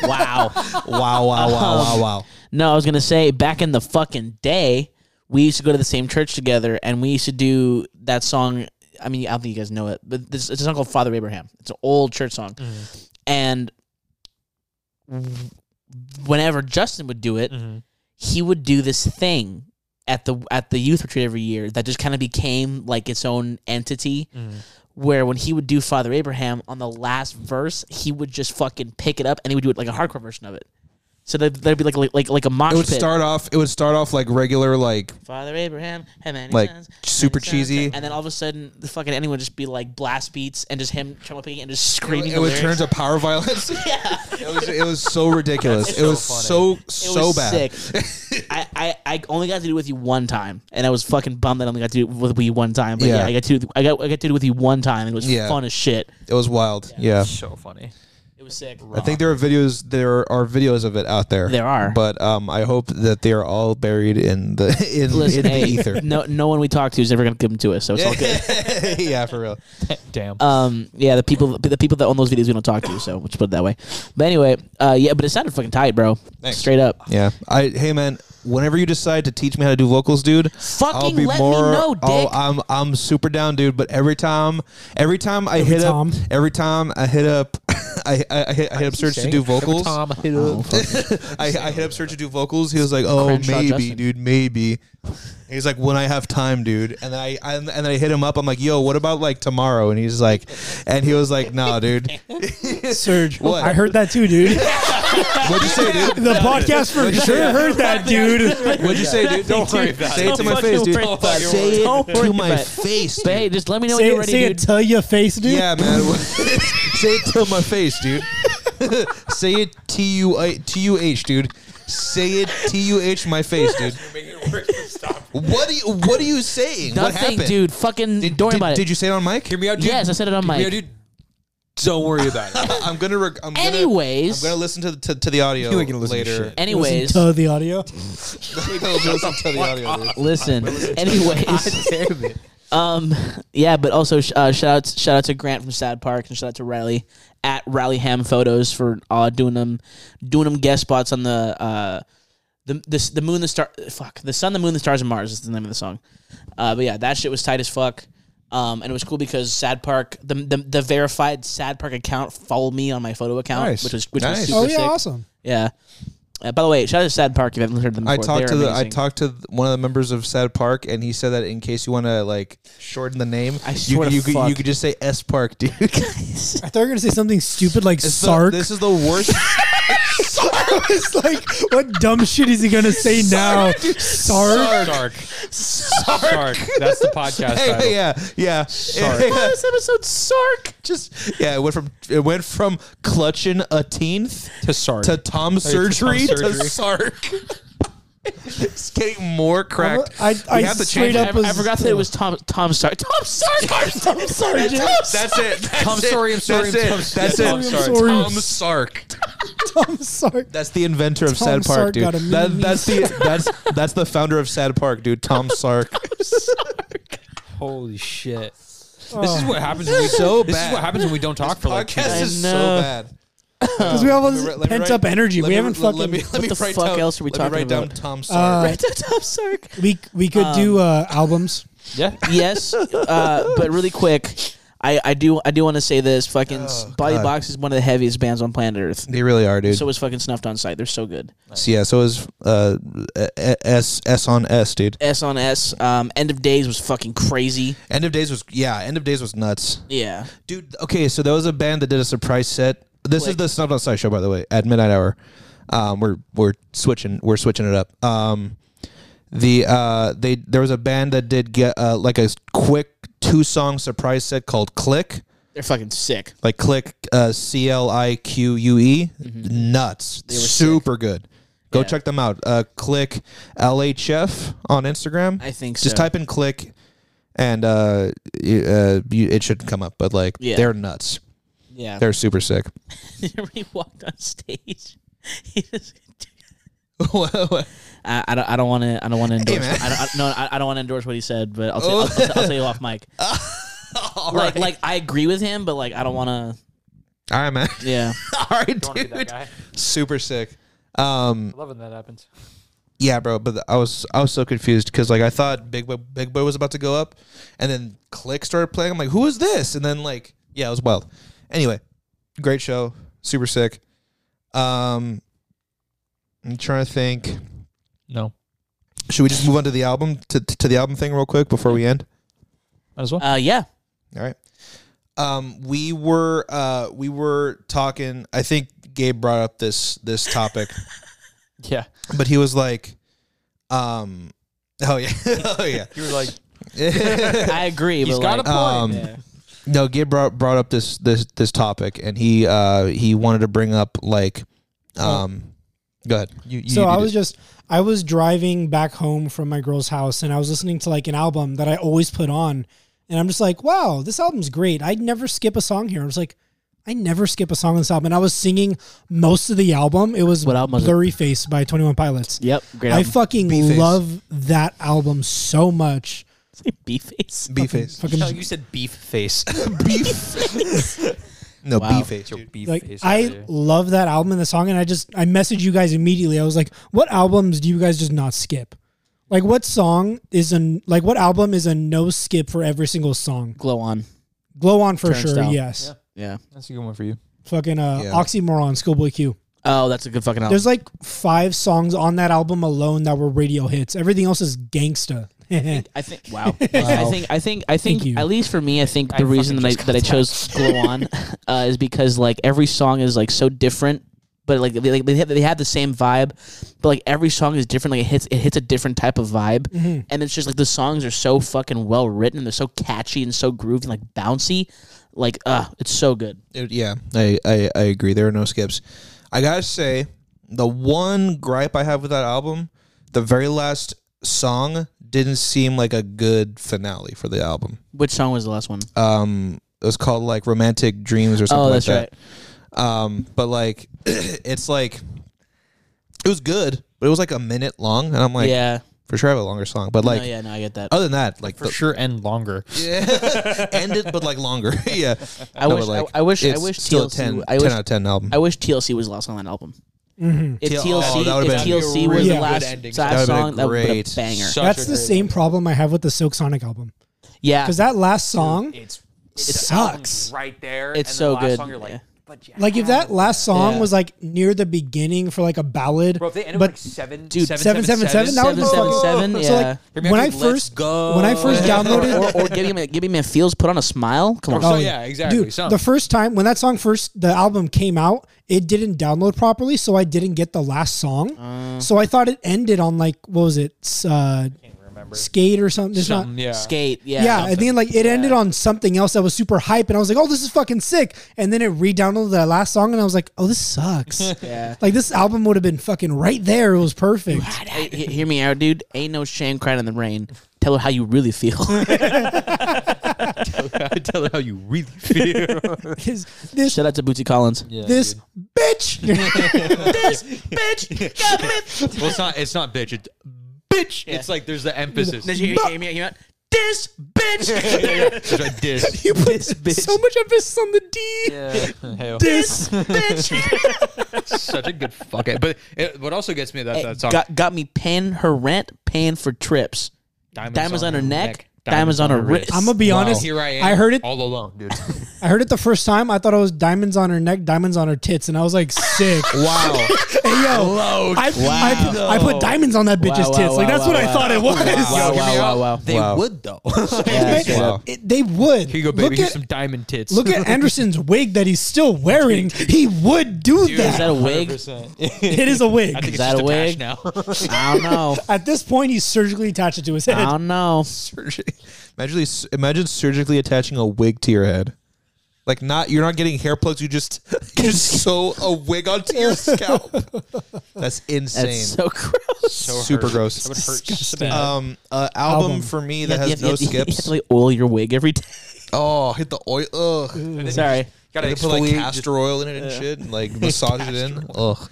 [SPEAKER 2] Wow! Wow! Wow! Wow! Wow!
[SPEAKER 3] No, I was gonna say back in the fucking day, we used to go to the same church together, and we used to do that song. I mean, I don't think you guys know it, but this, it's a song called "Father Abraham." It's an old church song, and w- whenever Justin would do it, he would do this thing at the at the youth retreat every year that just kind of became like its own entity. Where when he would do Father Abraham on the last verse, he would just fucking pick it up and he would do it like a hardcore version of it. So that'd, that'd be like like like, like a mosh
[SPEAKER 2] It would
[SPEAKER 3] pit.
[SPEAKER 2] start off. It would start off like regular, like
[SPEAKER 3] Father Abraham had many
[SPEAKER 2] Like,
[SPEAKER 3] sons,
[SPEAKER 2] super
[SPEAKER 3] many sons,
[SPEAKER 2] cheesy.
[SPEAKER 3] and then all of a sudden, the fucking anyone would just be like blast beats and just him trumpeting and just screaming.
[SPEAKER 2] it would
[SPEAKER 3] the
[SPEAKER 2] turn
[SPEAKER 3] lyrics.
[SPEAKER 2] to power violence.
[SPEAKER 3] Yeah,
[SPEAKER 2] It was it was so ridiculous.
[SPEAKER 3] That's
[SPEAKER 2] it was
[SPEAKER 5] so
[SPEAKER 2] so
[SPEAKER 3] It
[SPEAKER 2] so
[SPEAKER 3] was
[SPEAKER 2] bad.
[SPEAKER 3] Sick. I, I, I only got to do it with you one time, and I was fucking bummed that I only got to do it with you one time. But yeah,
[SPEAKER 2] Yeah.
[SPEAKER 3] I got to I got I got to do it with you one time, and it was
[SPEAKER 2] Yeah.
[SPEAKER 3] fun as shit.
[SPEAKER 2] It was wild. Yeah.
[SPEAKER 4] So funny.
[SPEAKER 3] It was sick.
[SPEAKER 2] I think there are videos. There are videos of it out there.
[SPEAKER 3] There are.
[SPEAKER 2] but um, I hope that they are all buried in the in,
[SPEAKER 3] Listen,
[SPEAKER 2] in the
[SPEAKER 3] hey,
[SPEAKER 2] ether.
[SPEAKER 3] no no one we talk to is ever gonna give them to us, so it's all good.
[SPEAKER 2] yeah, for real.
[SPEAKER 4] Damn.
[SPEAKER 3] Um, yeah, the people the people that own those videos we don't talk to, so let's put it that way. But anyway, uh, yeah, but it sounded fucking tight, bro. Straight up.
[SPEAKER 2] Yeah. I hey man, whenever you decide to teach me how to do vocals, dude, I'll
[SPEAKER 3] Fucking
[SPEAKER 2] be
[SPEAKER 3] let me
[SPEAKER 2] more.
[SPEAKER 3] know,
[SPEAKER 2] Oh,
[SPEAKER 3] dick.
[SPEAKER 2] I'm I'm super down, dude. But every time, every time I hit
[SPEAKER 1] Tom.
[SPEAKER 2] up, every time I hit up, I I, I hit I hit up search to do vocals. I, I hit up search to do vocals. He was like, "Oh,
[SPEAKER 3] Crenshaw
[SPEAKER 2] maybe,
[SPEAKER 3] Justin.
[SPEAKER 2] dude, maybe." He's like, "When I have time, dude." And then I, I and then I hit him up. I'm like, "Yo, what about like tomorrow?" And he's like, and he was like, "Nah, dude."
[SPEAKER 1] Surge.
[SPEAKER 2] What?
[SPEAKER 1] I heard that too, dude.
[SPEAKER 2] What'd you say, dude?
[SPEAKER 1] The podcast for sure heard that, dude.
[SPEAKER 2] What'd you say, dude? Don't worry Say it to my face, dude.
[SPEAKER 3] worry about it.
[SPEAKER 2] Say
[SPEAKER 3] Don't
[SPEAKER 2] it
[SPEAKER 3] worry
[SPEAKER 2] to my
[SPEAKER 3] about it.
[SPEAKER 2] face,
[SPEAKER 3] But
[SPEAKER 2] dude.
[SPEAKER 3] hey, just let me know when
[SPEAKER 1] Say,
[SPEAKER 3] you're
[SPEAKER 1] it-
[SPEAKER 3] ready,
[SPEAKER 1] say it
[SPEAKER 3] dude.
[SPEAKER 1] to your face, dude.
[SPEAKER 2] Yeah, man. say it to my face, dude. say it T U I- T U H, dude. Say it T U H my face, dude. What are you what are you saying? what
[SPEAKER 3] Nothing,
[SPEAKER 2] happened?
[SPEAKER 3] dude. Fucking
[SPEAKER 2] Did,
[SPEAKER 3] don't worry
[SPEAKER 2] did,
[SPEAKER 3] about it.
[SPEAKER 2] did you say it on mic?
[SPEAKER 4] Hear me out, dude.
[SPEAKER 3] Yes, I said it on
[SPEAKER 4] Hear me
[SPEAKER 3] mic.
[SPEAKER 4] out, dude. Don't worry about it.
[SPEAKER 2] I'm gonna. Reg- I'm gonna.
[SPEAKER 3] Anyways,
[SPEAKER 2] I'm gonna listen to the, to, to the audio
[SPEAKER 6] You ain't gonna listen to
[SPEAKER 2] later.
[SPEAKER 6] shit.
[SPEAKER 3] anyways,
[SPEAKER 1] Listen to the audio.
[SPEAKER 2] I'm gonna listen to the audio. dude.
[SPEAKER 3] listen. anyways, um, yeah, but also sh- uh, shout out shout out to Grant from Sad Park and shout out to Riley at Riley Ham Photos for uh, doing them doing them guest spots on the uh the the, the moon the star fuck the sun the moon the stars and Mars is the name of the song. Uh, but yeah, that shit was tight as fuck. Um, and it was cool because Sad Park, the, the the verified Sad Park account followed me on my photo account,
[SPEAKER 2] Nice.
[SPEAKER 3] which was which
[SPEAKER 2] Nice.
[SPEAKER 3] was super
[SPEAKER 1] Oh yeah,
[SPEAKER 3] sick.
[SPEAKER 1] awesome.
[SPEAKER 3] Yeah. Uh, by the way, shout out to Sad Park if you haven't heard them.
[SPEAKER 2] I
[SPEAKER 3] Before.
[SPEAKER 2] talked to
[SPEAKER 3] They're
[SPEAKER 2] the. I
[SPEAKER 3] amazing.
[SPEAKER 2] talked to th- one of the members of Sad Park, and he said that in case you want to like shorten the name,
[SPEAKER 3] I
[SPEAKER 2] you
[SPEAKER 3] swear
[SPEAKER 2] could-
[SPEAKER 3] to
[SPEAKER 2] you, could- you
[SPEAKER 3] fuck.
[SPEAKER 2] could just say S Park, dude.
[SPEAKER 1] I thought you were gonna say something stupid like
[SPEAKER 2] It's the-
[SPEAKER 1] Sark.
[SPEAKER 2] this is the worst.
[SPEAKER 1] I was like, what dumb shit is he gonna say now? Sark.
[SPEAKER 4] Sark. Sark. That's the podcast
[SPEAKER 2] Hey,
[SPEAKER 4] title.
[SPEAKER 2] yeah, yeah. yeah.
[SPEAKER 3] this episode Sark.
[SPEAKER 2] Just yeah, it went from it went from clutching a teenth
[SPEAKER 4] To Sark.
[SPEAKER 2] to Tom surgery to,
[SPEAKER 4] surgery.
[SPEAKER 2] Sark. it's getting more cracked.
[SPEAKER 1] I, I,
[SPEAKER 2] We have to
[SPEAKER 1] straight
[SPEAKER 2] change
[SPEAKER 1] up
[SPEAKER 3] I,
[SPEAKER 1] was.
[SPEAKER 3] I forgot that it was Tom Tom Sark. Tom Sark. Tom Sark. Tom Sark.
[SPEAKER 2] That's it. That's
[SPEAKER 4] Tom
[SPEAKER 2] it.
[SPEAKER 4] Sorry, I'm sorry,
[SPEAKER 2] That's it.
[SPEAKER 4] I'm Tom sorry.
[SPEAKER 2] That's
[SPEAKER 4] Yeah,
[SPEAKER 2] it.
[SPEAKER 4] Tom Sorry.
[SPEAKER 1] Sorry.
[SPEAKER 2] Tom Sark.
[SPEAKER 1] Tom Sark.
[SPEAKER 2] That's the inventor of
[SPEAKER 1] Tom
[SPEAKER 2] Sad Park,
[SPEAKER 1] Sark
[SPEAKER 2] dude.
[SPEAKER 1] got a
[SPEAKER 2] That,
[SPEAKER 1] mini
[SPEAKER 2] that's the that's that's the founder of Sad Park, dude. Tom Sark.
[SPEAKER 4] Holy shit. This
[SPEAKER 1] Oh.
[SPEAKER 4] is what happens when we
[SPEAKER 2] So
[SPEAKER 4] This
[SPEAKER 2] bad.
[SPEAKER 4] is what happens when we don't talk for like two
[SPEAKER 2] Podcast
[SPEAKER 4] days.
[SPEAKER 2] is so
[SPEAKER 3] know.
[SPEAKER 2] bad.
[SPEAKER 1] Because we have all this
[SPEAKER 2] Oh, Let me- let me
[SPEAKER 1] pent
[SPEAKER 2] write-
[SPEAKER 1] up energy.
[SPEAKER 2] let
[SPEAKER 1] We
[SPEAKER 2] me-
[SPEAKER 1] haven't
[SPEAKER 2] let-
[SPEAKER 1] fucking.
[SPEAKER 2] Let me, let me
[SPEAKER 3] What the
[SPEAKER 2] write
[SPEAKER 3] fuck
[SPEAKER 2] down,
[SPEAKER 3] else are we
[SPEAKER 2] let me
[SPEAKER 3] talking
[SPEAKER 2] write
[SPEAKER 3] about?
[SPEAKER 2] down Tom Sark.
[SPEAKER 1] uh,
[SPEAKER 3] Tom Sark.
[SPEAKER 1] we we could
[SPEAKER 2] Um,
[SPEAKER 1] do uh, albums.
[SPEAKER 4] Yeah.
[SPEAKER 3] Yes, uh, but really quick, I, I do I do want to say this. Fucking Body
[SPEAKER 2] Oh, God.
[SPEAKER 3] Box is one of the heaviest bands on planet Earth.
[SPEAKER 2] they really are, dude.
[SPEAKER 3] So was fucking snuffed on sight. They're so good.
[SPEAKER 2] So yeah, so is uh, S S on S, dude.
[SPEAKER 3] S on S. Um, End of Days was fucking crazy.
[SPEAKER 2] End of Days was yeah, End of Days was nuts,
[SPEAKER 3] Yeah.
[SPEAKER 2] dude. Okay, so there was a band that did a surprise set. This is
[SPEAKER 3] Click.
[SPEAKER 2] the Snubbed Outside show, by the way, at midnight hour. Um, we're we're switching we're switching it up. Um, the uh, they there was a band that did get uh, like a quick two song surprise set called Click.
[SPEAKER 3] They're fucking sick.
[SPEAKER 2] like click uh, C L I Q U E.
[SPEAKER 3] Mm-hmm.
[SPEAKER 2] Nuts. Super good. Go
[SPEAKER 3] Yeah.
[SPEAKER 2] check them out. Uh, click LHF on Instagram.
[SPEAKER 3] I think
[SPEAKER 2] Just
[SPEAKER 3] so.
[SPEAKER 2] type in click and uh, y- uh, you, it should come up. But like,
[SPEAKER 3] Yeah.
[SPEAKER 2] they're nuts.
[SPEAKER 3] Yeah.
[SPEAKER 2] They're super sick.
[SPEAKER 3] Whenever he walked on stage, he just.
[SPEAKER 2] oh,
[SPEAKER 3] I, I don't. I don't want to. I don't want to endorse.
[SPEAKER 2] man.
[SPEAKER 3] I don't, I, no, I, I don't want to endorse what he said, but I'll, tell- I'll, I'll, I'll tell you off mic. like, like I agree with him, but like I don't want
[SPEAKER 2] All right, man.
[SPEAKER 3] to. Yeah,
[SPEAKER 2] All right,
[SPEAKER 4] Don't wanna be that
[SPEAKER 2] dude.
[SPEAKER 4] guy.
[SPEAKER 2] Super sick. Um,
[SPEAKER 4] I love when that happens.
[SPEAKER 2] yeah, bro. But I was I was so confused because like I thought Big Boy, Big Boy was about to go up, and then Click started playing. I'm like, who is this? And then like, yeah, it was wild. Anyway, great show, super sick. Um, I'm trying to think.
[SPEAKER 4] No.
[SPEAKER 2] Should we just move on to the album to to the album thing real quick before we end?
[SPEAKER 4] Might as well.
[SPEAKER 3] uh, yeah.
[SPEAKER 2] All right. Um, we were uh, we were talking. I think Gabe brought up this this topic
[SPEAKER 4] Yeah.
[SPEAKER 2] but he was like, um, oh yeah, oh yeah.
[SPEAKER 6] You were like,
[SPEAKER 3] I agree.
[SPEAKER 4] He's
[SPEAKER 3] but
[SPEAKER 4] got
[SPEAKER 3] like,
[SPEAKER 4] a point.
[SPEAKER 2] Um, No, Gabe brought, brought up this this this topic, and he uh he wanted to bring up like, um, go ahead. You, you
[SPEAKER 1] So
[SPEAKER 2] you
[SPEAKER 1] I
[SPEAKER 2] did
[SPEAKER 1] was
[SPEAKER 2] it.
[SPEAKER 1] just I was driving back home from my girl's house and I was listening to like an album that I always put on and I'm just like, wow, this album's great. I'd never skip a song here. I was like, I never skip a song on this album. And I was singing most of the album. It was
[SPEAKER 3] What album was it?
[SPEAKER 1] Blurry Face by Twenty One Pilots.
[SPEAKER 3] Yep, great
[SPEAKER 1] I
[SPEAKER 3] album.
[SPEAKER 1] fucking
[SPEAKER 2] B-Face.
[SPEAKER 1] love that album so much.
[SPEAKER 3] beef face.
[SPEAKER 2] B face,
[SPEAKER 1] Fucking
[SPEAKER 6] no, you said beef face.
[SPEAKER 2] no
[SPEAKER 3] Wow.
[SPEAKER 2] B face.
[SPEAKER 6] Your beef
[SPEAKER 1] like
[SPEAKER 6] face.
[SPEAKER 1] I
[SPEAKER 6] over there.
[SPEAKER 1] love that album and the song, and I just I messaged you guys immediately. I was like, "What albums do you guys just not skip? Like, what song is a like what album is a no skip for every single song?
[SPEAKER 3] Glow on.
[SPEAKER 1] Glow on for sure,
[SPEAKER 3] Turnstile.
[SPEAKER 1] yes.
[SPEAKER 3] Yeah.
[SPEAKER 4] That's a good one for you.
[SPEAKER 1] Fucking uh,
[SPEAKER 2] Yeah.
[SPEAKER 1] oxymoron, Schoolboy Q.
[SPEAKER 3] Oh, that's a good fucking album.
[SPEAKER 1] There's like five songs on that album alone that were radio hits. Everything else is gangsta.
[SPEAKER 3] I think. Wow. I think. I think. I think.
[SPEAKER 1] Thank you.
[SPEAKER 3] at least for me, I think the
[SPEAKER 4] I
[SPEAKER 3] reason
[SPEAKER 4] fucking
[SPEAKER 3] that I,
[SPEAKER 4] just
[SPEAKER 3] that I chose Glow On uh, is because like every song is like so different, but like they, like, they have they have the same vibe, but like every song is different. Like it hits it hits a different type of vibe,
[SPEAKER 4] Mm-hmm.
[SPEAKER 3] and it's just like the songs are so fucking well written. They're so catchy and so groovy, and, like bouncy. Like uh, it's so good.
[SPEAKER 2] It- yeah, I, I I agree. There are no skips. I gotta say, the one gripe I have with that album, the very last song didn't seem like a good finale for the album.
[SPEAKER 3] Which song was the last one?
[SPEAKER 2] Um, it was called like "Romantic Dreams" or something.
[SPEAKER 3] oh, that's
[SPEAKER 2] like that.
[SPEAKER 3] right.
[SPEAKER 2] Um, but like, it's like it was good, but it was like a minute long, and I'm like,
[SPEAKER 3] yeah.
[SPEAKER 2] for sure I have a longer song. But like,
[SPEAKER 3] no, yeah. No, I get that.
[SPEAKER 2] other than that, like,
[SPEAKER 4] For
[SPEAKER 2] the,
[SPEAKER 4] sure and longer.
[SPEAKER 2] end it, but like longer. yeah,
[SPEAKER 3] I
[SPEAKER 2] No,
[SPEAKER 3] wish.
[SPEAKER 2] but, like,
[SPEAKER 3] I, I wish. I
[SPEAKER 2] it's
[SPEAKER 3] wish
[SPEAKER 2] still
[SPEAKER 3] TLC.
[SPEAKER 2] a 10,
[SPEAKER 3] I wish
[SPEAKER 2] 10 out of ten album.
[SPEAKER 3] I wish TLC was the last song on that album.
[SPEAKER 1] Mm-hmm.
[SPEAKER 3] If
[SPEAKER 2] TL-
[SPEAKER 3] TLC,
[SPEAKER 2] oh, that would've
[SPEAKER 3] if
[SPEAKER 2] been-
[SPEAKER 3] TLC
[SPEAKER 6] That'd be
[SPEAKER 3] was
[SPEAKER 6] a
[SPEAKER 1] really
[SPEAKER 3] the
[SPEAKER 1] good
[SPEAKER 3] last
[SPEAKER 6] ending.
[SPEAKER 3] last
[SPEAKER 2] That would've
[SPEAKER 3] song,
[SPEAKER 2] been
[SPEAKER 3] that would have been
[SPEAKER 2] great.
[SPEAKER 3] a banger.
[SPEAKER 6] Such
[SPEAKER 1] That's
[SPEAKER 6] a
[SPEAKER 1] the
[SPEAKER 6] great-
[SPEAKER 1] same problem I have with the Silk Sonic album
[SPEAKER 3] yeah,
[SPEAKER 1] because that last song.
[SPEAKER 6] It's
[SPEAKER 1] sucks.
[SPEAKER 6] right there.
[SPEAKER 3] It's
[SPEAKER 6] and
[SPEAKER 3] so
[SPEAKER 6] then the last
[SPEAKER 3] good,
[SPEAKER 6] Song, you're like,
[SPEAKER 3] yeah.
[SPEAKER 6] but yeah.
[SPEAKER 1] Like if that last song
[SPEAKER 3] Yeah.
[SPEAKER 1] was like near the beginning for like a ballad,
[SPEAKER 6] Bro, if they ended
[SPEAKER 1] but
[SPEAKER 6] with like seven,
[SPEAKER 3] Dude,
[SPEAKER 1] seven seven seven, that
[SPEAKER 3] seven
[SPEAKER 1] was
[SPEAKER 3] seven
[SPEAKER 1] motherfucking-
[SPEAKER 3] seven. Yeah.
[SPEAKER 1] So like
[SPEAKER 6] Remember,
[SPEAKER 1] when I
[SPEAKER 6] let's
[SPEAKER 1] first
[SPEAKER 6] go.
[SPEAKER 1] when I first downloaded Oh,
[SPEAKER 3] or, or giving me giving me a feels, put on a smile. Come on,
[SPEAKER 4] so yeah, exactly.
[SPEAKER 1] Dude,
[SPEAKER 4] something.
[SPEAKER 1] the first time when that song first, the album came out, it didn't download properly, so I didn't get the last song. so I thought it ended on like what was it, S- uh, skate or something? There's
[SPEAKER 4] Something,
[SPEAKER 1] not.
[SPEAKER 4] yeah.
[SPEAKER 3] skate. Yeah,
[SPEAKER 1] Yeah, I think like it ended on something else that was super hype, and I was like, "Oh, this is fucking sick!" And then it re-downloaded that last song, and I was like, "Oh, this sucks."
[SPEAKER 3] Yeah.
[SPEAKER 1] like this album would have been fucking right there. It was perfect.
[SPEAKER 3] Hey, he- hear me out, dude. Ain't no shame crying in the rain. Tell her how you really feel.
[SPEAKER 4] tell her how you really feel.
[SPEAKER 1] this this
[SPEAKER 3] Shout out to Bootsy Collins.
[SPEAKER 1] this bitch.
[SPEAKER 3] This bitch got me.
[SPEAKER 4] well, it's not. It's not bitch. It's bitch. It's like there's the emphasis.
[SPEAKER 3] Did you hear me out? This bitch.
[SPEAKER 4] There's a dis.
[SPEAKER 1] you put so much emphasis on the D. This
[SPEAKER 3] bitch.
[SPEAKER 4] Such a good fuck. But it, what also gets me that that song.
[SPEAKER 3] got got me paying her rent, paying for trips.
[SPEAKER 4] diamonds,
[SPEAKER 3] Diamonds on her neck, diamonds on her wrist.
[SPEAKER 1] I'm gonna be honest.
[SPEAKER 4] Oh, Here I am.
[SPEAKER 1] I heard it.
[SPEAKER 4] all alone, dude.
[SPEAKER 1] I heard it the first time. I thought it was diamonds on her neck, diamonds on her tits, and I was like, sick.
[SPEAKER 2] wow,
[SPEAKER 1] hey, yo, I, I, I put diamonds on that bitch's
[SPEAKER 3] wow,
[SPEAKER 1] tits. Like
[SPEAKER 3] wow,
[SPEAKER 1] that's what
[SPEAKER 3] wow,
[SPEAKER 1] I
[SPEAKER 3] wow.
[SPEAKER 1] thought it was.
[SPEAKER 3] Wow, wow, wow, wow.
[SPEAKER 6] They
[SPEAKER 2] Wow.
[SPEAKER 6] would though.
[SPEAKER 3] Yeah,
[SPEAKER 1] They-
[SPEAKER 3] straight up.
[SPEAKER 1] it- they would.
[SPEAKER 4] Here you go, baby.
[SPEAKER 1] Look
[SPEAKER 4] Here's
[SPEAKER 1] at,
[SPEAKER 4] some diamond tits.
[SPEAKER 1] look at Anderson's wig that he's still wearing. He would do
[SPEAKER 3] Is that
[SPEAKER 1] that.
[SPEAKER 3] a wig?
[SPEAKER 1] It is a wig.
[SPEAKER 3] Is that a wig?
[SPEAKER 4] now.
[SPEAKER 3] I don't know.
[SPEAKER 1] At this point, he's surgically attached it to his
[SPEAKER 3] I
[SPEAKER 1] head.
[SPEAKER 3] don't know.
[SPEAKER 2] Surgi- imagine imagine surgically attaching a wig to your head. Like not you're not getting hair plugs. You just you just sew a wig onto your scalp. That's insane.
[SPEAKER 3] That's so gross.
[SPEAKER 2] Super gross.
[SPEAKER 4] That would hurt.
[SPEAKER 1] Disgusting.
[SPEAKER 2] Um, uh, album,
[SPEAKER 1] Album.
[SPEAKER 2] for me
[SPEAKER 3] You
[SPEAKER 2] that
[SPEAKER 3] have-
[SPEAKER 2] has
[SPEAKER 3] you
[SPEAKER 2] no
[SPEAKER 3] have- you have
[SPEAKER 2] skips.
[SPEAKER 3] to, like oil your wig every day.
[SPEAKER 2] oh, hit the oil. Ugh.
[SPEAKER 3] Sorry.
[SPEAKER 2] Gotta put like castor oil in it and shit, and like massage it in. Ugh.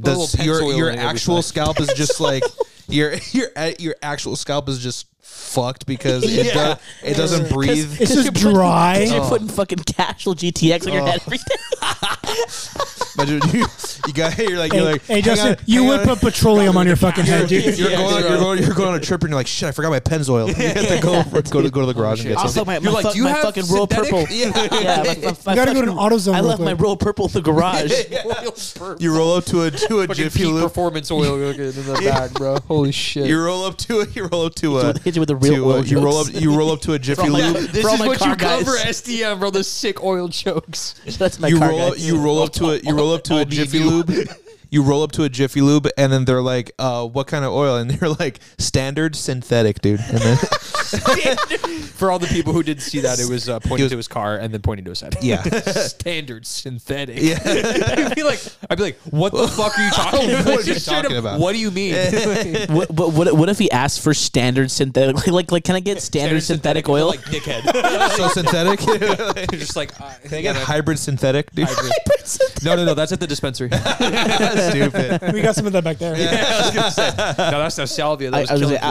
[SPEAKER 2] Does
[SPEAKER 6] pencil
[SPEAKER 2] your
[SPEAKER 6] oil
[SPEAKER 2] your
[SPEAKER 6] in it every
[SPEAKER 2] actual
[SPEAKER 6] time.
[SPEAKER 2] scalp is just like your your your actual scalp is just fucked because it does, it doesn't breathe.
[SPEAKER 1] It's just
[SPEAKER 3] You're putting-
[SPEAKER 1] dry.
[SPEAKER 3] You're putting fucking casual GTX on your head every day.
[SPEAKER 2] Imagine you, you got you're like
[SPEAKER 1] Hey,
[SPEAKER 2] you're like
[SPEAKER 1] hey,
[SPEAKER 2] hang
[SPEAKER 1] Justin,
[SPEAKER 2] on,
[SPEAKER 1] you
[SPEAKER 2] hang
[SPEAKER 1] would
[SPEAKER 2] on.
[SPEAKER 1] put petroleum on your fucking head,
[SPEAKER 2] You're,
[SPEAKER 1] dude.
[SPEAKER 2] you're going, you're, going, you're going on a trip and you're like, shit, I forgot my pens oil. You have to go, go, to, go to the garage and get
[SPEAKER 3] Also,
[SPEAKER 2] something.
[SPEAKER 3] my, my,
[SPEAKER 2] You're like,
[SPEAKER 3] fuck,
[SPEAKER 2] "Do you
[SPEAKER 3] my
[SPEAKER 2] have
[SPEAKER 3] fucking royal
[SPEAKER 2] synthetic?"
[SPEAKER 3] purple.
[SPEAKER 2] Yeah.
[SPEAKER 3] Yeah, my, my, my
[SPEAKER 1] You gotta go to
[SPEAKER 3] fucking-
[SPEAKER 1] an AutoZone
[SPEAKER 3] I
[SPEAKER 1] real
[SPEAKER 3] left my
[SPEAKER 1] quick.
[SPEAKER 3] royal purple in the garage.
[SPEAKER 2] You roll up to a to a jiffy loop.
[SPEAKER 4] performance oil in the bag, bro. Holy shit.
[SPEAKER 2] You roll up to a you roll up to a
[SPEAKER 3] hit you with the real
[SPEAKER 2] to a-
[SPEAKER 3] oil
[SPEAKER 2] you roll up
[SPEAKER 3] jokes.
[SPEAKER 2] you roll up to a jiffy
[SPEAKER 3] my-
[SPEAKER 2] loop.
[SPEAKER 3] for all my car guys.
[SPEAKER 4] SDM, bro. The sick oil jokes.
[SPEAKER 3] That's my
[SPEAKER 2] you
[SPEAKER 3] car
[SPEAKER 2] roll
[SPEAKER 3] guy.
[SPEAKER 2] up, you roll up to a you roll up to a jiffy lube. you roll up to a Jiffy Lube, and then they're like, uh, "What kind of oil?" And they're like, "Standard synthetic, dude." And then,
[SPEAKER 6] For all the people who didn't see that, it was uh, pointing
[SPEAKER 2] was-
[SPEAKER 6] to his car and then pointing to his head.
[SPEAKER 2] yeah,
[SPEAKER 6] Standard synthetic. I'd be like, I'd be like, what the fuck are you talking about?
[SPEAKER 2] What are you
[SPEAKER 6] Just straight
[SPEAKER 2] talking
[SPEAKER 6] up,
[SPEAKER 2] about?
[SPEAKER 6] What do you mean?
[SPEAKER 3] What, but what, what if he asked for standard synthetic? Like, like, like can I get standard, synthetic, oil?
[SPEAKER 6] Like dickhead.
[SPEAKER 2] so synthetic. Can
[SPEAKER 6] just like, uh,
[SPEAKER 2] I get hybrid synthetic, dude?
[SPEAKER 6] no, no, no. That's at the dispensary. no,
[SPEAKER 2] Stupid.
[SPEAKER 1] We got some of that back there.
[SPEAKER 6] that's no salvia. That
[SPEAKER 3] I,
[SPEAKER 6] was,
[SPEAKER 3] I was
[SPEAKER 6] killing
[SPEAKER 3] like,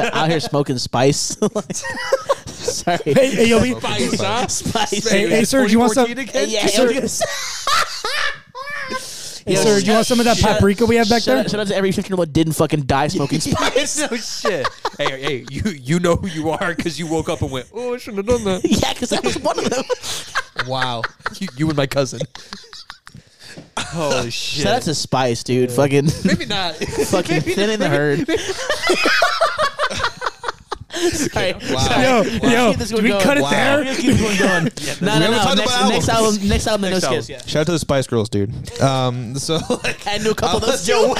[SPEAKER 3] out, out here smoking spice. Sorry.
[SPEAKER 1] Hey, hey, yo, we-
[SPEAKER 6] people.
[SPEAKER 3] spice.
[SPEAKER 1] Hey, hey, Serge, you want some?
[SPEAKER 3] Hey, yeah,
[SPEAKER 1] Hey, Serge,
[SPEAKER 3] Serge,
[SPEAKER 1] hey, Serge, you want some of that paprika we have back
[SPEAKER 3] shout
[SPEAKER 1] there?
[SPEAKER 3] out, shout out to every 15 year old didn't fucking die smoking spice.
[SPEAKER 6] no shit. hey, hey, you you know who you are because you woke up and went, oh, I shouldn't have done that.
[SPEAKER 3] yeah, because that was one of them.
[SPEAKER 6] Wow. you, you and my cousin. Holy shit.
[SPEAKER 3] Shout out to spice, dude. Fucking,
[SPEAKER 6] Maybe not.
[SPEAKER 3] fucking thinning the herd. Sorry. Sorry.
[SPEAKER 1] Yo, yo,
[SPEAKER 3] Keep this
[SPEAKER 1] do
[SPEAKER 3] one
[SPEAKER 1] we
[SPEAKER 3] going.
[SPEAKER 1] cut it
[SPEAKER 2] Wow.
[SPEAKER 1] there?
[SPEAKER 3] Let's keep this one going. No, no,
[SPEAKER 2] haven't
[SPEAKER 3] no.
[SPEAKER 2] talked
[SPEAKER 3] Next,
[SPEAKER 2] about albums.
[SPEAKER 3] next album, next album, the no
[SPEAKER 6] Next
[SPEAKER 3] skills. Yeah.
[SPEAKER 6] album.
[SPEAKER 2] Shout out to the Spice Girls, dude. Um, so like,
[SPEAKER 3] I knew a couple of those. too.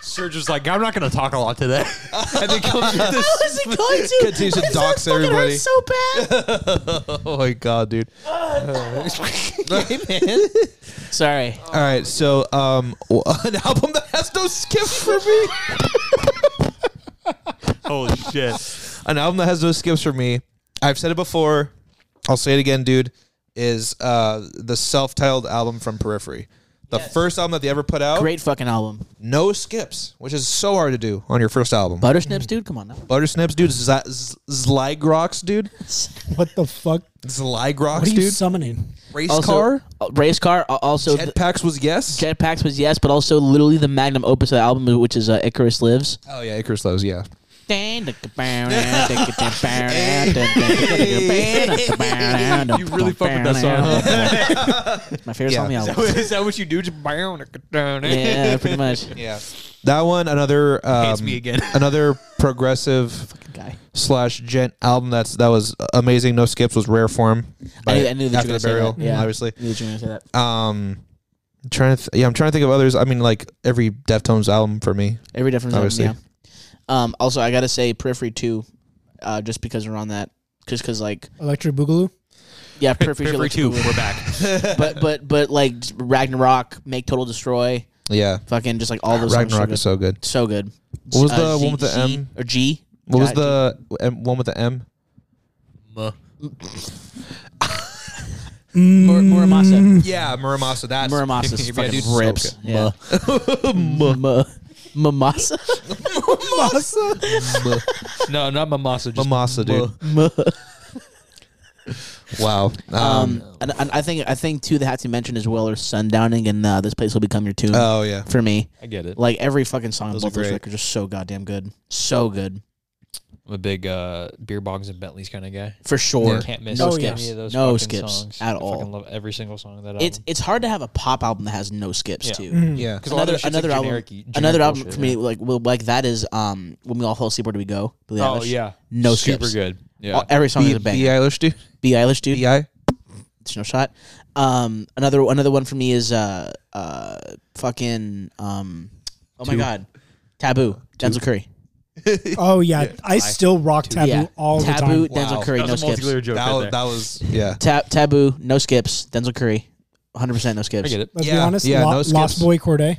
[SPEAKER 6] Serge was like, I'm not going to talk a lot today. and then comes with
[SPEAKER 3] How
[SPEAKER 6] this.
[SPEAKER 3] is it going to?
[SPEAKER 2] Continues to
[SPEAKER 3] Why
[SPEAKER 2] dox
[SPEAKER 3] does that fucking hurt
[SPEAKER 2] everybody.
[SPEAKER 3] so bad.
[SPEAKER 2] oh my god, dude.
[SPEAKER 3] Sorry.
[SPEAKER 2] All right, so um, w- an album that has no skip for me.
[SPEAKER 6] Holy shit.
[SPEAKER 2] an album that has no skips for me. I've said it before. I'll say it again, dude. Is uh, the self-titled album from Periphery, the first album that they ever put out?
[SPEAKER 3] Great fucking album.
[SPEAKER 2] No skips, which is so hard to do on your first album.
[SPEAKER 3] Butter Snips, dude. Come on now.
[SPEAKER 2] Buttersnips, dude. Z- Z- Zlygrox, dude.
[SPEAKER 1] What the fuck?
[SPEAKER 2] Zlygrox,
[SPEAKER 1] What are you
[SPEAKER 2] dude.
[SPEAKER 1] summoning?
[SPEAKER 2] Race
[SPEAKER 3] Also,
[SPEAKER 2] car.
[SPEAKER 3] uh, race car. uh, Also,
[SPEAKER 2] Ted
[SPEAKER 3] th-
[SPEAKER 2] Pax was yes.
[SPEAKER 3] Jetpacks was yes, but also literally the magnum opus of the album, which is uh, Icarus Lives.
[SPEAKER 2] oh yeah, Icarus Loves. Yeah.
[SPEAKER 3] you
[SPEAKER 6] really fuck with that song.
[SPEAKER 3] It's my favorite
[SPEAKER 2] Yeah.
[SPEAKER 3] song on the album.
[SPEAKER 6] Is that what you do? Just bionic down eh?
[SPEAKER 3] Yeah, pretty much.
[SPEAKER 2] Yeah. That one, another. Um,
[SPEAKER 6] Hates me again.
[SPEAKER 2] another progressive
[SPEAKER 3] Guy.
[SPEAKER 2] slash gent album that's that was amazing. No skips was rare form.
[SPEAKER 3] I knew- I knew that
[SPEAKER 2] after
[SPEAKER 3] you
[SPEAKER 2] the
[SPEAKER 3] were gonna say
[SPEAKER 2] burial,
[SPEAKER 3] that. Yeah.
[SPEAKER 2] obviously.
[SPEAKER 3] You were gonna say that.
[SPEAKER 2] Um, I'm trying to th- yeah, I'm trying to think of others. I mean, like every Deftones album for me.
[SPEAKER 3] Every different album,
[SPEAKER 2] Obviously.
[SPEAKER 3] yeah. Um, also, I gotta say Periphery Two, uh, just because we're on that, just because like
[SPEAKER 1] Electric Boogaloo?
[SPEAKER 3] yeah, Periphery,
[SPEAKER 6] Periphery
[SPEAKER 3] Two,
[SPEAKER 6] 2, we're back.
[SPEAKER 3] but but but like Ragnarok, Make Total Destroy,
[SPEAKER 2] Yeah,
[SPEAKER 3] fucking just like all those songs so
[SPEAKER 2] Ragnarok
[SPEAKER 3] good.
[SPEAKER 2] is so good.
[SPEAKER 3] so good.
[SPEAKER 2] What was
[SPEAKER 3] Uh,
[SPEAKER 2] the
[SPEAKER 3] Z-
[SPEAKER 2] one with the
[SPEAKER 3] Z
[SPEAKER 2] M?
[SPEAKER 3] or G?
[SPEAKER 2] What was
[SPEAKER 3] G-
[SPEAKER 2] the M, one with the M?
[SPEAKER 3] Mur- Muramasa?
[SPEAKER 2] Yeah, Muramasa. That's
[SPEAKER 3] Muramasa
[SPEAKER 2] Yeah,
[SPEAKER 3] fucking
[SPEAKER 2] dude, so
[SPEAKER 3] rips.
[SPEAKER 2] good.
[SPEAKER 3] yeah. Mu- Mamasa?
[SPEAKER 6] No, not Mamasa. Just
[SPEAKER 2] Muramasa, dude. wow. Um,
[SPEAKER 3] Um, and, and I think I think two that had to mention as well are Sundowning and uh, This Place Will Become Your Tomb.
[SPEAKER 2] oh yeah.
[SPEAKER 3] for me,
[SPEAKER 6] I get it.
[SPEAKER 3] like every fucking song on
[SPEAKER 2] Those
[SPEAKER 3] both
[SPEAKER 2] are
[SPEAKER 3] those
[SPEAKER 2] great.
[SPEAKER 3] records are so goddamn good, so good
[SPEAKER 6] I'm a big uh, beer bongs and Bentleys kind of guy.
[SPEAKER 3] for sure.
[SPEAKER 6] Can't miss
[SPEAKER 3] no
[SPEAKER 1] Oh, yeah.
[SPEAKER 3] skips,
[SPEAKER 6] any of those
[SPEAKER 3] no
[SPEAKER 6] fucking
[SPEAKER 3] skips
[SPEAKER 6] songs.
[SPEAKER 3] at
[SPEAKER 6] I fucking
[SPEAKER 3] all.
[SPEAKER 6] love every single song of that
[SPEAKER 3] It's
[SPEAKER 6] album.
[SPEAKER 3] it's hard to have a pop album that has no skips
[SPEAKER 6] Yeah.
[SPEAKER 3] too.
[SPEAKER 6] Mm-hmm.
[SPEAKER 2] Yeah.
[SPEAKER 6] Because
[SPEAKER 3] another another album another album for me like well, like that is um when we all fall asleep where do we go Billie
[SPEAKER 6] Oh
[SPEAKER 3] Eilish.
[SPEAKER 6] yeah,
[SPEAKER 3] no
[SPEAKER 6] super
[SPEAKER 3] skips Oh,
[SPEAKER 6] good. Yeah,
[SPEAKER 3] All- every song
[SPEAKER 2] B-
[SPEAKER 3] is a
[SPEAKER 2] B
[SPEAKER 3] banger
[SPEAKER 2] Eilish, dude.
[SPEAKER 3] Billie Eilish dude
[SPEAKER 2] B I.
[SPEAKER 3] it's no shot um another another one for me is uh uh fucking um oh my god Taboo Denzel Curry
[SPEAKER 1] Oh, yeah. I still rock Taboo
[SPEAKER 3] yeah
[SPEAKER 1] all the
[SPEAKER 3] Taboo
[SPEAKER 1] time.
[SPEAKER 3] Denzel
[SPEAKER 2] Wow.
[SPEAKER 3] Curry
[SPEAKER 6] That
[SPEAKER 3] no
[SPEAKER 6] was a
[SPEAKER 3] skips
[SPEAKER 6] multi-layer joke
[SPEAKER 2] That,
[SPEAKER 6] right
[SPEAKER 2] wa-
[SPEAKER 6] there.
[SPEAKER 2] that was yeah.
[SPEAKER 3] Ta- Taboo no skips Denzel Curry 100% no
[SPEAKER 6] I
[SPEAKER 3] skips
[SPEAKER 6] get it.
[SPEAKER 1] Let's be
[SPEAKER 2] Yeah,
[SPEAKER 1] honest.
[SPEAKER 2] yeah,
[SPEAKER 1] Lo-
[SPEAKER 2] no
[SPEAKER 1] Lost
[SPEAKER 2] skips.
[SPEAKER 1] Boy Corday.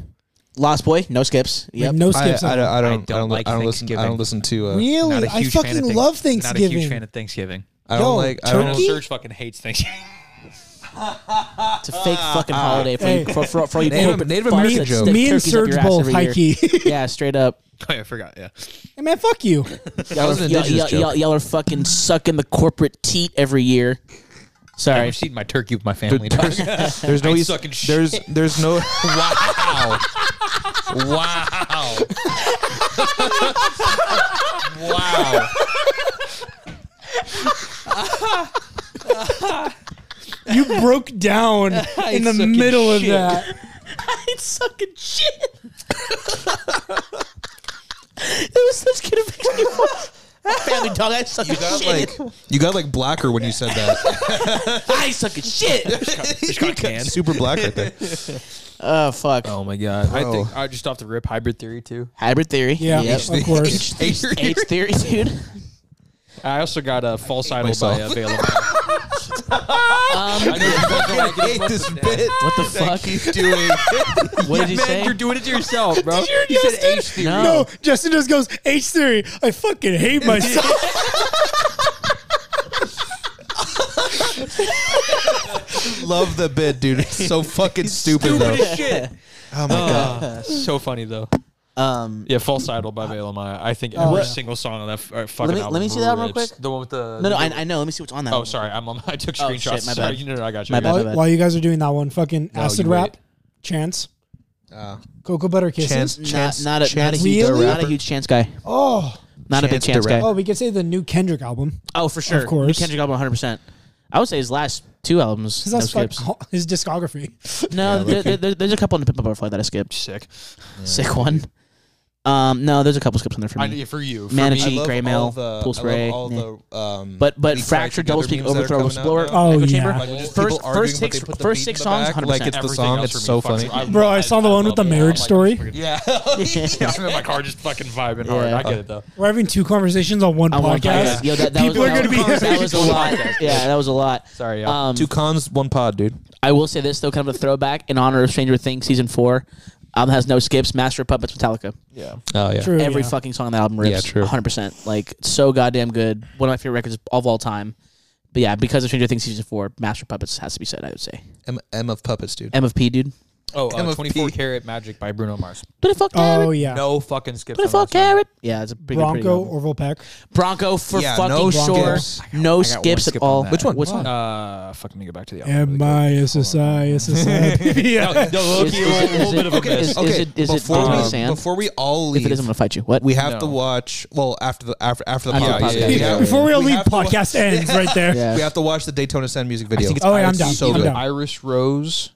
[SPEAKER 3] Lost Boy no skips yep
[SPEAKER 1] Like, no
[SPEAKER 2] I,
[SPEAKER 1] skips.
[SPEAKER 2] I, don't, I don't. I don't.
[SPEAKER 6] don't like
[SPEAKER 2] I don't listen. I
[SPEAKER 6] Thanksgiving.
[SPEAKER 2] don't listen to. Uh,
[SPEAKER 1] really?
[SPEAKER 6] Not a
[SPEAKER 1] I
[SPEAKER 6] huge fan of
[SPEAKER 1] fucking
[SPEAKER 6] Thanks-
[SPEAKER 1] love
[SPEAKER 6] Not a huge fan
[SPEAKER 1] Thanksgiving.
[SPEAKER 6] of Thanksgiving.
[SPEAKER 2] I don't
[SPEAKER 1] Yo,
[SPEAKER 2] like. I don't.
[SPEAKER 1] turkey?
[SPEAKER 6] Serge fucking hates Thanksgiving.
[SPEAKER 3] it's a fake fucking holiday for,
[SPEAKER 1] Hey.
[SPEAKER 3] you, for, for, for you
[SPEAKER 2] Ah, Native-
[SPEAKER 3] corporate
[SPEAKER 2] Native
[SPEAKER 3] farts
[SPEAKER 2] American
[SPEAKER 3] that
[SPEAKER 2] joke.
[SPEAKER 3] stick
[SPEAKER 1] Me and
[SPEAKER 3] turkeys up your
[SPEAKER 1] Serge
[SPEAKER 3] ass
[SPEAKER 1] both
[SPEAKER 3] every year.
[SPEAKER 1] high key.
[SPEAKER 3] yeah straight up
[SPEAKER 6] Oh, yeah, I forgot. Yeah,
[SPEAKER 1] Hey, man, fuck you.
[SPEAKER 3] Y'all,
[SPEAKER 2] was
[SPEAKER 3] are,
[SPEAKER 2] an
[SPEAKER 3] y'all,
[SPEAKER 2] indigenous
[SPEAKER 3] y'all, y'all, y'all are fucking sucking the corporate teat every year. Sorry.
[SPEAKER 6] I've seen my turkey with my family. dog.
[SPEAKER 2] There's no.
[SPEAKER 6] I
[SPEAKER 2] use-
[SPEAKER 6] sucking shit.
[SPEAKER 2] There's. There's no.
[SPEAKER 6] wow, wow, wow.
[SPEAKER 1] You broke down in the
[SPEAKER 6] sucking
[SPEAKER 1] middle of
[SPEAKER 6] shit.
[SPEAKER 1] that.
[SPEAKER 3] I ain't sucking shit. it was such good information. Family Really, dog? I suck at
[SPEAKER 2] got
[SPEAKER 3] shit.
[SPEAKER 2] like you got like blacker when you said that.
[SPEAKER 3] I suck at shit.
[SPEAKER 2] Super black right there.
[SPEAKER 3] Oh fuck.
[SPEAKER 4] Oh my god! I
[SPEAKER 2] Wow.
[SPEAKER 4] think I just off the rip hybrid theory too.
[SPEAKER 3] Hybrid theory.
[SPEAKER 1] Yeah, of course.
[SPEAKER 3] H theory, dude.
[SPEAKER 4] I also got a false idol by
[SPEAKER 2] myself.
[SPEAKER 4] available.
[SPEAKER 3] Um,
[SPEAKER 2] I hate this bit.
[SPEAKER 3] what the fuck?
[SPEAKER 2] Keep doing.
[SPEAKER 3] What did you
[SPEAKER 4] Man,
[SPEAKER 3] say?
[SPEAKER 4] you're doing it to yourself, bro.
[SPEAKER 1] you
[SPEAKER 4] you said
[SPEAKER 1] Justin?
[SPEAKER 4] H theory.
[SPEAKER 3] No.
[SPEAKER 1] No, Justin just goes H theory. I fucking hate myself.
[SPEAKER 2] Love the bit, dude. It's so fucking stupid,
[SPEAKER 4] Stupid
[SPEAKER 2] though.
[SPEAKER 4] as shit.
[SPEAKER 2] Oh my god.
[SPEAKER 4] Uh, so funny though.
[SPEAKER 3] Um,
[SPEAKER 4] Yeah, false idol by Vela Maya. I think every single song on that f- uh, fucking
[SPEAKER 3] Let me-
[SPEAKER 4] album.
[SPEAKER 3] let me see that one real
[SPEAKER 4] rips.
[SPEAKER 3] quick.
[SPEAKER 4] The one with the
[SPEAKER 3] no, no, I, I know. Let me see what's on that.
[SPEAKER 4] oh,
[SPEAKER 3] one.
[SPEAKER 4] sorry, I'm on. I took
[SPEAKER 3] Oh,
[SPEAKER 4] screenshots.
[SPEAKER 3] shit, my
[SPEAKER 4] sorry,
[SPEAKER 3] bad.
[SPEAKER 4] you know, no, I got you.
[SPEAKER 3] My
[SPEAKER 4] You're
[SPEAKER 3] bad.
[SPEAKER 1] while, while you guys are doing that one, fucking acid
[SPEAKER 4] you
[SPEAKER 1] rap
[SPEAKER 4] wait.
[SPEAKER 1] chance, Uh. cocoa butter kisses.
[SPEAKER 2] Chance,
[SPEAKER 3] Not,
[SPEAKER 2] chance,
[SPEAKER 3] not, a, not, a
[SPEAKER 2] chance
[SPEAKER 3] huge,
[SPEAKER 2] the
[SPEAKER 1] Really?
[SPEAKER 3] not
[SPEAKER 2] rapper.
[SPEAKER 3] a huge chance guy.
[SPEAKER 1] Oh,
[SPEAKER 3] Not a big
[SPEAKER 2] Chance
[SPEAKER 3] chance
[SPEAKER 2] the Rapper.
[SPEAKER 1] oh,
[SPEAKER 3] guy.
[SPEAKER 1] we could say the new Kendrick album.
[SPEAKER 3] Oh, for sure.
[SPEAKER 1] Of course.
[SPEAKER 3] Kendrick Album 100. percent I would say his last two albums.
[SPEAKER 1] Cause
[SPEAKER 3] No
[SPEAKER 1] that's like
[SPEAKER 3] skips.
[SPEAKER 1] his discography.
[SPEAKER 3] No, there, there- there- there's a couple in the Pimp a Butterfly that I skipped.
[SPEAKER 4] Sick.
[SPEAKER 3] Sick one. Um, no, there's a couple skips on there for
[SPEAKER 4] I
[SPEAKER 3] me.
[SPEAKER 4] know for you. For
[SPEAKER 3] Manatee.
[SPEAKER 4] me,
[SPEAKER 2] I love
[SPEAKER 3] Gray
[SPEAKER 2] all
[SPEAKER 3] Mail,
[SPEAKER 2] the-
[SPEAKER 3] Pool
[SPEAKER 2] I love
[SPEAKER 3] Spray,
[SPEAKER 2] all
[SPEAKER 3] yeah.
[SPEAKER 2] the, um,
[SPEAKER 3] But but
[SPEAKER 2] Lee Tried
[SPEAKER 3] fractured, double
[SPEAKER 2] Together
[SPEAKER 3] speak,
[SPEAKER 2] memes that are
[SPEAKER 3] overthrow,
[SPEAKER 2] coming out
[SPEAKER 3] explorer,
[SPEAKER 2] now.
[SPEAKER 1] Oh,
[SPEAKER 3] echo
[SPEAKER 1] yeah.
[SPEAKER 3] chamber.
[SPEAKER 1] Like,
[SPEAKER 2] just
[SPEAKER 3] first-
[SPEAKER 2] people arguing,
[SPEAKER 3] first
[SPEAKER 2] but they
[SPEAKER 3] six-
[SPEAKER 2] put the
[SPEAKER 3] first
[SPEAKER 2] beat
[SPEAKER 3] six
[SPEAKER 2] in the
[SPEAKER 3] songs,
[SPEAKER 2] back.
[SPEAKER 3] 100%.
[SPEAKER 2] Like it's the
[SPEAKER 4] everything
[SPEAKER 2] song.
[SPEAKER 4] else
[SPEAKER 2] It's
[SPEAKER 4] for me
[SPEAKER 2] so
[SPEAKER 4] fucks
[SPEAKER 2] funny.
[SPEAKER 4] with- I-
[SPEAKER 1] Bro, I saw the one with
[SPEAKER 4] love
[SPEAKER 1] the
[SPEAKER 4] it. I
[SPEAKER 1] marriage
[SPEAKER 4] like
[SPEAKER 1] story.
[SPEAKER 4] this freaking-
[SPEAKER 2] Yeah.
[SPEAKER 4] Yeah, I'm in my car just fucking vibing hard.
[SPEAKER 3] Yeah.
[SPEAKER 4] I get it though.
[SPEAKER 1] We're having two conversations on one
[SPEAKER 3] On one
[SPEAKER 1] podcast.
[SPEAKER 3] podcast. Yo, that, that
[SPEAKER 1] People
[SPEAKER 3] was,
[SPEAKER 1] are
[SPEAKER 3] that
[SPEAKER 1] gonna be
[SPEAKER 3] was- that was a lot. Yeah, that was a lot.
[SPEAKER 4] Sorry, y'all.
[SPEAKER 3] Um,
[SPEAKER 2] Two cons, one pod, dude.
[SPEAKER 3] I will say this though, kind of a throwback in honor of Stranger Things season four. Album has no skips. Master of Puppets, Metallica.
[SPEAKER 2] Oh yeah.
[SPEAKER 1] True,
[SPEAKER 3] Every
[SPEAKER 1] yeah.
[SPEAKER 3] fucking song on that album rips.
[SPEAKER 2] Yeah, true.
[SPEAKER 3] 100. percent Like so goddamn good. One of my favorite records of all time. But yeah, because of Stranger Things season four, Master of Puppets has to be said. I would say
[SPEAKER 2] M, M of puppets, dude.
[SPEAKER 3] MFP, dude.
[SPEAKER 4] Oh, uh,
[SPEAKER 2] MFP.
[SPEAKER 4] 24 Karat Magic by Bruno Mars.
[SPEAKER 3] Did it fuck carrot?
[SPEAKER 1] Oh yeah,
[SPEAKER 4] No fucking skip.
[SPEAKER 3] Did it fuck carrot? Yeah, it's a pretty good-
[SPEAKER 1] Bronco
[SPEAKER 3] pretty good. album.
[SPEAKER 1] Orville Peck.
[SPEAKER 3] Bronco for
[SPEAKER 2] Yeah,
[SPEAKER 3] fucking
[SPEAKER 2] no
[SPEAKER 3] sure.
[SPEAKER 2] skips.
[SPEAKER 3] No skips
[SPEAKER 4] skip
[SPEAKER 3] at
[SPEAKER 4] on
[SPEAKER 3] all.
[SPEAKER 4] that. Which
[SPEAKER 2] one?
[SPEAKER 3] What's on?
[SPEAKER 4] Uh, fuck, let me go back to the
[SPEAKER 1] Am
[SPEAKER 4] album.
[SPEAKER 1] I a society? Yeah.
[SPEAKER 3] Is- is- is it- is-
[SPEAKER 2] Okay.
[SPEAKER 3] Is it is it
[SPEAKER 2] before
[SPEAKER 3] Bronco
[SPEAKER 2] we
[SPEAKER 3] Sand?
[SPEAKER 2] before we all leave,
[SPEAKER 3] If it is, I'm gonna fight you. What?
[SPEAKER 2] we have to
[SPEAKER 4] No.
[SPEAKER 2] watch. Well, after the after after the
[SPEAKER 3] After the
[SPEAKER 2] podcast,
[SPEAKER 3] podcast,
[SPEAKER 2] we
[SPEAKER 3] yeah.
[SPEAKER 2] have-
[SPEAKER 1] Before we all leave,
[SPEAKER 2] have to wa-
[SPEAKER 1] podcast ends right there.
[SPEAKER 3] Yeah.
[SPEAKER 2] We have to watch the Daytona Sun music video.
[SPEAKER 1] it's Oh, yeah, I'm down.
[SPEAKER 2] So
[SPEAKER 1] I'm
[SPEAKER 2] good.
[SPEAKER 1] down.
[SPEAKER 4] Iris Rose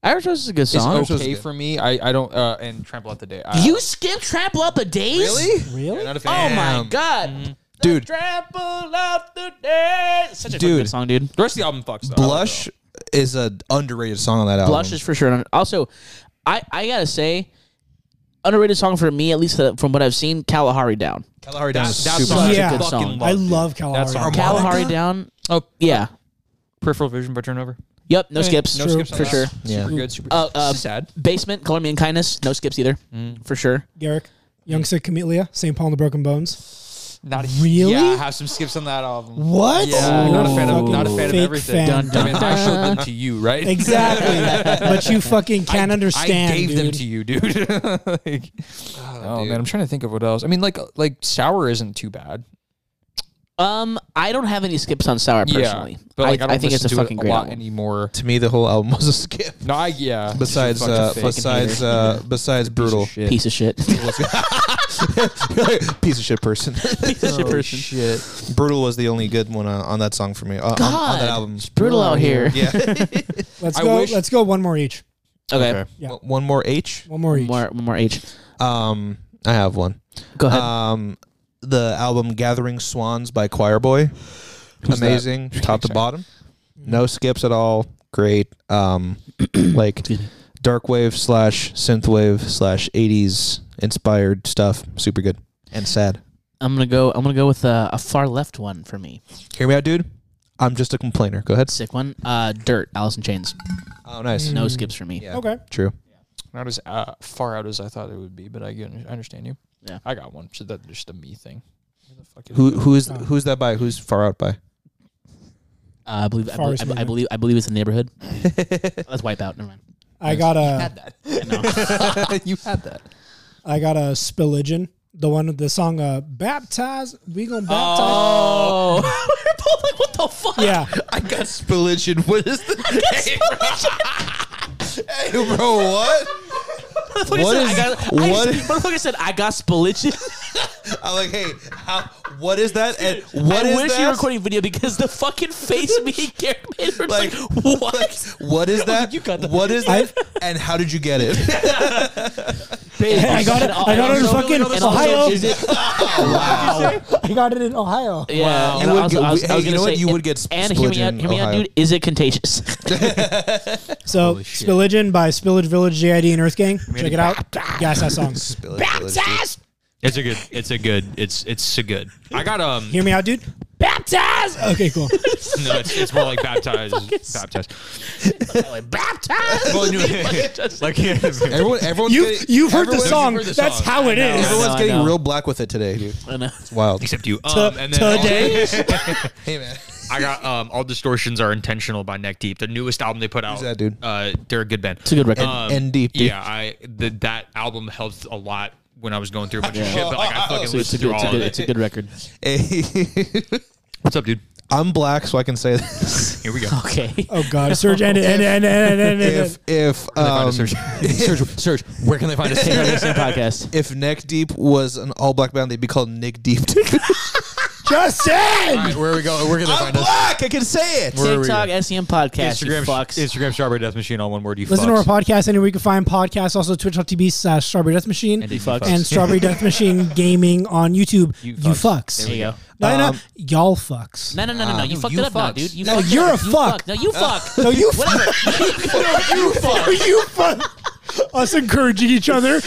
[SPEAKER 3] Irish Rose is a good
[SPEAKER 4] is
[SPEAKER 3] song.
[SPEAKER 2] Rose is
[SPEAKER 4] okay
[SPEAKER 2] good.
[SPEAKER 4] for me. I, I don't uh, and Trample Out the Day. I,
[SPEAKER 3] You skipped Trample Up the Days?
[SPEAKER 2] Really?
[SPEAKER 1] Really?
[SPEAKER 2] Not a
[SPEAKER 3] Oh
[SPEAKER 2] fan.
[SPEAKER 3] my god.
[SPEAKER 1] Mm-hmm.
[SPEAKER 2] Dude.
[SPEAKER 3] Trample Up the Days. Such a
[SPEAKER 2] Dude.
[SPEAKER 3] good song, dude.
[SPEAKER 4] the rest of the album fucks. Though.
[SPEAKER 2] Blush is an underrated song on that album.
[SPEAKER 3] Blush is for sure. Also, I I gotta say, underrated song for me, at least uh, from what I've seen, Kalahari Down.
[SPEAKER 2] Kalahari Down is
[SPEAKER 4] That- that
[SPEAKER 2] super
[SPEAKER 4] song-
[SPEAKER 2] good.
[SPEAKER 1] Yeah.
[SPEAKER 3] good song.
[SPEAKER 1] I love Kalahari.
[SPEAKER 4] That's our
[SPEAKER 2] Cal-
[SPEAKER 3] Kalahari
[SPEAKER 2] Monica?
[SPEAKER 3] Down.
[SPEAKER 4] Oh, Eh,
[SPEAKER 3] Yeah.
[SPEAKER 4] Peripheral Vision by Turnover.
[SPEAKER 3] Yep. No skips.
[SPEAKER 1] no skips on
[SPEAKER 3] for
[SPEAKER 1] that.
[SPEAKER 3] sure.
[SPEAKER 2] Yeah.
[SPEAKER 4] Super good. Super
[SPEAKER 3] Uh, uh,
[SPEAKER 4] sad.
[SPEAKER 3] Basement, Color Me in Kindness. No skips either.
[SPEAKER 4] Mm.
[SPEAKER 3] For sure.
[SPEAKER 1] Garrick, Young Sick Camellia, St. Paul and the Broken Bones.
[SPEAKER 4] Not a,
[SPEAKER 1] Really?
[SPEAKER 4] Yeah, I have some skips on that album.
[SPEAKER 1] What?
[SPEAKER 4] Yeah, not a fan of
[SPEAKER 1] Fucking
[SPEAKER 4] not a fan of
[SPEAKER 1] fake
[SPEAKER 4] everything.
[SPEAKER 1] fan.
[SPEAKER 4] I mean, I showed them to you, right?
[SPEAKER 1] Exactly. but you fucking can't
[SPEAKER 4] I-
[SPEAKER 1] understand.
[SPEAKER 4] I gave them
[SPEAKER 1] dude.
[SPEAKER 4] to you, dude. Like, oh man, I'm trying to think of what else. I mean, like like sour isn't too bad.
[SPEAKER 3] Um, I don't have any skips on Sour personally.
[SPEAKER 4] yeah, but like I,
[SPEAKER 3] I,
[SPEAKER 4] don't
[SPEAKER 3] think it's a
[SPEAKER 4] listen to it
[SPEAKER 3] fucking great
[SPEAKER 4] lot
[SPEAKER 3] album.
[SPEAKER 4] anymore.
[SPEAKER 2] To me, the whole album was a skip.
[SPEAKER 4] No, I yeah.
[SPEAKER 2] Besides,
[SPEAKER 4] Fucking
[SPEAKER 2] uh,
[SPEAKER 4] fake.
[SPEAKER 2] besides, uh, besides, brutal
[SPEAKER 4] shit.
[SPEAKER 3] Piece of shit.
[SPEAKER 2] piece of shit person.
[SPEAKER 4] Oh, shit.
[SPEAKER 2] brutal was the only good one on, on that song for me. Uh, on- on,
[SPEAKER 3] God.
[SPEAKER 2] that album.
[SPEAKER 3] Brutal out here.
[SPEAKER 2] Yeah.
[SPEAKER 1] Let's
[SPEAKER 4] I
[SPEAKER 1] go.
[SPEAKER 4] wish-
[SPEAKER 1] Let's go. One more each.
[SPEAKER 3] Okay.
[SPEAKER 1] Yeah.
[SPEAKER 2] One more H.
[SPEAKER 1] One more each.
[SPEAKER 3] More, more H.
[SPEAKER 2] Um, I have one.
[SPEAKER 3] Go ahead.
[SPEAKER 4] Uh,
[SPEAKER 2] Um, the album "Gathering Swans" by Choir Boy. Amazing, top to bottom. No skips at all. Great. Um, like dark wave slash synth wave slash eighties inspired stuff. Super good and sad.
[SPEAKER 3] I'm gonna go. I'm gonna go with a, a far left one for me.
[SPEAKER 2] Hear me out, dude. I'm just a complainer. Go ahead.
[SPEAKER 3] Sick one. Uh, Dirt. Alice in Chains.
[SPEAKER 2] Oh, nice.
[SPEAKER 4] Mm.
[SPEAKER 3] No skips for me.
[SPEAKER 2] Yeah.
[SPEAKER 1] Okay.
[SPEAKER 2] True.
[SPEAKER 4] Not as uh, far out as I thought it would be, but I get, I understand you.
[SPEAKER 3] Yeah.
[SPEAKER 4] I got one. So that's just a me thing. Where the fuck is
[SPEAKER 2] Who
[SPEAKER 4] it?
[SPEAKER 2] who is who's that by? Who's far out by?
[SPEAKER 3] Uh, I believe. I,
[SPEAKER 1] Far as
[SPEAKER 3] believe I, I
[SPEAKER 1] movement.
[SPEAKER 3] believe. I believe it's the neighborhood. Let's wipe out. Never mind.
[SPEAKER 1] I got a.
[SPEAKER 4] you had that?
[SPEAKER 1] I got a spilligion. The one with the song uh, "Baptize." We gonna baptize.
[SPEAKER 3] Oh. We're both like, what the fuck?
[SPEAKER 1] Yeah.
[SPEAKER 2] I got spillage. What is this? hey, bro, what?
[SPEAKER 3] Motherfucker
[SPEAKER 2] What
[SPEAKER 3] said,
[SPEAKER 2] is-
[SPEAKER 3] I got,
[SPEAKER 2] what-
[SPEAKER 3] I, motherfucker said I got spillage.
[SPEAKER 2] I'm like, hey, how, what is that? And
[SPEAKER 3] I
[SPEAKER 2] what is
[SPEAKER 3] wish
[SPEAKER 2] that?
[SPEAKER 3] you were recording video because the fucking face me and Garrett made were
[SPEAKER 2] Like,
[SPEAKER 3] like, what?
[SPEAKER 2] what is that?
[SPEAKER 3] you got that.
[SPEAKER 2] What is
[SPEAKER 1] I've-
[SPEAKER 2] that? And how did you get it?
[SPEAKER 1] Babe, I got it. I got it in
[SPEAKER 3] And
[SPEAKER 1] fucking
[SPEAKER 3] also-
[SPEAKER 1] Ohio.
[SPEAKER 3] Is it?
[SPEAKER 2] wow.
[SPEAKER 1] I got it in Ohio.
[SPEAKER 3] Yeah.
[SPEAKER 2] Wow.
[SPEAKER 3] and
[SPEAKER 2] You would
[SPEAKER 3] also,
[SPEAKER 2] get-
[SPEAKER 3] I was, I
[SPEAKER 2] hey,
[SPEAKER 3] was
[SPEAKER 2] you
[SPEAKER 3] gonna
[SPEAKER 2] know what?
[SPEAKER 3] say,
[SPEAKER 2] You would
[SPEAKER 3] and-
[SPEAKER 2] get
[SPEAKER 3] And hear me
[SPEAKER 2] spillage
[SPEAKER 3] out,
[SPEAKER 2] in
[SPEAKER 3] hear me out,
[SPEAKER 2] Ohio.
[SPEAKER 3] dude. Is it contagious?
[SPEAKER 1] So Spillagin by Spillage Village JID and Earth Gang. Check it out. Gas that song.
[SPEAKER 2] Spill it, spill it, dude.
[SPEAKER 4] It's a good. It's a good. It's it's so good. I got um.
[SPEAKER 1] Hear me out, dude. Baptize. Okay, cool.
[SPEAKER 4] No, it's, it's more like baptized. baptized.
[SPEAKER 3] Baptized.
[SPEAKER 4] Well, anyway, like yeah,
[SPEAKER 2] Everyone, everyone's
[SPEAKER 1] You
[SPEAKER 2] getting-
[SPEAKER 1] you've heard the
[SPEAKER 2] everyone's-
[SPEAKER 1] song.
[SPEAKER 4] heard the
[SPEAKER 1] That's
[SPEAKER 4] song.
[SPEAKER 1] how it is.
[SPEAKER 2] Everyone's
[SPEAKER 3] I know, I
[SPEAKER 2] getting
[SPEAKER 3] know.
[SPEAKER 2] real black with it today, dude.
[SPEAKER 3] I know.
[SPEAKER 2] It's wild.
[SPEAKER 4] except you. Um, and then
[SPEAKER 1] Today,
[SPEAKER 2] Hey man,
[SPEAKER 4] I got um. All distortions are intentional by Neck Deep, the newest album they put out.
[SPEAKER 2] that dude?
[SPEAKER 4] Uh, they're a good band.
[SPEAKER 3] It's a good record.
[SPEAKER 4] Um,
[SPEAKER 2] and deep, dude.
[SPEAKER 4] Yeah, I the, that album helped a lot when I was going through a bunch of shit. But like I fucking
[SPEAKER 3] It's a
[SPEAKER 4] listened
[SPEAKER 3] good,
[SPEAKER 4] through
[SPEAKER 3] it's a
[SPEAKER 4] all of
[SPEAKER 3] good,
[SPEAKER 4] it.
[SPEAKER 3] it's a good record.
[SPEAKER 2] Hey.
[SPEAKER 4] What's up, dude?
[SPEAKER 2] I'm black, so I can say this.
[SPEAKER 4] Here we go.
[SPEAKER 3] Okay.
[SPEAKER 1] oh god, Surge and and and and and
[SPEAKER 2] if
[SPEAKER 1] and.
[SPEAKER 2] if um,
[SPEAKER 6] Serge, Serge, where can they find us?
[SPEAKER 3] Take our listening podcast.
[SPEAKER 2] if Neck Deep was an all black band, they'd be called Nick Deep.
[SPEAKER 1] Justin.
[SPEAKER 6] where are we going? Where can they
[SPEAKER 2] I'm
[SPEAKER 6] find us?
[SPEAKER 2] black. I can say it.
[SPEAKER 6] Where are we
[SPEAKER 3] TikTok SEM podcast. you
[SPEAKER 6] Instagram,
[SPEAKER 3] fucks.
[SPEAKER 6] Instagram, Strawberry Death Machine, all one word. You
[SPEAKER 1] Listen
[SPEAKER 6] fucks.
[SPEAKER 1] to our podcast anywhere you can find podcasts. Also, twitch.tv slash Strawberry Death Machine and,
[SPEAKER 3] you fucks.
[SPEAKER 1] Strawberry Death Machine Gaming on YouTube. You, fucks.
[SPEAKER 3] There you go.
[SPEAKER 1] No, no, no. y'all fucks.
[SPEAKER 3] No, no, no, no, no. You fucked
[SPEAKER 6] you
[SPEAKER 3] it up now,
[SPEAKER 6] fucks.
[SPEAKER 3] dude. You
[SPEAKER 1] No,
[SPEAKER 3] fucked it
[SPEAKER 1] you're
[SPEAKER 3] up.
[SPEAKER 1] a
[SPEAKER 3] You
[SPEAKER 1] fuck.
[SPEAKER 3] fuck. No, you fuck.
[SPEAKER 1] No, you
[SPEAKER 3] Whatever.
[SPEAKER 1] you fuck. you fuck. Us encouraging each other.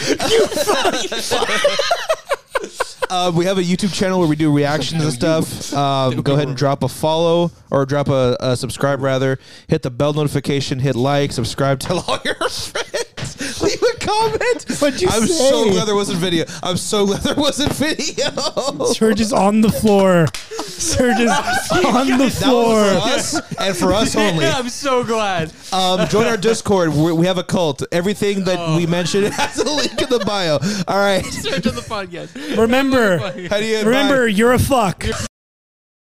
[SPEAKER 2] Uh, we have a YouTube channel where we do reactions and stuff. Um, go ahead and drop a follow or drop a, a subscribe rather. Hit the bell notification. Hit like. Subscribe. Tell all your friends. Leave a comment.
[SPEAKER 1] What'd you
[SPEAKER 2] I'm
[SPEAKER 1] say?
[SPEAKER 2] so glad there wasn't video. I'm so glad there wasn't video.
[SPEAKER 1] Surge is on the floor. Surge is on the
[SPEAKER 2] That was
[SPEAKER 1] floor.
[SPEAKER 2] for us and for us only.
[SPEAKER 6] I'm so glad.
[SPEAKER 2] Um, join our Discord. We, we have a cult. Everything that
[SPEAKER 1] Oh.
[SPEAKER 2] we mention has a link in the bio. All right.
[SPEAKER 6] Serge on the podcast.
[SPEAKER 1] Remember,
[SPEAKER 2] How do you
[SPEAKER 1] remember, you're a fuck.